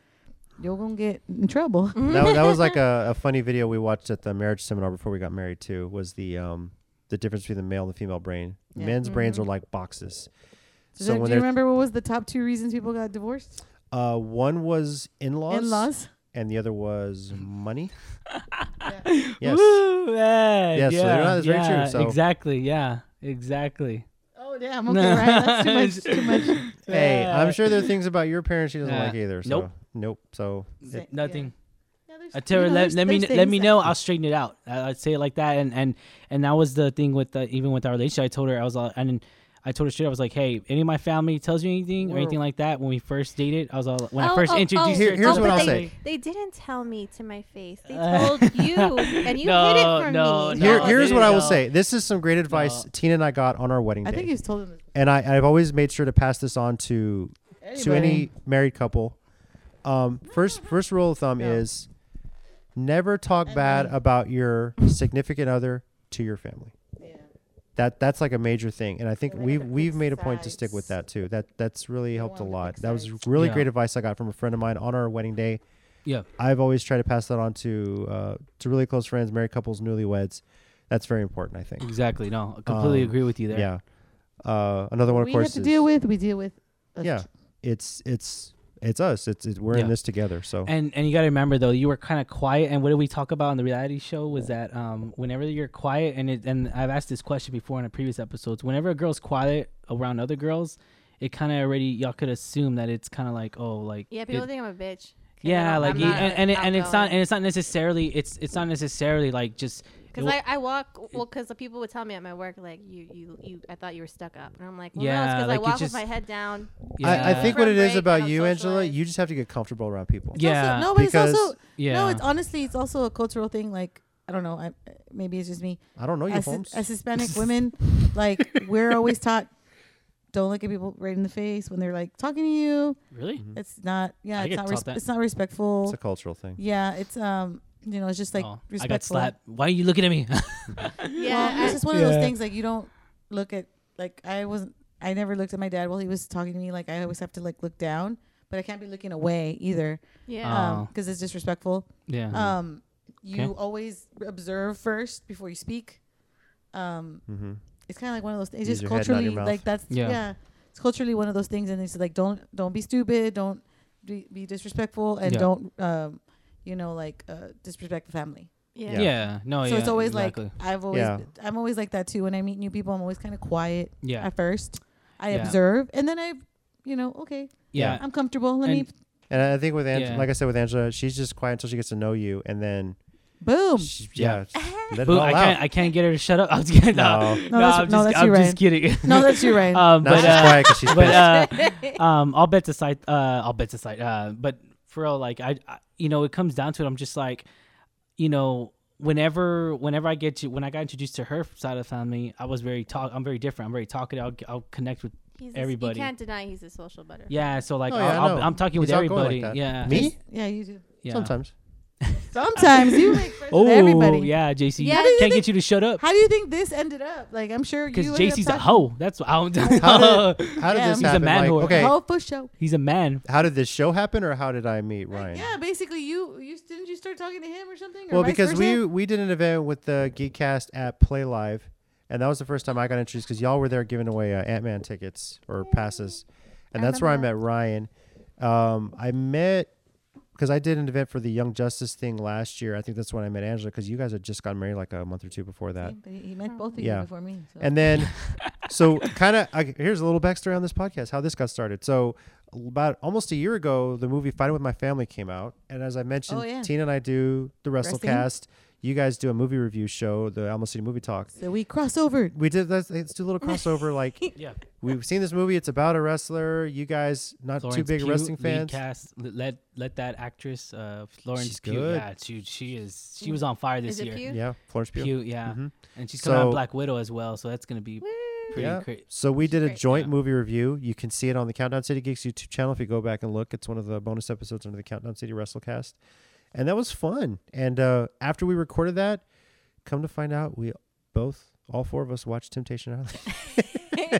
S1: you're gonna get in trouble.
S2: that, that was like a, a funny video we watched at the marriage seminar before we got married too was the um the difference between the male and the female brain
S1: Yeah. Mm-hmm.
S2: men's brains are like boxes
S1: So
S2: so
S1: do
S2: when
S1: you
S2: they're
S1: remember what was the top two reasons people got divorced?
S2: uh one was in-laws,
S1: In laws.
S2: and the other was money
S1: Yeah.
S2: yes
S3: Woo, yeah,
S2: Yeah,
S3: yeah,
S2: so they're not- that's very true,
S3: yeah,
S2: so-
S3: Exactly. Yeah. Exactly.
S1: Oh damn. Okay, right. That's too much. Too much.
S2: hey i'm
S3: Yeah.
S2: sure there are things about your parents she doesn't
S3: Uh,
S2: like either so
S3: nope.
S2: nope so
S1: Say-
S3: Nothing.
S1: Yeah, there's-
S3: I tell
S1: you
S3: her
S1: know,
S3: let,
S1: there's-
S3: let me
S1: there's
S3: let me
S1: things-
S3: know. I'll straighten it out. I, I'd say it like that, and and and that was the thing with the, even with our relationship. I told her I was uh, and I told her straight. I was like, "Hey, any of my family tells you anything or
S1: Whoa.
S3: anything like that when we first dated, I was all when
S4: Oh,
S3: I first
S4: oh, oh.
S3: introduced her.
S2: Here-
S3: to
S2: here's
S4: oh,
S2: what
S4: but
S2: I'll
S4: they,
S2: say.
S4: They didn't tell me to my face. They
S3: Uh,
S4: told you, and you hid
S3: No,
S4: it from
S3: no, no.
S4: me.
S2: Here,
S3: I
S2: here's
S3: didn't
S2: what I will
S3: know.
S2: say. This is some great advice
S3: No.
S2: Tina and I got on our wedding
S1: I
S2: day,
S1: think he's told him.
S2: and I, I've always made sure to pass this on to
S1: Anybody.
S2: to any married couple. Um, first, first rule of thumb
S1: Yeah.
S2: is never talk
S1: And
S2: bad
S1: money.
S2: about your significant other to your family.
S1: Yeah.
S2: That that's like a major thing, and I think
S1: Yeah, they
S2: we
S1: gotta
S2: we've
S1: pick
S2: made a point to stick with that
S1: sides.
S2: too. That that's really helped a
S1: want to
S2: lot.
S1: pick
S2: That was
S1: sides.
S2: really
S3: Yeah.
S2: great advice I got from a friend of mine on our wedding day.
S3: Yeah.
S2: I've always tried to pass that on to uh, to really close friends, married couples, newlyweds. That's very important, I think.
S3: Exactly. No, I completely
S2: Um,
S3: agree with you there.
S2: Yeah. Uh, another one, of
S1: we
S2: course,
S1: have to
S2: is,
S1: deal with. We deal with. a
S2: Yeah, it's it's it's us. It's, it's we're in
S3: Yeah.
S2: this together. So
S3: And and you got to remember though, you were kind of quiet. And what did we talk about on the reality show? Was that um, whenever you're quiet, and it, and I've asked this question before in a previous episodes. Whenever a girl's quiet around other girls, it kind of already y'all could assume that it's kind of like oh like
S4: Yeah, people
S3: it-
S4: think I'm a bitch. 'Cause
S3: yeah
S4: I'm-
S3: like
S4: I'm
S3: you,
S4: not
S3: and and, it, and it's not
S4: outgoing.
S3: and it's not necessarily it's it's not necessarily like just it
S4: Cause
S3: wa-
S4: I, I walk well, cause the people would tell me at my work like you you you I thought you were stuck up, and I'm like well,
S3: Yeah,
S4: no, it's cause
S3: like,
S4: I
S3: you
S4: walk
S3: just-
S4: with my head down.
S2: I, I
S3: yeah.
S2: think what it is
S4: Break,
S2: about
S4: don't
S2: you, Angela,
S4: socialize.
S2: you just have to get comfortable around people.
S1: It's also-
S3: yeah
S1: no, but it's
S2: because-
S1: also
S3: yeah
S1: no. It's honestly, it's also a cultural thing. Like I don't know. I, maybe it's just me.
S2: I don't know you,
S1: as,
S2: Holmes.
S1: as Hispanic women, like we're always taught, don't look at people right in the face when they're like talking to you.
S3: really
S2: Mm-hmm.
S1: It's not. Yeah,
S3: I
S1: it's
S3: get
S1: not.
S3: taught
S1: Res-
S3: that.
S1: it's not respectful.
S2: it's a cultural thing.
S1: yeah, it's um. You know, it's just like
S3: Oh, I got
S1: respectful.
S3: slapped. Why are you looking at me?
S1: Well,
S4: Yeah,
S1: it's
S4: I,
S1: just one of
S3: Yeah.
S1: those things. Like you don't look at. Like I wasn't. I never looked at my dad while he was talking to me. Like I always have to like look down, but I can't be looking away either,
S4: yeah.
S1: um,
S3: Oh.
S1: because it's disrespectful.
S3: yeah.
S1: Um, you
S3: Okay.
S1: always observe first before you speak. Um,
S2: Mm-hmm.
S1: it's kind of like one of those things.
S2: Use
S1: It's
S2: your
S1: just
S2: head, not your
S1: culturally,
S2: mouth.
S1: like that's
S3: Yeah.
S1: yeah. it's culturally one of those things. And it's like don't don't be stupid, don't be, be disrespectful, and
S3: Yeah.
S1: don't um, you know, like uh, disrespect the family.
S4: yeah,
S2: yeah.
S3: yeah. No.
S1: so
S3: Oh, yeah,
S1: it's always
S3: exactly.
S1: like I've always
S2: Yeah.
S1: I'm always like that too. When I meet new people, I'm always kind of quiet
S3: yeah.
S1: at first. I
S3: Yeah.
S1: observe, and then I, you know, okay,
S3: Yeah.
S1: I'm comfortable. Let me
S3: And-
S2: And I think with Angela,
S3: Yeah.
S2: like I said with Angela, she's just quiet until she gets to know you, and then
S1: boom.
S2: she, yeah, let it
S3: Boo,
S2: all
S3: I
S2: out.
S3: can't. I can't get her to shut up. I was kidding.
S2: No. No,
S3: No. No.
S1: that's-
S3: I'm
S1: no,
S3: just.
S1: that's
S3: I'm
S1: you,
S3: just
S1: Ryan.
S3: kidding.
S1: No, that's you, Ryan.
S3: Um,
S2: Now
S3: but
S2: she's
S3: uh,
S2: quiet 'cause she's
S3: but
S2: pissed.
S3: uh, um, all bets aside, uh, all bets aside. Uh, but for real, like I, I, you know, it comes down to it. I'm just like, you know, whenever, whenever I get to, when I got introduced to her side of the family, I was very talk. I'm very different. I'm very talkative. I'll, I'll connect with.
S4: He's a-
S3: everybody.
S4: you can't deny he's a social butterfly.
S3: Yeah. So like,
S2: Oh, yeah, I
S3: I'll, I'll,
S2: know.
S3: I'm talking with
S2: He's outgoing like
S3: everybody.
S2: that.
S3: yeah.
S2: Me
S1: yeah, you do.
S3: Yeah.
S2: sometimes.
S1: Sometimes you make friends
S3: Oh,
S1: with everybody.
S3: yeah, JC.
S4: Yeah,
S3: Yeah,
S4: do you
S3: can't get you to shut up
S1: How do you think this ended up? Like I'm sure
S3: because
S1: you. ended up
S3: JC's a
S1: talking-
S3: hoe. That's what I don't
S2: How
S3: know.
S2: did how did
S1: Yeah,
S2: this
S1: he's
S3: a
S2: happen?
S3: man
S2: Like,
S3: whore.
S2: okay,
S1: Hoe for show.
S3: He's a man.
S2: how did this show happen, or how did I meet Ryan?
S1: Yeah, basically, you you didn't you start talking to him or something? Or
S2: Well,
S1: vice
S2: because
S1: versa?
S2: we we did an event with the Geekcast at Play Live, and that was the first time I got introduced because y'all were there giving away uh, Ant Man tickets or passes, and
S4: I
S2: that's where I met
S4: remember
S2: Ryan. Um, I met because I did an event for the Young Justice thing last year. I think that's when I met Angela because you guys had just gotten married like a month or two before that.
S1: Yeah, but he he met both of
S2: Yeah.
S1: you before me. So.
S2: And then, so kind of here's a little backstory on this podcast, how this got started. So about almost a year ago, the movie Fighting with My Family came out, and as I mentioned,
S1: yeah.
S2: Tina and I do the
S1: Wrestling.
S2: WrestleCast. You guys do a movie review show, the Alamo City Movie Talk.
S1: so we cross over.
S2: We did let's, let's do a little crossover. Like
S3: Yeah.
S2: we've seen this movie, it's about a wrestler. You guys not too
S3: Florence
S2: big
S3: Pugh
S2: wrestling
S3: lead
S2: fans.
S3: Cast let let- let that actress uh, Florence
S2: She's
S3: Pugh.
S2: good.
S3: Yeah, she she is she was on fire this
S4: Mm. Is it
S3: year.
S4: Pugh?
S2: Yeah, Florence Pugh.
S3: Pugh, yeah,
S2: Mhm.
S3: and she's coming out
S2: So-
S3: on Black Widow as well, so that's gonna be pretty
S2: Yeah.
S3: great.
S2: So we did a
S4: great.
S2: joint
S3: Yeah.
S2: movie review. You can see it on the Countdown City Geeks YouTube channel if you go back and look. It's one of the bonus episodes under the Countdown City WrestleCast, and that was fun. And uh, after we recorded that, come to find out, we both, all four of us, watched Temptation Island.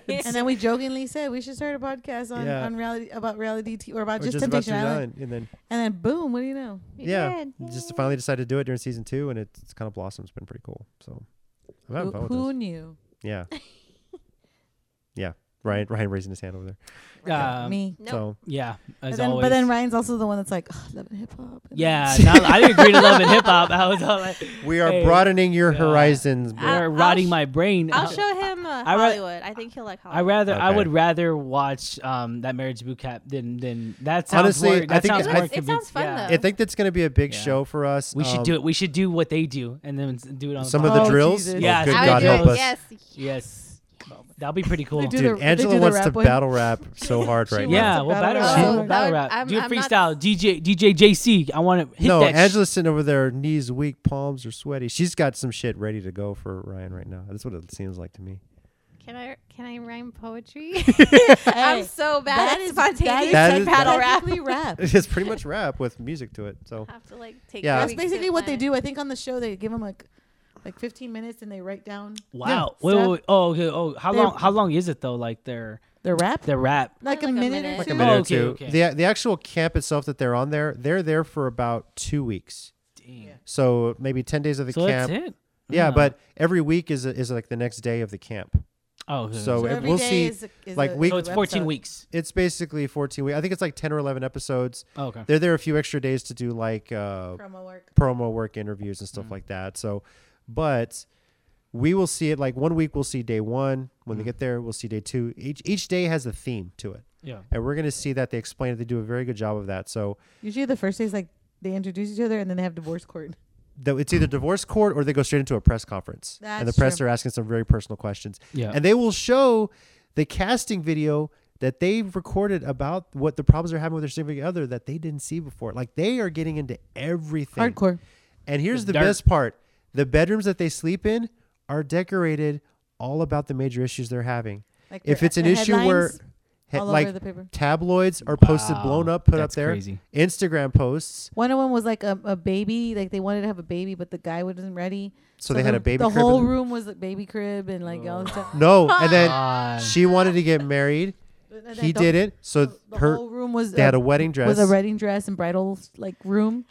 S1: And then we jokingly said we should start a podcast on,
S2: Yeah.
S1: on reality about reality t- or
S2: We're
S1: about Oh, just,
S2: about
S1: Temptation
S2: to do
S1: Island.
S2: that, and then
S1: And then boom, what do you know?
S4: We
S2: yeah,
S4: did.
S2: just
S4: Yay.
S2: finally decided to do it during season two, and it's, it's kind of blossomed. It's been pretty cool. So I'm having
S1: Who,
S2: fun with
S1: who
S2: this.
S1: knew?
S2: Yeah, yeah. Ryan, Ryan raising his hand over there.
S3: Um,
S1: Me.
S4: Nope.
S2: So
S3: Yeah, as
S1: But then,
S3: always.
S1: but then Ryan's also the one that's like, oh, love and hip hop. and-
S3: yeah, not, I didn't agree to love and hip hop. I was all like,
S2: we are
S3: Hey.
S2: broadening your
S3: Yeah.
S2: horizons.
S4: Uh,
S2: bro.
S3: they're
S4: I'll
S3: rotting
S4: sh-
S3: my brain.
S4: I'll show him uh,
S3: I ra-
S4: Hollywood. I think he'll like
S3: I
S4: Hollywood.
S3: rather I
S2: Okay.
S3: would rather watch um that marriage boot camp than than that sounds
S2: Honestly,
S3: more,
S2: I
S3: that
S2: think-
S3: sounds
S2: I-
S3: more
S2: It
S4: sounds
S3: convincing.
S4: fun,
S3: yeah.
S4: though.
S2: I think that's going to be a big
S3: Yeah.
S2: show for us.
S3: We should
S2: Um,
S3: do it. We should do what they do and then s- do it on
S2: Some
S3: the
S2: of the
S1: Oh,
S2: drills.
S1: Jesus.
S3: Yeah,
S2: good
S4: I
S3: I
S4: would
S2: God
S4: do
S2: help
S4: it.
S2: us.
S4: Yes.
S3: podcast. yes.
S1: moment.
S3: That'll be pretty cool.
S1: They do
S2: Dude,
S1: the- they
S2: Angela
S1: do the
S2: wants
S1: rap
S2: to
S1: one.
S2: battle rap so hard
S1: She
S2: right
S1: wants
S2: now.
S3: yeah,
S1: to
S3: well,
S1: battle
S3: battle
S1: rap.
S3: rap,
S1: Oh,
S3: battle
S4: that would-
S3: rap.
S4: I'm-
S3: do a
S4: I'm not-
S3: freestyle, DJ, DJ JC. I want to hit
S2: No,
S3: that. sh-
S2: Angela's sitting over there, knees weak, palms are sweaty. She's got some shit ready to go for Ryan right now. That's what it seems like to me.
S4: Can I can I rhyme poetry?
S1: Hey,
S4: I'm so bad
S1: that
S4: at
S1: is-
S4: spontaneous
S2: that is-
S4: battle
S1: that-
S4: rap.
S1: technically rap.
S2: It's pretty much rap with music to it. So
S4: I have to like take.
S2: Yeah.
S4: three
S1: That's
S4: weeks to
S1: basically what they
S4: plan.
S1: do. I think on the show they give them like like 15 minutes and they write down
S3: wow.
S1: Yeah.
S3: wait, wait,
S1: Stuff.
S3: wait. Oh, okay. Oh, how
S1: They're-
S3: long? How long is it though? Like their
S1: their rap.
S3: their rap.
S1: Like,
S4: Like
S1: a,
S4: a
S1: minute
S4: minute.
S1: or
S2: like
S1: two.
S2: a minute
S3: okay,
S2: or two.
S3: okay.
S2: The the actual camp itself that they're on there, they're there for about two weeks.
S3: Dang.
S2: So maybe ten days of the
S3: So
S2: camp.
S3: that's it.
S2: Yeah,
S3: Ah.
S2: but every week is is like the next day of the camp.
S3: oh, okay.
S2: so
S1: So
S2: it-
S1: every
S2: we'll
S1: day
S2: see,
S1: is a- is
S2: like,
S1: a-
S2: week-
S3: so
S1: is
S3: it's
S1: a
S3: 14
S1: episode.
S3: weeks.
S2: It's basically fourteen weeks. I think it's like ten or eleven episodes.
S3: Oh, okay.
S2: They're there a few extra days to do like uh,
S1: promo work.
S2: promo work interviews and stuff like that. So, but we will see it like one week. We'll see day one when they get there. We'll see day two. Each each day has a theme to it,
S3: Yeah.
S2: and we're gonna see that they explain it. They do a very good job of that. So,
S1: Usually the first day is like they introduce each other and then they have divorce court.
S2: though it's either divorce court or they go straight into a press conference, and the
S1: That's
S2: press
S1: true.
S2: are asking some very personal questions.
S3: Yeah.
S2: and they will show the casting video that they've recorded about what the problems they're having with their significant other that they didn't see before. Like they are getting into everything.
S1: Hardcore.
S2: And here's
S3: The
S2: the
S3: dirt.
S2: best part the bedrooms that they sleep in are decorated all about the major issues they're having.
S1: Like
S2: If
S1: the-
S2: it's an
S1: the
S2: issue where,
S1: headlines
S2: he-
S1: all
S2: like,
S1: over the paper.
S2: tabloids are posted
S3: Wow,
S2: blown up, put up
S3: that's
S2: there,
S3: crazy.
S2: Instagram posts.
S1: One of them was like a, a baby, like they wanted to have a baby, but the guy wasn't ready.
S2: So, they had
S1: the-
S2: a baby
S1: The
S2: crib. Oh.
S1: whole
S2: in-
S1: room was a baby crib and like all this stuff.
S2: No, and then
S3: God.
S2: she wanted to get married.
S1: And
S2: He
S1: the-
S2: did it. So
S1: The
S2: her
S1: whole room was
S2: they had a
S1: a,
S2: wedding dress.
S1: was a wedding dress and bridal like room.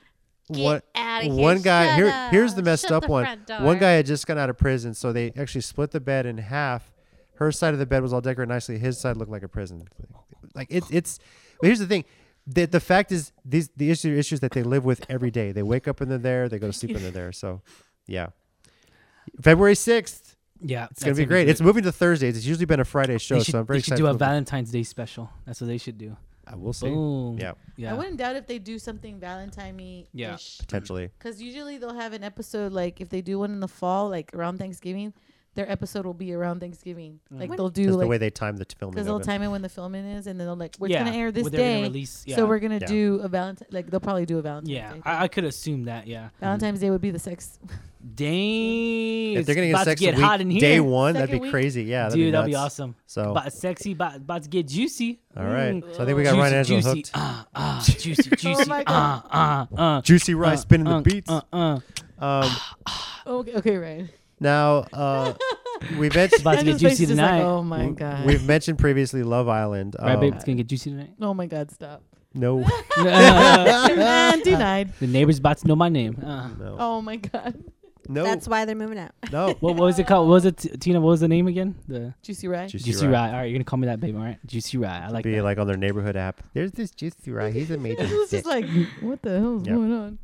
S4: Get
S2: What-
S4: outta here.
S2: One guy
S4: Shut
S2: here
S4: up.
S2: here's the messed
S4: Shut
S2: up
S4: the
S2: one.
S4: front door.
S2: One guy had just gotten out of prison, so they actually split the bed in half. Her side of the bed was all decorated nicely. His side looked like a prison. Like it's it's. But here's the thing. The, the fact is these the issue issues that they live with every day. They wake up and they're there. They go to sleep and they're there. So, yeah. February sixth.
S3: yeah.
S2: It's gonna be great. It's moving to Thursdays. It's usually been a Friday show,
S3: They should,
S2: so I'm very
S3: they should
S2: excited.
S3: do a
S2: to move it.
S3: Valentine's Day special. That's what they should do.
S2: I will see.
S3: Boom.
S2: Yeah,
S1: I
S3: Yeah.
S1: wouldn't doubt if they do something Valentine-y.
S3: Yeah.
S2: potentially.
S1: Because usually they'll have an episode like if they do one in the fall, like around Thanksgiving, their episode will be around Thanksgiving. Like
S4: When-
S1: they'll do
S2: That's
S1: like
S2: the way they timed the filming.
S1: because
S2: of
S1: they'll
S2: it.
S1: time it when the filming is, and then they'll like we're
S3: yeah.
S1: gonna air this
S3: Well, they're
S1: day,
S3: Gonna release, yeah.
S1: so we're gonna
S2: Yeah.
S1: do a Valentine. Like they'll probably do a Valentine.
S3: Yeah,
S1: Day.
S3: I, I could assume that. Yeah.
S1: Valentine's Day would be the sex.
S3: Dang.
S2: If they're gonna get
S3: it's about
S2: sex
S3: to get
S2: week,
S3: hot in here.
S2: day one, that'd
S1: Second
S2: be
S1: week.
S2: crazy. Yeah, that'd
S3: Dude,
S2: be
S3: that'll be
S2: nuts.
S3: awesome.
S2: So
S3: About sexy, about, about to get juicy.
S2: All right.
S3: Mm.
S2: So I think we got
S3: juicy,
S2: Ryan Angela
S3: juicy,
S2: hooked. Oh
S3: Ah, ah, juicy, juicy.
S1: my God.
S3: ah, ah, ah.
S2: Juicy Rice
S3: uh,
S2: spinning
S3: uh,
S2: the beats.
S3: Uh, uh.
S2: Um,
S1: Oh, Okay, okay, right.
S2: now uh, we've mentioned
S3: About to get juicy tonight.
S1: oh my god.
S2: we've mentioned previously Love Island.
S3: Right, babe,
S2: Um,
S3: it's gonna get juicy tonight.
S1: oh my god. Stop.
S2: no,
S3: Uh,
S1: Man, denied.
S3: the neighbor's about to know my name. Uh.
S2: no,
S1: Oh my god. Oh,
S2: no,
S4: That's why they're moving out.
S2: no.
S3: What, what was it called? What was it T- Tina? What was the name again? The
S1: Juicy right.
S2: Juicy
S3: Juicy
S2: Rye.
S3: Rye. All right, you're gonna call me that, babe. All right, Juicy Rye. I like
S2: Be
S3: that.
S2: like on their neighborhood app. There's this Juicy Rye. He's amazing.
S1: It was just like, what the hell is
S2: Yep.
S1: going on?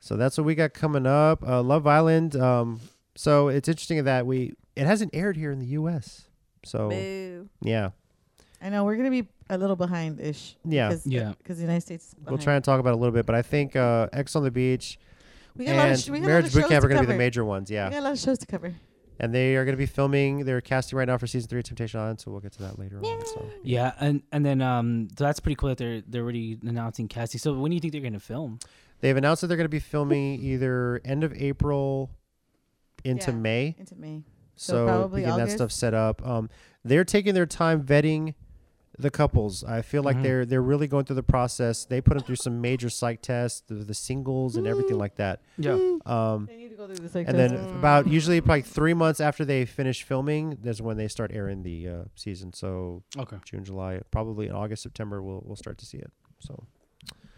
S2: So that's what we got coming up. Uh, Love Island. Um, so it's interesting that we it hasn't aired here in the U.S. So
S4: Boo.
S2: yeah,
S1: I know we're gonna be a little behind ish.
S2: Yeah.
S1: Because,
S3: Yeah.
S1: Because the United States. is
S2: we'll
S1: behind.
S2: try and talk about it a little bit. But I think uh, X on the Beach
S1: We got a lot of
S2: and
S1: sh- we got a lot
S2: Marriage
S1: of
S2: Boot
S1: shows
S2: Camp are
S1: to
S2: going to be the
S1: cover.
S2: major ones. Yeah.
S1: We got a lot of shows to cover.
S2: and they are going to be filming. They're casting right now for season three of Temptation Island, so we'll get to that later on. So
S3: yeah, and and then um, so that's pretty cool that they're they're already announcing casting. So when do you think they're gonna film?
S2: they've announced that they're going to be filming either end of April into
S1: Yeah.
S2: May,
S1: Into May. So
S2: so,
S1: probably
S2: we get that
S1: August.
S2: stuff set up. Um, they're taking their time vetting the couples. I feel like
S3: Mhm.
S2: they're they're really going through the process. They put them through some major psych tests, the, the singles, and everything like that.
S3: Yeah.
S2: Um,
S1: They need to go through this Mm. like uh,
S2: and then about usually probably three months after they finish filming, that's when they start airing the uh, season. So
S3: Okay.
S2: June, July, probably in August, September, we'll we'll start to see it. So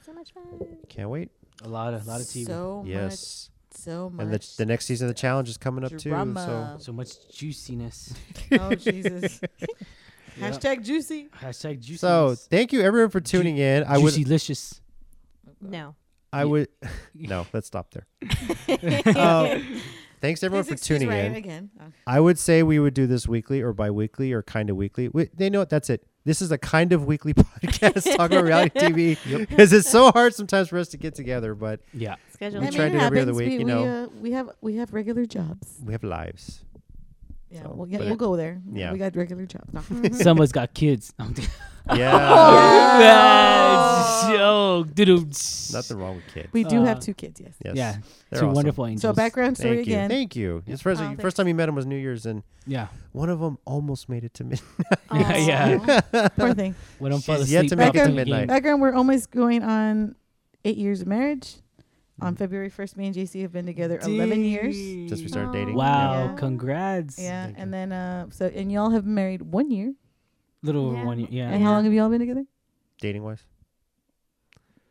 S4: So much fun.
S2: can't wait.
S3: A lot of a lot of TV. So,
S1: So yes.
S2: yes,
S1: much. So much.
S2: and the, the next season of the challenge is coming up
S1: drama.
S3: much juiciness.
S1: oh Jesus.
S3: Yeah.
S1: Hashtag juicy.
S3: Hashtag
S2: too.
S3: juiciness.
S2: So, so thank you everyone for tuning in. I would,
S3: juicy licious.
S4: No.
S2: I would, no, let's stop there. Um, thanks everyone
S1: Please
S2: for
S1: excuse
S2: tuning
S1: Ryan
S2: in.
S1: again. Oh.
S2: I would say we would do this weekly or bi-weekly or kind of weekly. We, they know what that's it. This is a kind of weekly podcast talking about reality TV because it's so hard sometimes for us to get together, but
S3: Yeah.
S4: Schedule.
S2: We
S1: I
S2: try
S1: mean,
S2: to
S1: it
S2: do every other
S1: happens.
S2: week,
S1: uh, we,
S2: you
S1: we,
S2: know.
S1: uh, we have we have regular jobs.
S2: we have lives.
S1: Yeah,
S2: So,
S1: we'll, get,
S2: but
S1: we'll
S2: it-
S1: go there.
S2: yeah.
S1: we got regular jobs. No.
S3: Someone's got kids.
S2: Yeah.
S3: Ah, joke. Doo-doo.
S2: Nothing wrong with kids.
S1: we do have
S3: Uh,
S1: two kids. Yes.
S2: Yes.
S3: Yeah,
S2: They're
S3: two
S2: awesome.
S3: wonderful angels.
S1: So background story
S2: Thank you.
S1: again.
S2: Thank you. His first,
S1: Oh,
S2: first
S1: thanks.
S2: time you met him was New Year's, and
S3: Yeah,
S2: one of them almost made it to midnight.
S3: Yeah, yeah.
S4: Aw.
S1: Poor thing.
S3: when I'm
S2: She's yet to
S1: make it to
S2: midnight.
S1: Background: We're almost going on eight years of marriage. On
S2: Mm-hmm.
S1: February first, me and JC have been together eleven years.
S2: Since we started dating.
S3: Wow,
S1: Yeah.
S3: congrats.
S1: Yeah,
S2: Thank you.
S1: and then uh, so and y'all have married one year.
S3: Little over
S4: Yeah.
S3: one year. Yeah.
S1: And how long have y'all been together?
S2: Dating wise.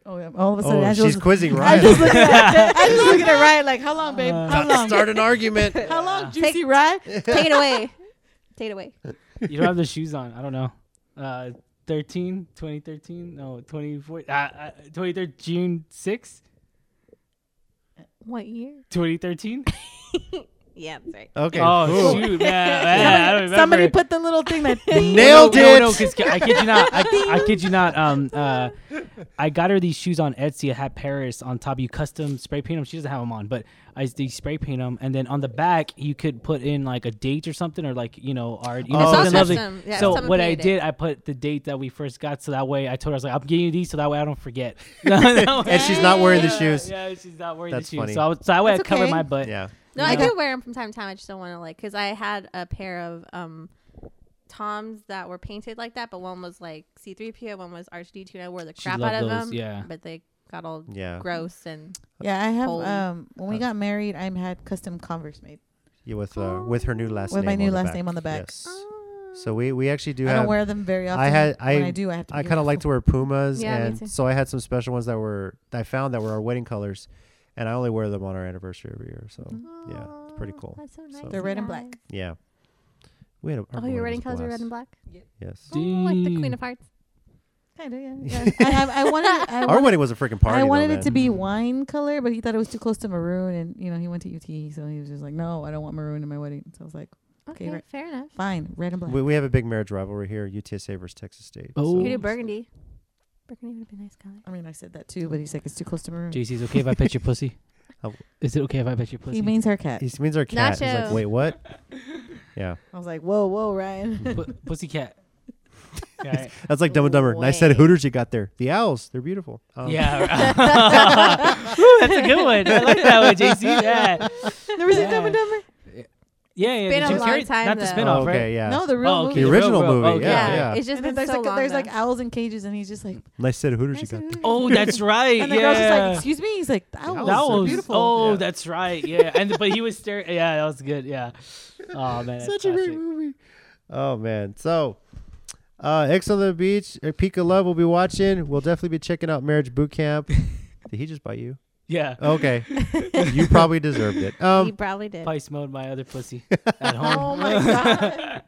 S1: Oh, yeah. all of a sudden,
S2: Oh,
S1: Angela's
S2: she's quizzing
S1: I'm
S2: Ryan.
S1: just looking at I'm just looking at Ryan like, how long, babe?
S3: Uh,
S1: How long?
S2: Start an argument.
S1: How long,
S4: Take-
S1: juicy Ryan?
S4: Take it away. Take it away.
S3: you don't have the shoes on. I don't know. Uh, 13, 2013, no, 24, uh, uh, 23, June 6,
S4: What year?
S3: 2013.
S4: Yeah, that's right.
S2: Okay.
S3: Oh,
S2: cool.
S3: shoot, man. man, I don't remember.
S1: Somebody put the little thing that
S2: Nailed
S3: no,
S2: it.
S3: No, no, 'cause I kid you not. I, I kid you not. Um, uh, I got her these shoes on Etsy. I had Paris on top. You custom spray paint them. She doesn't have them on, but I s- they spray paint them, and then on the back you could put in like a date or something, or like you know, art. You know,
S2: Oh,
S3: something
S2: okay.
S3: lovely.
S4: Custom. Yeah,
S3: so
S4: someone
S3: what I
S4: created
S3: did, I put the date that we first got, so that way I told her I was like, I'm getting you these, so that way I don't forget.
S2: and
S3: and
S2: she's not wearing the
S3: yeah,
S2: shoes.
S3: Yeah, she's not wearing
S2: That's
S3: the shoes.
S2: funny.
S3: So, I was, so that way
S1: That's
S3: I cover
S1: okay.
S3: my butt.
S2: Yeah.
S4: No,
S3: Yeah.
S4: I do wear them from time to time. I just don't want to like because I had a pair of um toms that were painted like that, but one was like C3PO, one was R2D2, and I wore the
S3: She
S4: crap
S3: loved
S4: out of
S3: those,
S4: them.
S3: yeah.
S4: but they got all
S2: Yeah.
S4: gross and
S1: Yeah, I have.
S4: Holy
S1: Um, when we
S2: fuck.
S1: got married, I had custom Converse made.
S2: You with uh, with her new last
S1: With
S2: name.
S1: my
S2: on
S1: new
S2: the
S1: last
S2: back.
S1: name on the back.
S2: Yes. So we we actually do
S1: I don't
S2: have.
S1: wear them very often.
S2: I had
S1: when
S2: I
S1: I do. I have to.
S2: I
S1: be
S2: kind of like to
S1: careful.
S2: wear Pumas,
S4: Yeah, me too.
S2: and so I had some special ones that were I found that were our wedding colors, and I only wear them on our anniversary every year. So
S1: Mm-hmm.
S2: yeah, it's pretty
S4: Aw,
S2: cool.
S4: That's so nice.
S2: So-
S1: They're red and
S4: you
S1: black.
S4: guys.
S2: Yeah. We had a, our
S4: Oh,
S2: wedding
S4: your wedding
S2: was
S4: colors are red
S2: blast.
S4: and black.
S2: Yes.
S4: Oh, like the Queen of Hearts.
S1: Kinda, yeah. yeah. I, have- I wanted. I
S2: Our
S1: wanted,
S2: wedding was a freaking party.
S1: I
S2: though,
S1: wanted
S2: man.
S1: it to be wine color, but he thought it was too close to maroon, and you know he went to UT, so he was just like, "No, I don't want maroon in my wedding." So I was like,
S4: Okay,
S1: right.
S4: fair enough.
S1: "Fine, red and black."
S2: We, we have a big marriage rivalry here, UTSA versus Texas State.
S3: Oh.
S4: You could
S2: so-
S4: do burgundy. Burgundy would be a nice color.
S1: I mean, I said that too, but he's like, "It's too close to maroon."
S3: JC's okay if I pet your pussy.
S2: Oh.
S3: Is it okay if I pet your pussy?
S1: He means her cat.
S2: he means our cat. He's like,
S4: Nacho.
S2: wait, what? Yeah,
S1: I was like, "Whoa, whoa, Ryan."
S3: Pu- pussy cat. Okay.
S2: that's like Dumb and Dumber. Nice set of
S1: Way.
S2: Hooters you got there. The owls, they're beautiful. Um,
S3: Yeah. Ooh, that's a good one. I like that one, JC. Yeah.
S1: Never seen
S3: Yeah.
S1: Dumb and Dumber.
S3: Yeah, yeah.
S4: been
S3: the
S4: a
S3: Jim
S4: long
S3: Carrey-
S4: time,
S3: Not the
S4: though.
S2: Oh,
S3: spinoff,
S2: okay,
S3: right?
S2: yeah.
S1: No, the real
S3: Oh, okay.
S1: movie.
S2: The
S3: The
S2: original
S3: real- real-
S2: movie.
S3: okay.
S2: Yeah,
S3: Yeah,
S2: yeah.
S4: It's just
S1: And
S4: been
S1: then there's
S4: so
S1: like
S4: long.
S1: there's like
S4: though.
S1: owls and cages, and he's just like,
S2: Nice set of Hooters you
S4: Nice
S2: got there.
S3: Oh, that's right.
S1: and the
S3: yeah.
S1: girl's just like, "Excuse me." He's like, "The
S2: owls
S1: owls
S2: are
S3: that
S1: are
S3: was
S1: beautiful."
S3: oh,
S2: Yeah.
S3: that's right, yeah, and but he was staring. Yeah, that was good, yeah. Oh man, that's
S2: Such a
S3: classic.
S2: great movie. Oh man. So uh X on the Beach, uh, Peak of Love we'll be watching. We'll definitely be checking out Marriage Boot Camp. Did he just buy you?
S3: Yeah,
S2: Okay. you probably deserved it.
S4: he
S2: Um
S4: probably did.
S3: probably smelled my other pussy at home.
S1: Oh my god.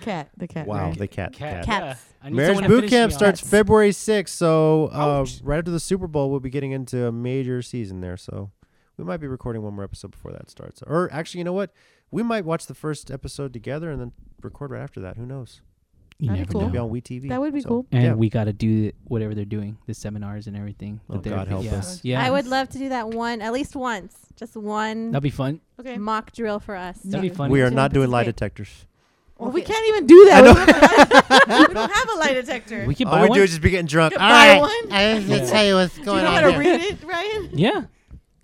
S1: cat, the cat.
S2: Wow,
S1: Ryan.
S2: the cat.
S3: Cat,
S2: cat.
S3: yeah.
S4: Cats.
S3: I need
S2: Marriage
S3: someone to
S2: Boot
S3: finish me
S2: Camp
S3: off.
S2: starts
S1: Yes.
S2: February 6th, so uh,
S3: Ouch.
S2: right after the Super Bowl, we'll be getting into a major season there. So we might be recording one more episode before that starts. Or actually, you know what? We might watch the first episode together and then record right after that. Who knows?
S3: You
S1: That'd be
S3: never
S1: cool.
S2: It'll
S3: know.
S2: be on Wii TV.
S1: That would be
S2: so,
S1: cool.
S3: and
S2: yeah.
S3: we got to do whatever they're doing, the seminars and everything.
S2: Oh,
S3: the
S2: God
S3: therapy,
S2: help
S3: yeah.
S2: us.
S3: Yeah,
S4: I would love to do that one at least once. Just one
S3: That'd be fun.
S1: Okay.
S4: mock drill for us.
S1: That'd
S3: That'd be
S1: Yeah.
S3: fun.
S2: we
S1: funny.
S2: are
S1: Yeah,
S2: not doing lie
S4: participate.
S2: detectors.
S1: Well, we can't even do that. We don't, have, we don't have a lie detector.
S3: We could
S2: All
S3: buy
S2: we
S3: one.
S2: do is just be getting drunk. Ah,
S1: Could
S2: All
S1: buy
S2: right,
S1: one?
S2: I have to
S3: Yeah.
S2: tell you what's
S1: Do you
S2: going
S1: know how
S2: on
S1: to
S2: here.
S1: read it, Ryan?
S3: yeah,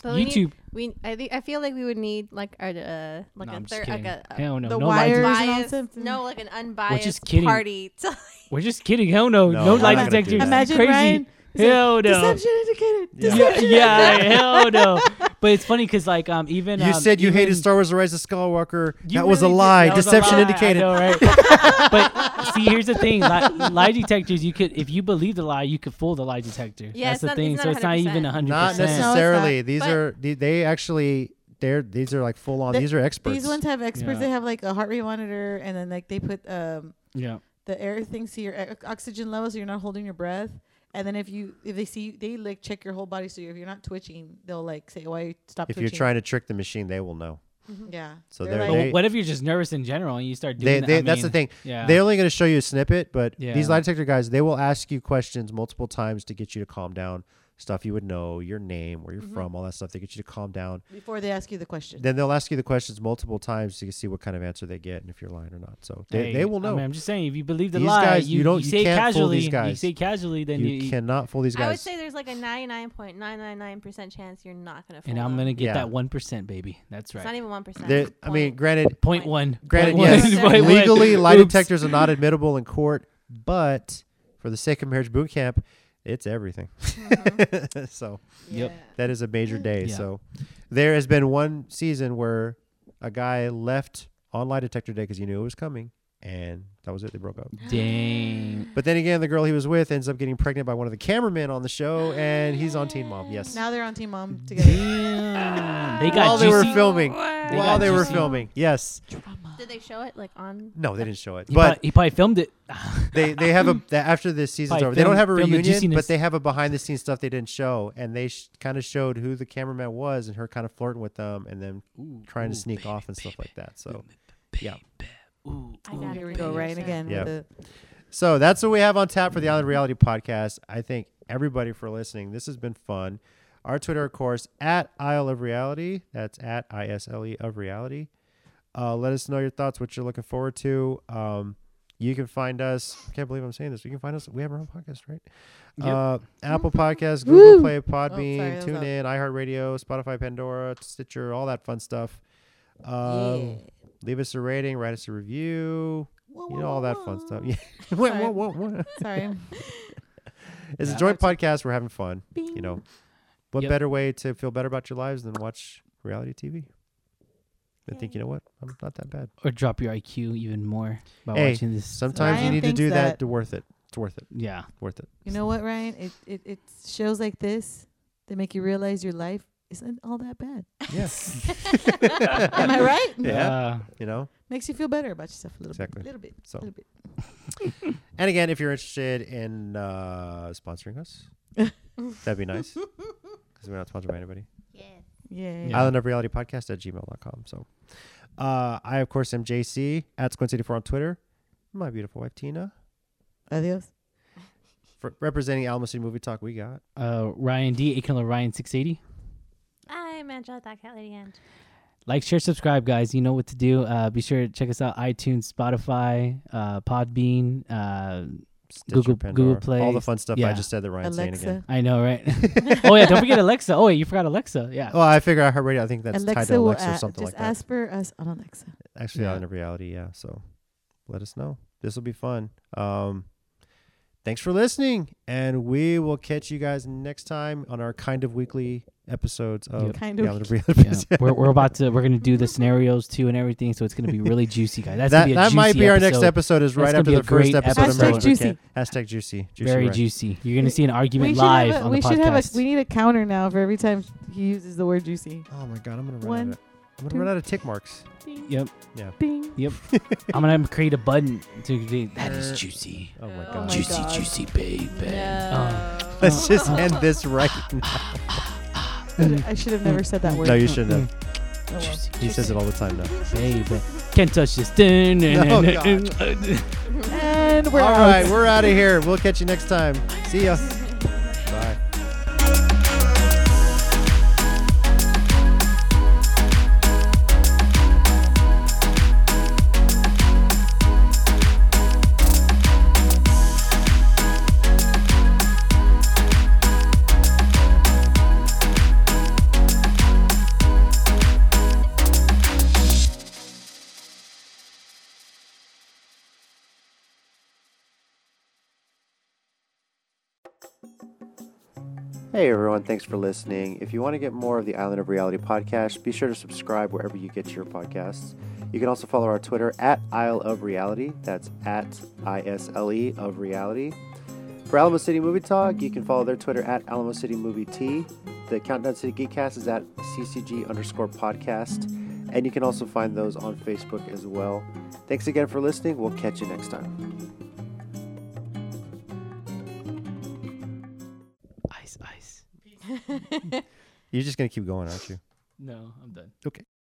S4: But we need-
S3: YouTube.
S4: We, I think I feel like we would need like a uh, like
S3: No,
S4: a
S3: I'm just
S4: third like
S3: kidding.
S4: a, a
S3: Hell no,
S1: The
S3: no lie
S1: wire.
S3: detector.
S1: Biased and all
S4: biased-
S1: something.
S4: no like an unbiased
S3: kidding.
S4: party. To,
S3: We're just kidding. Hell no,
S2: No,
S3: no,
S2: we're
S3: lie
S1: not gonna
S3: detectors.
S2: do that.
S1: Imagine
S3: Crazy.
S1: Ryan. He's like,
S3: Hell no.
S1: Deception indicated.
S2: Yeah.
S3: yeah,
S1: Deception
S3: yeah, hell no. But it's funny because like um even
S2: You
S3: um,
S2: said you
S3: even-
S2: hated Star Wars: The Rise of Skywalker.
S3: You
S2: that was a
S3: really did.
S2: lie.
S3: That was a
S2: Deception
S3: lie.
S2: indicated.
S3: I know, right? but see, here's the thing: lie, lie detectors. You could, if you believe the lie, you could fool the lie detector.
S4: Yeah,
S3: That's
S4: it's
S3: the
S4: not- it's
S3: thing.
S4: not
S3: so it's not even
S4: 100%.
S3: hundred
S2: Not
S1: No, it's
S3: percent.
S1: not.
S2: necessarily. These
S4: But-
S2: are they, they actually they're these are like full on.
S1: The-
S2: these are experts.
S1: These ones have experts.
S3: Yeah.
S1: They have like a heart rate monitor, and then like they put um
S3: Yeah,
S1: the air things to your e- oxygen level, so you're not holding your breath. And then if you if they see you, they like check your whole body, so if you're not twitching, they'll like say why you stop.
S2: if
S1: twitching.
S2: you're trying to trick the machine, they will know.
S1: yeah.
S2: So they're-
S1: like,
S3: But
S2: They-
S3: what if you're just nervous in general and you start
S2: They,
S3: doing?
S2: they,
S3: that? I
S2: that's the
S3: mean,
S2: thing.
S3: Yeah,
S2: They're only going to show you a snippet, but
S3: Yeah.
S2: these lie detector guys, they will ask you questions multiple times to get you to calm down, stuff you would know, your name, where you're
S3: Mm-hmm.
S2: from, all that stuff. They get you to calm down.
S1: before they ask you the question.
S2: Then they'll ask you the questions multiple times so you can see what kind of answer they get and if you're lying or not. So they,
S3: Hey,
S2: they will
S3: I
S2: know.
S3: am just saying, if you believe the
S2: These
S3: lie,
S2: guys,
S3: you,
S2: you don't-
S3: you
S2: you
S3: say
S2: can't fool
S3: casually.
S2: these
S3: You
S2: guys.
S3: say casually, then you,
S2: you cannot fool these
S4: I would
S2: guys.
S4: say there's like a 99.999% chance you're not going to
S3: and I'm
S4: going
S3: gonna get
S2: Yeah.
S3: that one percent, baby. That's
S4: It's not
S3: right.
S4: even 1%.
S2: They-
S4: it's
S2: I mean,
S4: point-
S2: granted,
S3: Point one.
S2: Granted,
S3: Point one.
S4: yes,
S3: Point one.
S2: legally, lie
S3: Oops.
S2: detectors are not admittable in court, but for the sake of marriage boot camp, it's everything.
S4: Uh-huh.
S2: so
S3: Yep.
S2: that is a major day.
S3: Yeah.
S2: So there has been one season where a guy left on lie detector day because he knew it was coming, and that was it. They broke up.
S3: Dang.
S2: But then again, the girl he was with ends up getting pregnant by one of the cameramen on the show, and he's on Teen Mom. Yes,
S1: Now they're on Team Mom together.
S3: Damn. They got
S2: while they
S3: juicy.
S2: were filming,
S4: Wow.
S2: while
S3: got
S2: they were
S3: juicy.
S2: filming. Yes,
S1: Drama.
S4: Did they show it like on?
S2: no, they didn't show it,
S3: he,
S2: but
S3: probably, he probably filmed it. Ah,
S2: they they have a that after this season's
S3: Probably
S2: over. They don't
S3: film-
S2: have a
S3: film the
S2: reunion,
S3: juiciness.
S2: but they have a behind the scenes stuff they didn't show, and they sh- kind of showed who the cameraman was and her kind of flirting with them and them trying to sneak off and stuff like that. So yeah.
S4: I got
S1: Here we
S4: it.
S1: go, Ryan
S4: Yeah.
S1: again.
S2: Yeah.
S1: With the,
S2: so that's what we have on tap for the Island Reality Podcast. I thank everybody for listening. This has been fun. Our Twitter, of course, at Isle of Reality. That's at I S L E of Reality. Uh, let us know your thoughts, what you're looking forward to. Um, you can find us. I can't believe I'm saying this. You can find us. We have our own podcast, right? Uh, Apple Podcasts, Google Play, Podbean,
S1: Oh, that was loud.
S2: TuneIn, iHeartRadio, Spotify, Pandora, Stitcher, all that fun stuff. Um,
S1: yeah.
S2: Leave us a rating, write us a review,
S1: Whoa,
S2: you
S1: whoa,
S2: know, all
S1: whoa,
S2: that fun
S1: whoa.
S2: stuff. Yeah. Whoa,
S1: Sorry.
S2: whoa, whoa, whoa.
S1: Sorry.
S2: It's
S3: Yeah.
S2: a joint podcast. We're having fun. You know, what
S3: Yep.
S2: better way to feel better about your lives than watch reality TV? I think you know what? I'm not that bad.
S3: Or drop your IQ even more by
S2: Hey,
S3: watching this.
S2: Sometimes you
S1: Ryan
S2: need to
S1: thinks
S2: do that.
S1: that-
S2: to worth it. It's worth it.
S3: Yeah.
S2: Worth it.
S1: You know what, Ryan? It, it it shows like this that make you realize your life isn't all that bad.
S2: Yes.
S1: Am I right?
S2: Yeah.
S3: Uh,
S2: you know.
S1: Makes you feel better about yourself a little
S2: Exactly.
S1: bit. Little bit.
S2: So.
S1: Little bit.
S2: And again, if you're interested in uh, sponsoring us, that'd be nice because we're not sponsored by anybody.
S4: Yeah.
S1: Yeah.
S3: Yeah.
S2: island of reality podcast at gmail.com so uh i of course am jc at squint84 on twitter my beautiful wife tina
S1: Adios.
S2: for representing alamo city movie talk we got
S3: uh, Ryan D. Akinla Ryan six eighty.
S4: I'm Angela, that cat lady, and
S3: Like, share, subscribe, guys. You know what to do. Uh, be sure to check us out: iTunes, Spotify, uh, Podbean. Uh,
S2: Stitcher,
S3: Google-
S2: Pandora,
S3: Google Play,
S2: all the fun stuff i
S3: yeah.
S2: just said that ryan's saying again
S1: Alexa.
S3: I know, right? oh yeah, don't forget Alexa. Oh wait, you forgot Alexa. Yeah.
S2: well Oh, i figure i heard radio i think that's tied
S1: Alexa
S2: to
S1: will
S2: alexa or
S1: a-
S2: something
S1: just
S2: like that
S1: ask for us on Alexa.
S2: actually
S3: Yeah.
S2: island of reality yeah so let us know this will be fun um thanks for listening and we will catch you guys next time on our kind of weekly episodes of
S3: Yep.
S1: Kind
S2: the
S1: of
S2: island of reality
S3: Yeah. we're, we're about to we're gonna do the scenarios too and everything, so it's gonna be really juicy, guys. That's
S2: that
S3: gonna be a
S2: that
S3: juicy
S2: might be our next
S3: episode.
S2: episode. Is
S3: That's
S2: right
S3: gonna
S2: after
S3: be
S2: the
S3: a
S2: first
S3: great
S2: episode of
S1: episode.
S2: Marriage
S1: Hashtag
S2: Bootcamp. Hashtag juicy. Juicy.
S3: Very
S2: right.
S3: juicy. You're gonna see an
S1: We
S3: argument
S1: should have
S3: live
S1: a-
S3: on the
S1: we should have
S3: podcast.
S1: a, we need a counter now for every time he uses the word juicy.
S2: Oh my god, I'm gonna run
S1: One,
S2: out. Of, I'm
S1: two.
S2: gonna run out of tick marks.
S3: Yep.
S1: Bing.
S3: I'm gonna create a button to do that is juicy.
S2: Oh my
S4: Oh
S2: god.
S1: Uh, my
S3: juicy,
S1: God.
S3: juicy baby.
S2: Let's just end this right. now.
S1: I should have never said that word.
S2: no, you shouldn't have.
S1: Oh, well.
S3: Juicy,
S2: He says it all the time now.
S3: Oh, baby. Can't touch this.
S2: Oh,
S1: And we're
S2: all
S1: out.
S2: right, we're out of here. We'll catch you next time. See ya. Bye. Hey everyone, thanks for listening. If you want to get more of the Island of Reality podcast, be sure to subscribe wherever you get your podcasts. You can also follow our Twitter at Isle of Reality. That's at I S L E of Reality. For Alamo City Movie Talk, you can follow their Twitter at Alamo City Movie T. The Countdown City Geekcast is at CCG underscore podcast. And you can also find those on Facebook as well. Thanks again for listening. We'll catch you next time.
S3: Ice, ice.
S2: You're just going to keep going, aren't you?
S3: No, I'm done.